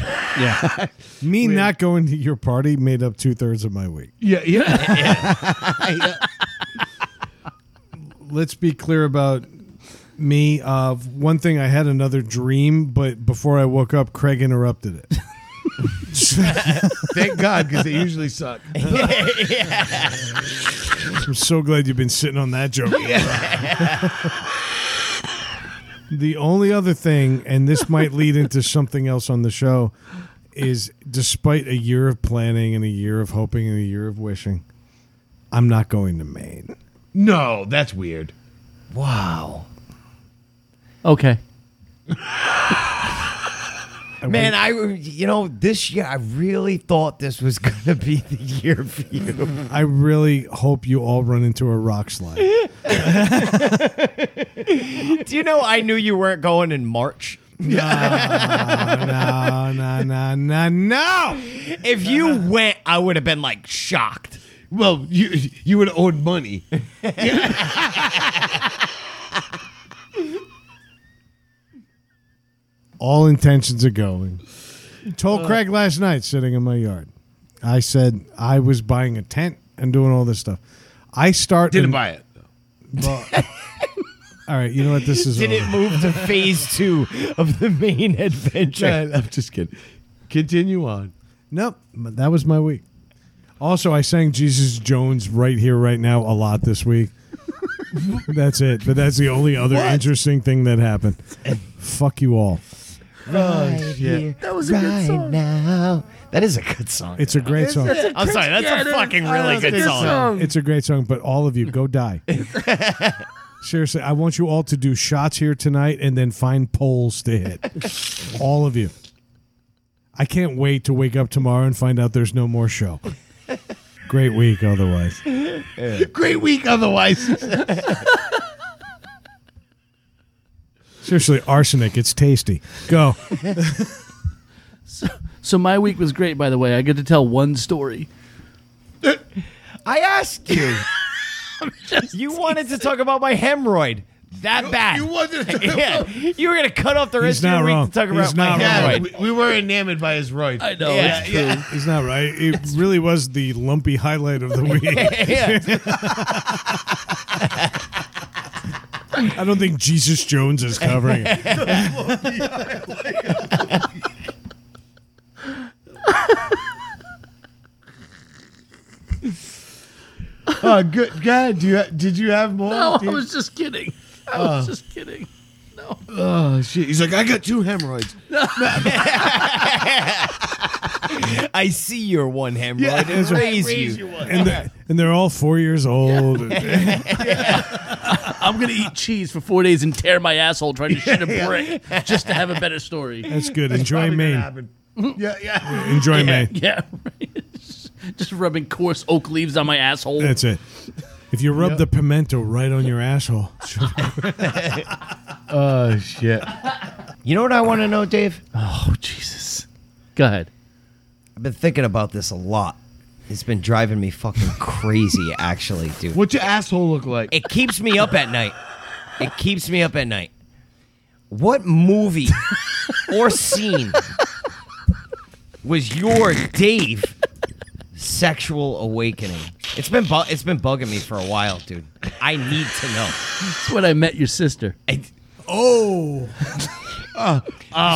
Speaker 3: Me not going to your party made up two thirds of my week.
Speaker 4: yeah, yeah.
Speaker 3: let's be clear about me. Uh, one thing, I had another dream, but before I woke up, Craig interrupted it.
Speaker 4: Thank God because they usually suck.
Speaker 3: I'm so glad you've been sitting on that joke. the only other thing, and this might lead into something else on the show, is despite a year of planning and a year of hoping and a year of wishing, I'm not going to Maine.
Speaker 4: No, that's weird.
Speaker 2: Wow.
Speaker 1: Okay.
Speaker 2: Man, I you know this year I really thought this was gonna be the year for you.
Speaker 3: I really hope you all run into a rock slide.
Speaker 2: Do you know I knew you weren't going in March?
Speaker 3: no, no, no, no, no.
Speaker 2: If you
Speaker 4: Uh-huh.
Speaker 2: went, I would have been like shocked.
Speaker 4: Well, you you would have owed money.
Speaker 3: all intentions of going. Told
Speaker 4: Uh.
Speaker 3: Craig last night, sitting in my yard. I said I was buying a tent and doing all this stuff. I start
Speaker 4: Didn't
Speaker 3: in-
Speaker 4: buy it.
Speaker 3: well- all right, you know what this is.
Speaker 2: Did it
Speaker 3: over.
Speaker 2: move to phase two of the main adventure?
Speaker 4: I'm just kidding. Continue on.
Speaker 3: Nope, but that was my week. Also, I sang Jesus Jones right here, right now, a lot this week. that's it. But that's the only other interesting thing that happened. Fuck you all.
Speaker 2: That was a good song. Now. That is a good song.
Speaker 3: It's a great song.
Speaker 2: I'm sorry, that's a fucking really good song.
Speaker 3: It's a great song, but all of you go die. Seriously, I want you all to do shots here tonight and then find poles to hit. all of you. I can't wait to wake up tomorrow and find out there's no more show. Great week otherwise.
Speaker 4: Great week otherwise.
Speaker 3: Seriously, arsenic. It's tasty. Go.
Speaker 1: So my week was great, by the way. I get to tell one story.
Speaker 2: I asked you. you wanted to talk about my hemorrhoid that bad.
Speaker 4: You wanted to
Speaker 2: yeah, you were gonna cut off the rest
Speaker 3: not
Speaker 2: of your
Speaker 3: wrong.
Speaker 2: week to talk
Speaker 3: He's
Speaker 2: about my hemorrhoid.
Speaker 3: not
Speaker 4: Yeah,
Speaker 3: Right.
Speaker 4: we, we were enamored by his roid.
Speaker 1: I know.
Speaker 2: Yeah.
Speaker 1: Oh, It's true.
Speaker 3: He's not right. It really was the lumpy highlight of the week.
Speaker 2: yeah.
Speaker 3: I don't think Jesus Jones is covering it.
Speaker 4: Oh, good God! Do you did you have more?
Speaker 1: No, I
Speaker 4: Did-
Speaker 1: was just kidding. I was just kidding. No.
Speaker 4: oh shit! He's like, I got two hemorrhoids.
Speaker 2: I see your one hemorrhoid. and raise, you.
Speaker 3: And, the, and they're all four years old.
Speaker 1: I'm gonna eat cheese for four days and tear my asshole trying to shit a brick just to have a better story.
Speaker 3: That's good. Enjoy
Speaker 4: Probably gonna
Speaker 3: Maine.
Speaker 4: happen. yeah, yeah.
Speaker 3: Enjoy Maine.
Speaker 1: Yeah. just rubbing coarse oak leaves on my asshole.
Speaker 3: That's it. If you rub the pimento right on your asshole,
Speaker 4: Oh shit!
Speaker 2: You know what I want to know, Dave?
Speaker 1: Oh Jesus. Go ahead.
Speaker 2: I've been thinking about this a lot. It's been driving me fucking crazy, actually, dude.
Speaker 4: What's your asshole look like?
Speaker 2: It keeps me up at night. It keeps me up at night. What movie or scene was your Dave sexual awakening? It's been bu- it's been bugging me for a while, dude. I need to know.
Speaker 1: That's when I met your sister.
Speaker 2: I-
Speaker 3: oh,
Speaker 1: Oh.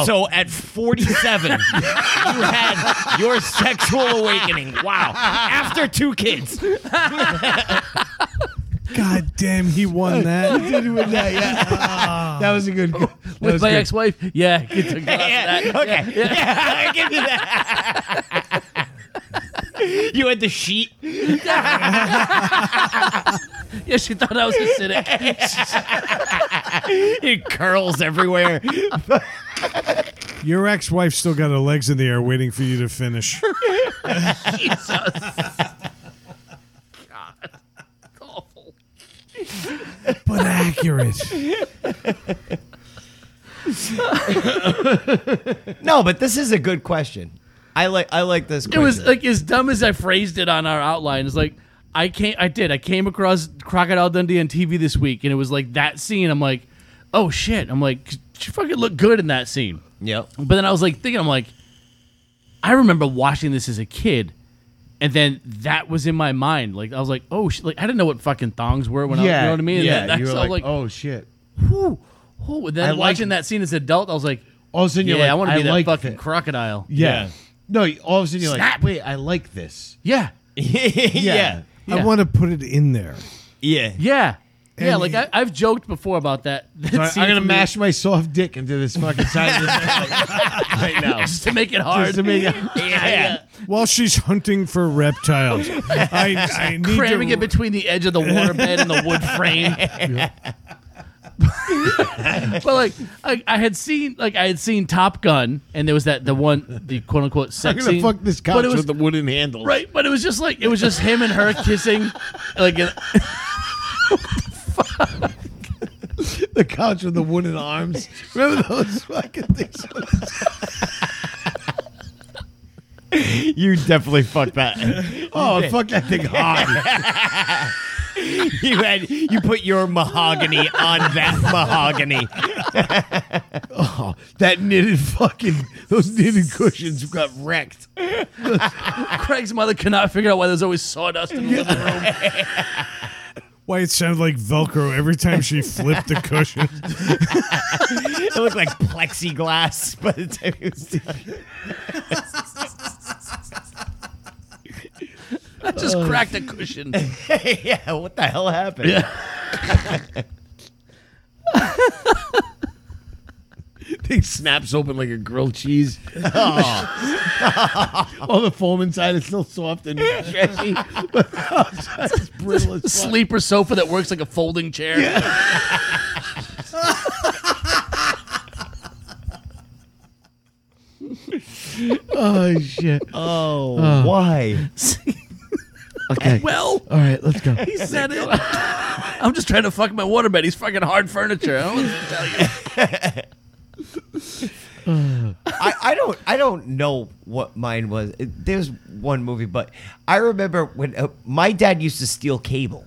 Speaker 2: So at 47, you had your sexual awakening. Wow. After two kids.
Speaker 3: god damn, he won that.
Speaker 4: Did it with that, yeah. that was a good. That
Speaker 1: With
Speaker 4: was
Speaker 1: my
Speaker 4: good.
Speaker 1: ex wife? Yeah, get to glass
Speaker 2: Yeah,
Speaker 1: of that.
Speaker 2: okay. Yeah, I give you that. you had the sheet.
Speaker 1: Yeah, she thought I was acidic.
Speaker 2: It curls everywhere.
Speaker 3: Your ex-wife still got her legs in the air, waiting for you to finish.
Speaker 1: Awful.
Speaker 3: But accurate.
Speaker 2: No, but this is a good question. I like I like this
Speaker 1: It
Speaker 2: question.
Speaker 1: was like as dumb as I phrased it on our outline. It's like I came, I did, I came across Crocodile Dundee on TV this week, and it was like that scene. I'm like, oh shit! I'm like, she fucking looked good in that scene.
Speaker 2: Yep.
Speaker 1: But then I was like thinking, I'm like, I remember watching this as a kid, and then that was in my mind. Like I was like, oh, shit. like I didn't know what fucking thongs were when I, was, you know what I mean? And
Speaker 4: Yeah,
Speaker 1: then that's
Speaker 4: you were
Speaker 1: all,
Speaker 4: like,
Speaker 1: like,
Speaker 4: oh shit.
Speaker 1: whew, whew. And then
Speaker 4: I like-
Speaker 1: watching that scene as an adult, I was like,
Speaker 4: All of a sudden,
Speaker 1: yeah,
Speaker 4: you're like,
Speaker 1: I want to be that
Speaker 4: like
Speaker 1: fucking
Speaker 4: thi-
Speaker 1: crocodile.
Speaker 4: yeah. No, you- all of a sudden you're
Speaker 1: Snap.
Speaker 4: like, wait, I like this.
Speaker 1: Yeah,
Speaker 2: yeah.
Speaker 3: I
Speaker 1: Yeah.
Speaker 3: want to put it in there.
Speaker 2: Yeah.
Speaker 1: yeah. Yeah,
Speaker 3: And-
Speaker 1: like I, I've joked before about that. that
Speaker 4: So I-
Speaker 1: scene
Speaker 4: I'm gonna
Speaker 1: from the-
Speaker 4: mash my soft dick into this fucking side of the right now.
Speaker 1: just to make it hard.
Speaker 4: Just to make it-
Speaker 1: yeah,
Speaker 3: While she's hunting for reptiles, I, I need
Speaker 1: cramming
Speaker 3: to
Speaker 1: it between the edge of the water bed and the wood frame. but like, I, I had seen like I had seen Top Gun, and there was that the one the quote unquote
Speaker 4: I'm
Speaker 1: sex
Speaker 4: gonna
Speaker 1: scene.
Speaker 4: fuck this couch
Speaker 1: but it was
Speaker 4: with the wooden handle.
Speaker 1: right, but it was just like it was just him and her kissing, like and-
Speaker 4: The couch with the wooden arms. Remember those fucking things?
Speaker 2: You definitely fucked that.
Speaker 4: Oh, fuck that thing hard.
Speaker 2: you had you put your mahogany on that mahogany.
Speaker 4: Oh, that knitted fucking those knitted cushions got wrecked.
Speaker 1: Craig's mother cannot figure out why there's always sawdust in the living room.
Speaker 3: Why it sounded like Velcro every time she flipped the cushion.
Speaker 2: It looked like plexiglass by the time it was
Speaker 1: I just cracked a cushion.
Speaker 2: yeah, what the hell happened?
Speaker 4: Thing snaps open like a grilled cheese. All the foam inside is still soft and stretchy, but outside it's brittle as fuck.
Speaker 1: Sleeper sofa that works like a folding chair.
Speaker 4: Oh shit!
Speaker 2: Oh, why?
Speaker 4: Okay.
Speaker 1: Well,
Speaker 4: All right, let's go.
Speaker 1: He said it. I'm just trying to fuck my waterbed. He's fucking hard furniture. I don't know what to tell you.
Speaker 2: I, I don't I don't know what mine was. It- There's one movie, but I remember when uh, my dad used to steal cable.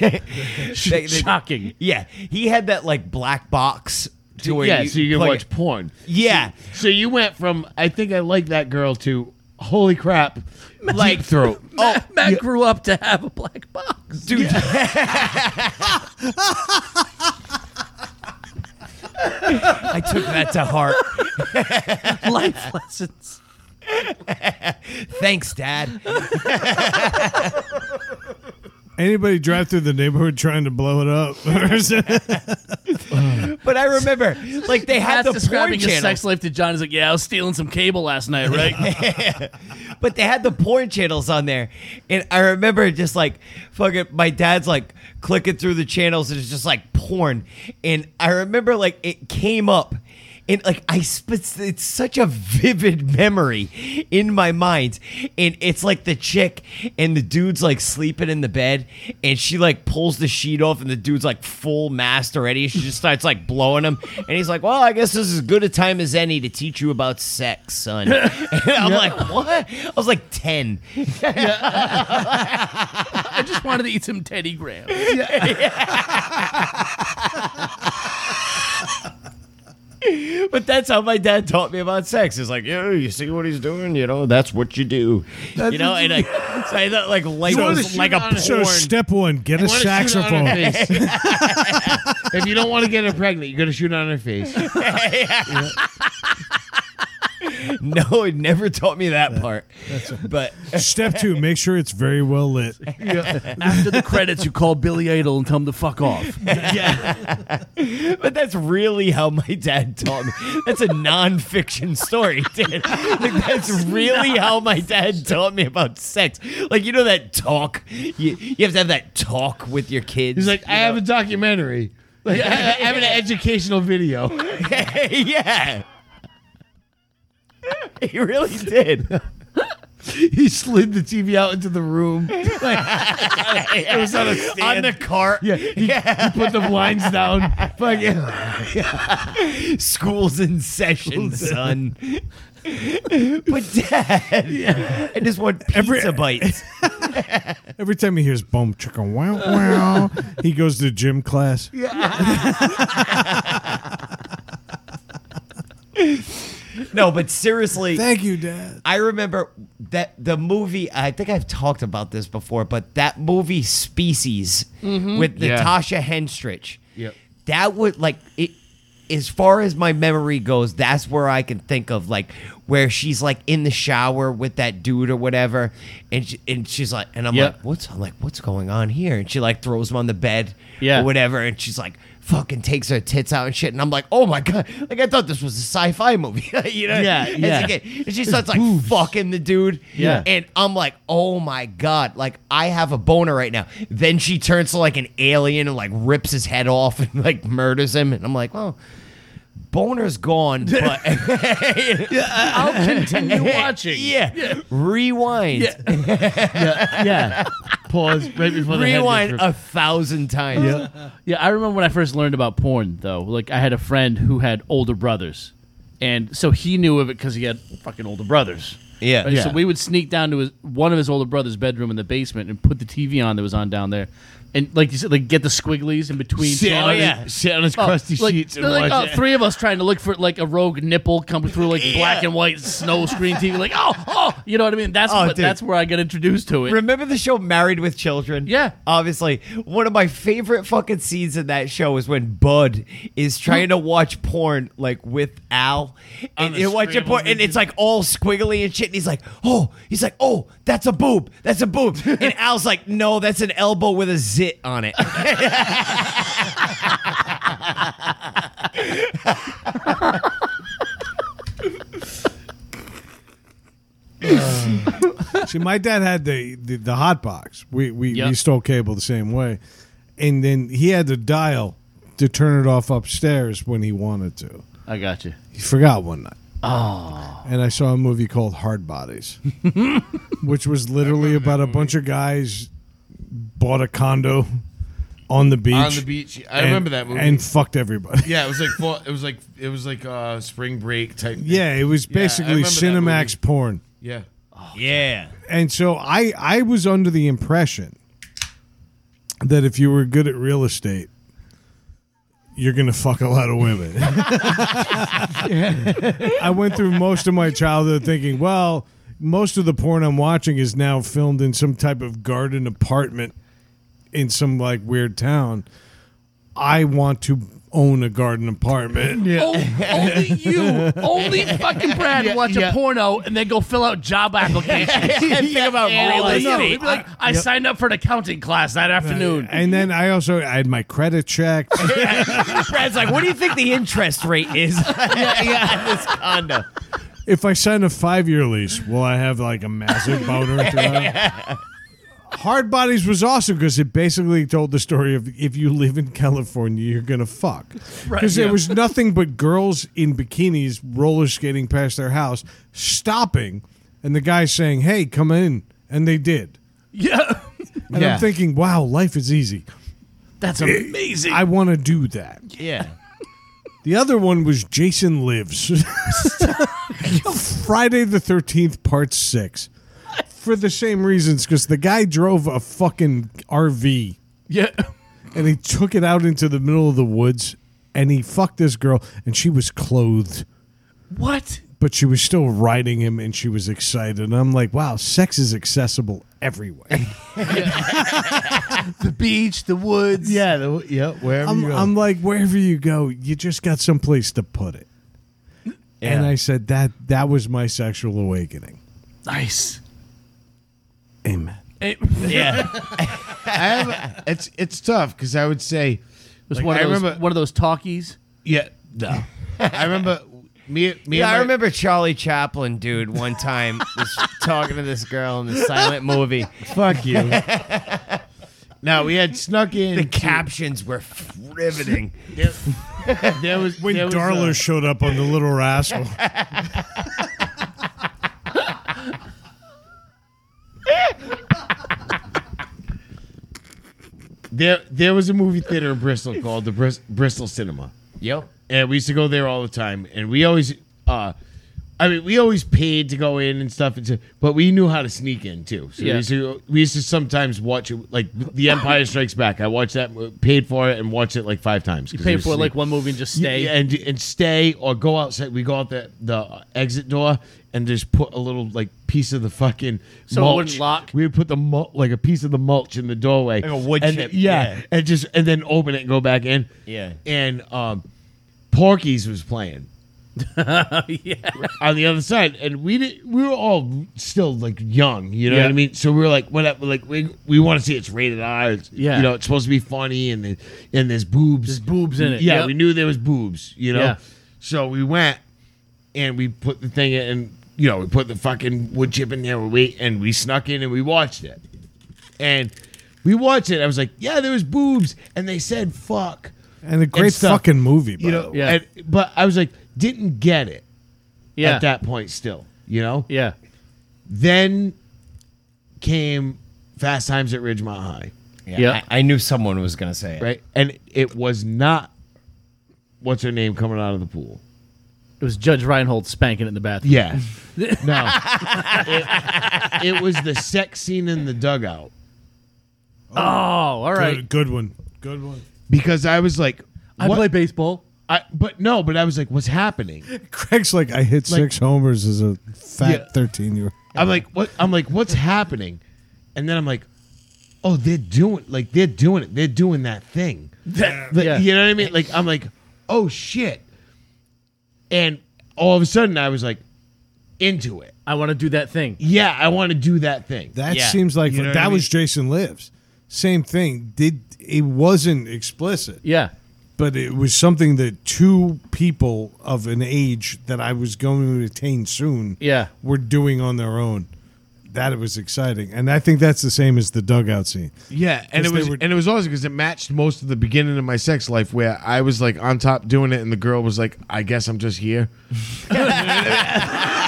Speaker 2: They- they-
Speaker 1: Shocking.
Speaker 2: Yeah, he had that like black box to where
Speaker 4: yeah,
Speaker 2: you,
Speaker 4: so you can
Speaker 2: plug
Speaker 4: watch
Speaker 2: it.
Speaker 4: porn.
Speaker 2: Yeah,
Speaker 4: So you went from I think I like that girl to holy crap, like throat.
Speaker 1: Oh, Matt grew up to have a black box.
Speaker 2: dude. I took that to heart.
Speaker 1: Life lessons.
Speaker 2: Thanks, Dad.
Speaker 3: Anybody drive through the neighborhood trying to blow it up?
Speaker 2: But I remember, like they had
Speaker 1: Matt's
Speaker 2: the porn
Speaker 1: describing his
Speaker 2: channel.
Speaker 1: sex life to John. He's like, yeah, I was stealing some cable last night, right?
Speaker 2: but they had the porn channels on there. And I remember just like fucking my dad's like clicking through the channels and it's just like porn. And I remember like it came up and like I sp- it's such a vivid memory in my mind. And it's like the chick and the dude's like sleeping in the bed and she like pulls the sheet off and the dude's like full mast already. She just starts like blowing him. And he's like, Well, I guess this is as good a time as any to teach you about sex, son. And I'm like, What? I was like 10.
Speaker 1: I just wanted to eat some Teddy Graham.
Speaker 2: But that's how my dad taught me about sex. It's like, yeah, you see what he's doing, you know, that's what you do. you know, and like, so I thought like like
Speaker 3: wanna
Speaker 2: was
Speaker 4: shoot
Speaker 2: like a
Speaker 4: on
Speaker 2: porn.
Speaker 4: it.
Speaker 3: so step one, get a
Speaker 4: Wanna shoot on her
Speaker 3: saxophone.
Speaker 4: face. if you don't want to get her pregnant, you're gonna shoot on her face.
Speaker 2: No, it never taught me that part. But
Speaker 3: Step two, make sure it's very well lit.
Speaker 1: After the credits, you call Billy Idol and tell him to fuck off.
Speaker 2: but that's really how my dad taught me. That's a nonfiction story, dude. Like, that's really how my dad taught me about sex. Like you know that talk. You, you have to have that talk with your kids.
Speaker 4: He's like, I have a documentary. Like, I, I have an educational video.
Speaker 2: yeah. He really did.
Speaker 4: He slid the TV out into the room.
Speaker 2: it was on a stand. On the cart.
Speaker 4: Yeah, he, he put the blinds down. Fucking,
Speaker 2: School's in session, son. but dad, I just want pizza
Speaker 3: Every-
Speaker 2: bites.
Speaker 3: Every time he hears boom chicka wow wow, he goes to gym class.
Speaker 2: No, but seriously,
Speaker 3: Thank you, Dad.
Speaker 2: I remember that the movie. I think I've talked about this before, but that movie Species with
Speaker 4: Mm-hmm. Yeah.
Speaker 2: Natasha Henstridge.
Speaker 4: Yep.
Speaker 2: That would like it. As far as my memory goes, that's where I can think of like where she's like in the shower with that dude or whatever, and she, and she's like, and I'm
Speaker 1: Yep.
Speaker 2: like, what's I'm like, what's going on here? And she like throws him on the bed,
Speaker 1: Yeah.
Speaker 2: or whatever, and she's like. Fucking takes her tits out and shit, and I'm like, oh my god! Like I thought this was a sci-fi movie, you know?
Speaker 1: Yeah,
Speaker 2: As a
Speaker 1: yeah.
Speaker 2: kid. And she starts like fucking the dude.
Speaker 1: Yeah.
Speaker 2: And I'm like, oh my God, like I have a boner right now. Then she turns to like an alien and like rips his head off and like murders him. And I'm like, well, boner's gone, but
Speaker 1: I'll continue watching.
Speaker 2: yeah. Rewind.
Speaker 1: Yeah.
Speaker 4: yeah. Pause right before the head
Speaker 2: Rewind
Speaker 4: gets
Speaker 2: a thousand times.
Speaker 1: Yeah, I remember when I first learned about porn, though. Like, I had a friend who had older brothers. And so he knew of it because he had fucking older brothers.
Speaker 2: Yeah.
Speaker 1: Right, So
Speaker 4: Yeah.
Speaker 1: we would sneak down to his, one of his older brother's bedroom in the basement and put the TV on that was on down there. And, like you said, like get the squigglies in between.
Speaker 4: ripped. Sit,
Speaker 1: channels.
Speaker 4: on his-
Speaker 2: yeah.
Speaker 4: sit on his oh, crusty
Speaker 1: Oh, like,
Speaker 4: sheets and
Speaker 1: they're like,
Speaker 4: watch
Speaker 1: oh,
Speaker 4: it.
Speaker 1: three of us trying to look for like a rogue nipple coming through like black and white snow screen TV. Like, oh, oh, you know what I mean? That's
Speaker 2: Oh,
Speaker 1: what,
Speaker 2: dude.
Speaker 1: that's where I got introduced to it.
Speaker 2: Remember the show Married with Children?
Speaker 1: Yeah.
Speaker 2: Obviously, one of my favorite fucking scenes in that show is when Bud is trying to watch porn like with Al, and
Speaker 4: the
Speaker 2: he's watching
Speaker 4: screen,
Speaker 2: porn, and it's like all squiggly and shit. And he's like, "Oh, he's like, oh, that's a boob, that's a boob," and Al's like, "No, that's an elbow with a zit on it."
Speaker 3: See, my dad had the the, the hot box. We we,
Speaker 1: Yep.
Speaker 3: we stole cable the same way, and then he had to dial to turn it off upstairs when he wanted to.
Speaker 1: I got you.
Speaker 3: He forgot one night. Oh. And I saw a movie called Hard Bodies, which was literally about a bunch of guys bought a condo on the beach.
Speaker 4: on the beach. I
Speaker 3: and-
Speaker 4: remember that movie.
Speaker 3: And fucked everybody.
Speaker 4: yeah, it was like fall, it was like it was like uh, spring break type. thing.
Speaker 3: Yeah, it was
Speaker 4: Yeah, I
Speaker 3: basically
Speaker 4: remember that movie.
Speaker 3: Cinemax porn.
Speaker 4: Yeah.
Speaker 2: Yeah.
Speaker 3: And so I I was under the impression that if you were good at real estate, you're gonna fuck a lot of women. I went through most of my childhood thinking, well, most of the porn I'm watching is now filmed in some type of garden apartment in some like weird town. I want to own a garden apartment.
Speaker 1: O- only you, only fucking Brad watch
Speaker 4: yeah.
Speaker 1: a porno and then go fill out job applications.
Speaker 2: And think about
Speaker 1: And
Speaker 2: real
Speaker 1: all this
Speaker 2: estate.
Speaker 1: shit. Be like, I signed up for an accounting class that afternoon.
Speaker 3: And then I also I had my credit checked.
Speaker 2: Brad's like, what do you think the interest rate is on this condo?
Speaker 3: if I sign a five year lease, will I have like a massive boner? throughout? Hard Bodies was awesome because it basically told the story of if you live in California, you're gonna fuck. Because there was nothing but girls in bikinis roller skating past their house, stopping, and the guy saying, "Hey, come in," and they did.
Speaker 1: Yeah.
Speaker 3: And
Speaker 4: Yeah.
Speaker 3: I'm thinking, "Wow, life is easy.
Speaker 1: That's amazing.
Speaker 3: I want to do that."
Speaker 2: Yeah.
Speaker 3: The other one was Jason Lives. Friday the 13th, part six. For the same reasons, because the guy drove a fucking RV
Speaker 1: yeah.
Speaker 3: and he took it out into the middle of the woods and he fucked this girl and she was clothed,
Speaker 1: What?
Speaker 3: but she was still riding him and she was excited. And I'm like, wow, sex is accessible everywhere.
Speaker 1: The beach, the woods.
Speaker 4: Yeah. The, yeah. Wherever
Speaker 3: I'm,
Speaker 4: you go.
Speaker 3: I'm like, wherever you go, you just got someplace to put it. And I said, that that was my sexual awakening.
Speaker 1: Nice.
Speaker 3: Amen.
Speaker 1: It
Speaker 2: Yeah.
Speaker 4: I have, it's it's tough because I would say
Speaker 1: was
Speaker 4: like,
Speaker 1: one, of
Speaker 4: I
Speaker 1: those,
Speaker 4: remember-
Speaker 1: one of those talkies.
Speaker 4: yeah no. I remember me me.
Speaker 2: Yeah,
Speaker 4: and
Speaker 2: I
Speaker 4: my-
Speaker 2: remember Charlie Chaplin, dude, one time was talking to this girl in the silent movie.
Speaker 4: Fuck you. now we had snuck in
Speaker 2: The
Speaker 4: to-
Speaker 2: captions were riveting.
Speaker 4: There, there was
Speaker 3: When
Speaker 4: there was, uh,
Speaker 3: Darla showed up on the Little Rascal,
Speaker 4: there there was a movie theater in Bristol called the Bris- Bristol Cinema.
Speaker 2: Yep.
Speaker 4: and we used to go there all the time. And we always, uh, I mean, we always paid to go in and stuff, and to, but we knew how to sneak in too. So
Speaker 1: Yeah.
Speaker 4: we, used to, we used to sometimes watch it, like The Empire Strikes Back. I watched that, paid for it, and watched it like five times.
Speaker 1: You pay for like one movie and just stay.
Speaker 4: Yeah, and and stay or go outside. We go out the the exit door and just put a little like piece of the fucking
Speaker 1: So it
Speaker 4: mulch.
Speaker 1: wouldn't lock?
Speaker 4: We would put the mul- like a piece of the mulch in the doorway,
Speaker 2: Like a wood
Speaker 4: and
Speaker 2: chip,
Speaker 4: then- yeah,
Speaker 2: yeah.
Speaker 4: and just and then open it and go back in.
Speaker 2: Yeah.
Speaker 4: and um, Porky's was playing. On the other side, and we did, we were all still like young, you know
Speaker 1: Yeah.
Speaker 4: what I mean. So we were like, whatever, like we, we want to see it's rated R. It's,
Speaker 1: Yeah.
Speaker 4: you know it's supposed to be funny, and the, and there's boobs,
Speaker 1: There's boobs in it.
Speaker 4: Yeah,
Speaker 1: Yep.
Speaker 4: we knew there was boobs, you know.
Speaker 1: Yeah.
Speaker 4: So we went and we put the thing in, and you know we put the fucking wood chip in there. We and we snuck in and we watched it, and we watched it. I was like, yeah, there was boobs, and they said fuck,
Speaker 3: and a great
Speaker 4: stuff.
Speaker 3: fucking movie, by
Speaker 4: you know.
Speaker 3: the way.
Speaker 1: Yeah.
Speaker 4: and- but I was like, didn't get it
Speaker 1: yeah.
Speaker 4: at that point. Still, you know.
Speaker 1: Yeah.
Speaker 4: Then came Fast Times at Ridgemont High,
Speaker 2: Yeah.
Speaker 1: Yep.
Speaker 2: I, I knew someone was going to say it.
Speaker 4: right? And it was not what's her name coming out of the pool.
Speaker 1: It was Judge Reinhold spanking it in the bathroom.
Speaker 4: Yeah. no. It, it was the sex scene in the dugout
Speaker 1: Oh, all right.
Speaker 3: Good, good one. Good one.
Speaker 4: because I was like,
Speaker 1: I
Speaker 4: what-
Speaker 1: play baseball.
Speaker 4: I- but no, but I was like, what's happening?
Speaker 3: Craig's like, I hit
Speaker 4: Like-
Speaker 3: six homers as a
Speaker 4: Yeah.
Speaker 3: fat 13 year old.
Speaker 4: I'm like, what? I'm like, what's happening? And then I'm like, oh, they're doing like they're doing it. They're doing that thing. Like,
Speaker 1: yeah.
Speaker 4: You know what I mean? Like I'm like, oh shit. And all of a sudden, I was like, into it.
Speaker 1: I want to do that thing.
Speaker 4: Yeah, I want to do that thing.
Speaker 3: That
Speaker 2: Yeah.
Speaker 3: seems like
Speaker 4: You know
Speaker 3: that
Speaker 4: what I
Speaker 3: was Jason Lives. Same thing. Did It wasn't explicit,
Speaker 1: Yeah.
Speaker 3: but it was something that two people of an age that I was going to attain soon
Speaker 1: Yeah.
Speaker 3: were doing on their own. That was exciting. And I think that's the same as the dugout scene.
Speaker 4: Yeah, and it
Speaker 3: Because they
Speaker 4: was
Speaker 3: were-
Speaker 4: and it was awesome because it matched most of the beginning of my sex life where I was like on top doing it, and the girl was like, "I guess I'm just here."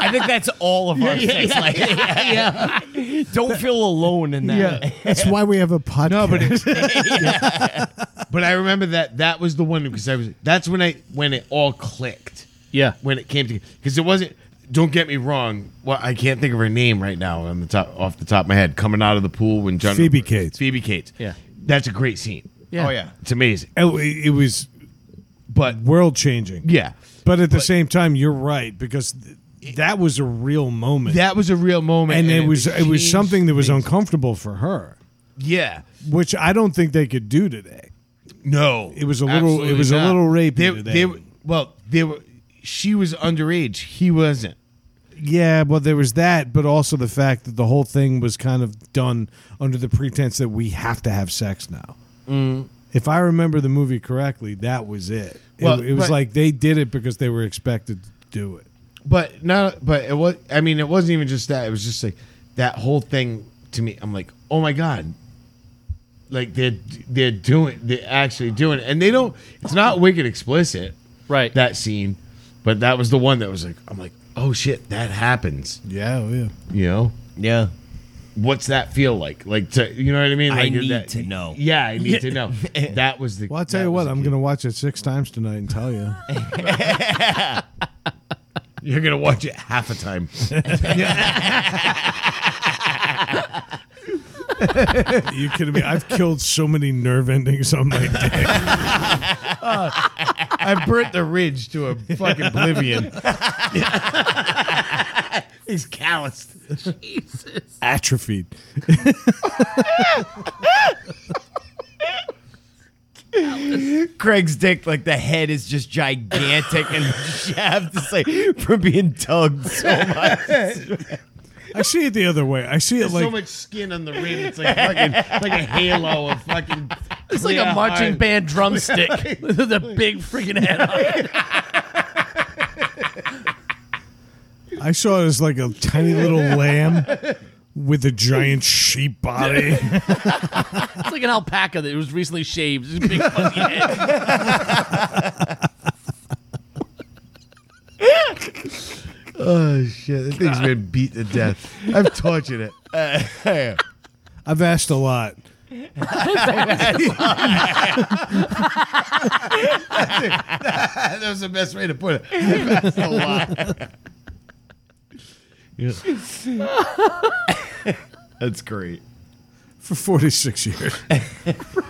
Speaker 2: I think that's all of our sex life. Don't feel alone in that.
Speaker 4: Yeah.
Speaker 3: That's why we have a podcast.
Speaker 4: No, but it, but I remember that that was the one because I was that's when I when it all clicked
Speaker 1: Yeah.
Speaker 4: when it came to because it wasn't. Don't get me wrong. Well, I can't think of her name right now on the top off the top of my head. Coming out of the pool when John
Speaker 3: Phoebe Cates.
Speaker 4: Phoebe Cates.
Speaker 1: Yeah.
Speaker 4: that's a great scene.
Speaker 1: Yeah.
Speaker 2: Oh yeah.
Speaker 4: It's amazing.
Speaker 3: Oh, it it was
Speaker 4: But
Speaker 3: world changing.
Speaker 4: yeah,
Speaker 3: But at the same time, you're right because th- that was a real moment,
Speaker 4: that was a real moment,
Speaker 3: and it was it was
Speaker 4: changed
Speaker 3: something that was
Speaker 4: things.
Speaker 3: uncomfortable for her,
Speaker 4: Yeah,
Speaker 3: which I don't think they could do today.
Speaker 4: no,
Speaker 3: It was a little- it
Speaker 4: absolutely
Speaker 3: was a
Speaker 4: not.
Speaker 3: little rapey
Speaker 4: They,
Speaker 3: today.
Speaker 4: they were- well, they were. She was underage. He wasn't.
Speaker 3: Yeah, well, there was that, but also the fact that the whole thing was kind of done under the pretense that we have to have sex now.
Speaker 4: Mm.
Speaker 3: If I remember the movie correctly, that was it. It-
Speaker 4: Well,
Speaker 3: it, was
Speaker 4: but-
Speaker 3: like they did it because they were expected to do it.
Speaker 4: But no, but it was. I mean, it wasn't even just that. It was just like that whole thing to me. I'm like, oh my god, like they're they're doing, they're actually doing, it. and they don't. It's not wicked explicit
Speaker 1: Right.
Speaker 4: that scene, but that was the one that was like, I'm like, oh shit, that happens.
Speaker 3: Yeah, yeah.
Speaker 4: You know,
Speaker 2: Yeah.
Speaker 4: what's that feel like? Like to, you know what I mean?
Speaker 2: I
Speaker 4: Like,
Speaker 2: need
Speaker 4: that-
Speaker 2: to know.
Speaker 4: Yeah, I need to know. That was the.
Speaker 3: Well, I'll tell
Speaker 4: that
Speaker 3: you
Speaker 4: was
Speaker 3: what,
Speaker 4: the
Speaker 3: I'm
Speaker 4: key.
Speaker 3: going to watch it six times tonight and tell you.
Speaker 4: You're gonna watch it half a time.
Speaker 3: you kidding me? I've killed so many nerve endings on my dick.
Speaker 4: I Uh, burnt the ridge to a fucking oblivion. He's calloused.
Speaker 3: Atrophied.
Speaker 2: Craig's dick, like the head is just gigantic and shaft is like from being tugged so much.
Speaker 3: I see it the other way. I see it
Speaker 4: There's
Speaker 3: like
Speaker 4: so much skin on the rim. It's like fucking like a halo of fucking.
Speaker 1: It's like a marching band drumstick with a big freaking head on it.
Speaker 3: I saw it as like a tiny little lamb with a giant sheep body.
Speaker 1: It's like an alpaca that was recently shaved. It's a big fuzzy head.
Speaker 4: Oh shit! That thing's been beat to death. I've tortured it.
Speaker 3: I've asked a lot.
Speaker 4: that was the best way to put it. That's a lot. That's great.
Speaker 3: For 46 years.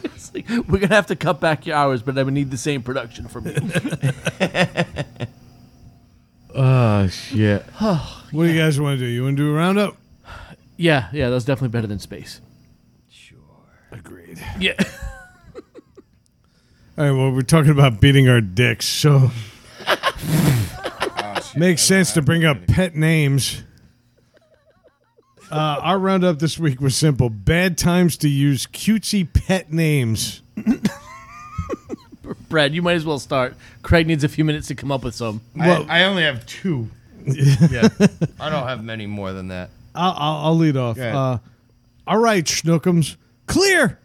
Speaker 1: It's like, we're gonna have to cut back your hours, but I would need the same production from you.
Speaker 4: Oh shit!
Speaker 3: What do you guys want to do? You want to do a roundup?
Speaker 1: Yeah, yeah, that was definitely better than space.
Speaker 3: Agreed.
Speaker 1: Yeah.
Speaker 3: All right, well, we're talking about beating our dicks, so. Makes sense to bring up pet names. Uh, our roundup this week was simple bad times to use cutesy pet names.
Speaker 1: Brad, you might as well start. Craig needs a few minutes to come up with some.
Speaker 4: I, I only have two.
Speaker 2: Yeah. I don't have many more than that.
Speaker 3: I'll, I'll, I'll lead off.
Speaker 4: ahead.
Speaker 3: Uh, all right, Schnookums, clear.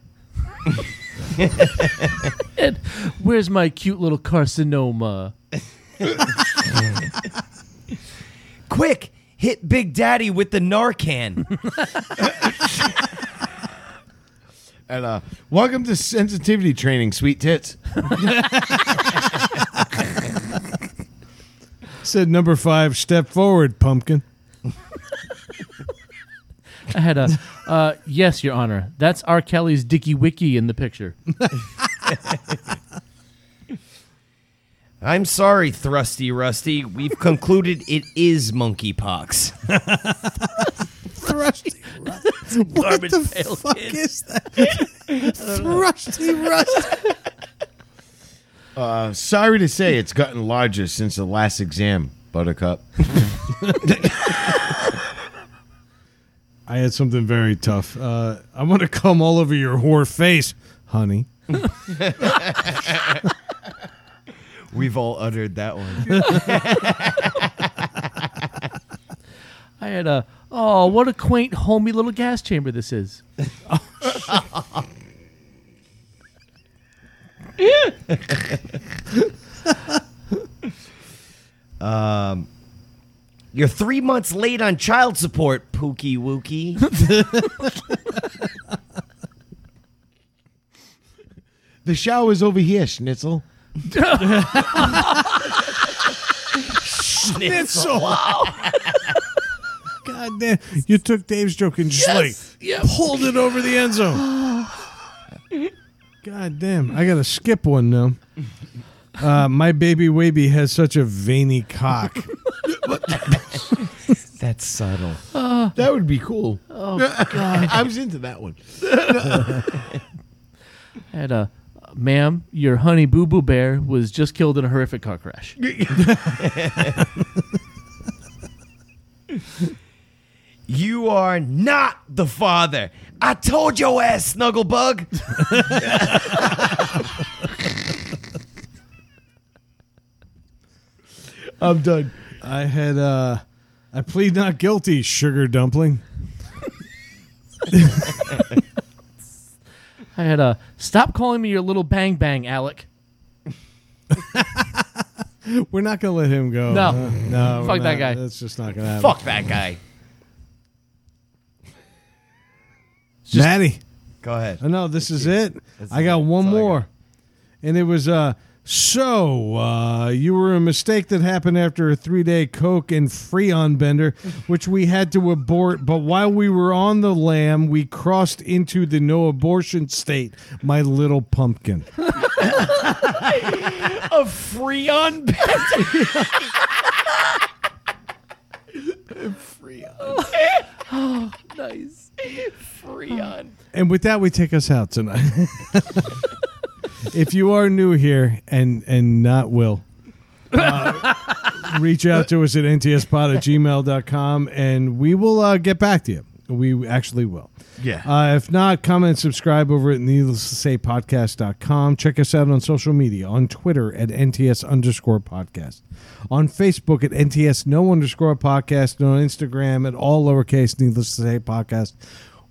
Speaker 1: And where's my cute little carcinoma?
Speaker 2: Quick, hit Big Daddy with the Narcan.
Speaker 4: And uh, welcome to sensitivity training, sweet tits.
Speaker 3: Said number five, step forward, pumpkin.
Speaker 1: I had a, uh, yes, Your Honor. That's R. Kelly's Dicky Wiki in the picture.
Speaker 2: I'm sorry, Thrusty Rusty. We've concluded it is monkeypox.
Speaker 3: Thrusty Rusty. What
Speaker 1: Garbage
Speaker 3: the
Speaker 1: Pail
Speaker 3: fuck is that? Thrusty Rusty.
Speaker 4: Uh, sorry to say, it's gotten larger since the last exam, Buttercup.
Speaker 3: I had something very tough. Uh, I'm going to come all over your whore face, honey.
Speaker 2: We've all uttered that one.
Speaker 1: I had a, oh, what a quaint, homey little gas chamber this is.
Speaker 2: You're three months late on child support, Pookie Wookie.
Speaker 4: The shower's over here, Schnitzel.
Speaker 3: Schnitzel. God damn. You took Dave's joke and just like pulled it over the end zone. God damn. I got to skip one now. Uh, my baby Waby has such a veiny cock.
Speaker 2: That's subtle.
Speaker 4: That would be cool. Oh God, I was into that one.
Speaker 1: I had a, ma'am, your honey boo boo bear was just killed in a horrific car crash.
Speaker 2: You are not the father. I told your ass, Snugglebug.
Speaker 4: I'm done.
Speaker 3: I had, uh, I plead not guilty, sugar dumpling.
Speaker 1: I had a, stop calling me your little bang bang, Alec.
Speaker 3: We're not going to let him go.
Speaker 1: No.
Speaker 3: Uh, no. we're
Speaker 1: Fuck that
Speaker 3: not.
Speaker 1: guy.
Speaker 3: That's just not going to happen.
Speaker 2: Fuck that guy.
Speaker 1: just-
Speaker 3: Maddie.
Speaker 2: Go ahead.
Speaker 3: Oh, no, this is it.
Speaker 2: That's
Speaker 3: I got
Speaker 2: it.
Speaker 3: one
Speaker 2: That's all I got.
Speaker 3: more. And it was uh so uh you were a mistake that happened after a 3-day coke and freon bender which we had to abort but while we were on the lam we crossed into the no abortion state my little pumpkin.
Speaker 2: A Freon bender.
Speaker 3: Oh,
Speaker 1: Nice. Freon.
Speaker 3: And with that, we take us out tonight. if you are new here and and not will, uh, reach out to us at ntspod at gmail.com and we will uh, get back to you. We actually will.
Speaker 4: Yeah.
Speaker 3: Uh, if not, comment, subscribe over at needless to say podcast.com. Check us out on social media on Twitter at NTS underscore podcast, on Facebook at NTS no underscore podcast, and on Instagram at all lowercase needless to say podcast.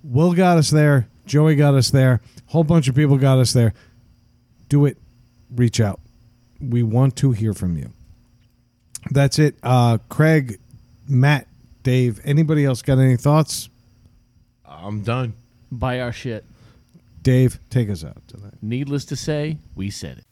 Speaker 3: Will got us there. Joey got us there. Whole bunch of people got us there. Do it. Reach out. We want to hear from you. That's it. Uh, Craig, Matt, Dave, anybody else got any thoughts?
Speaker 4: I'm done.
Speaker 1: Buy our shit.
Speaker 3: Dave, take us out tonight.
Speaker 1: Needless to say, we said it.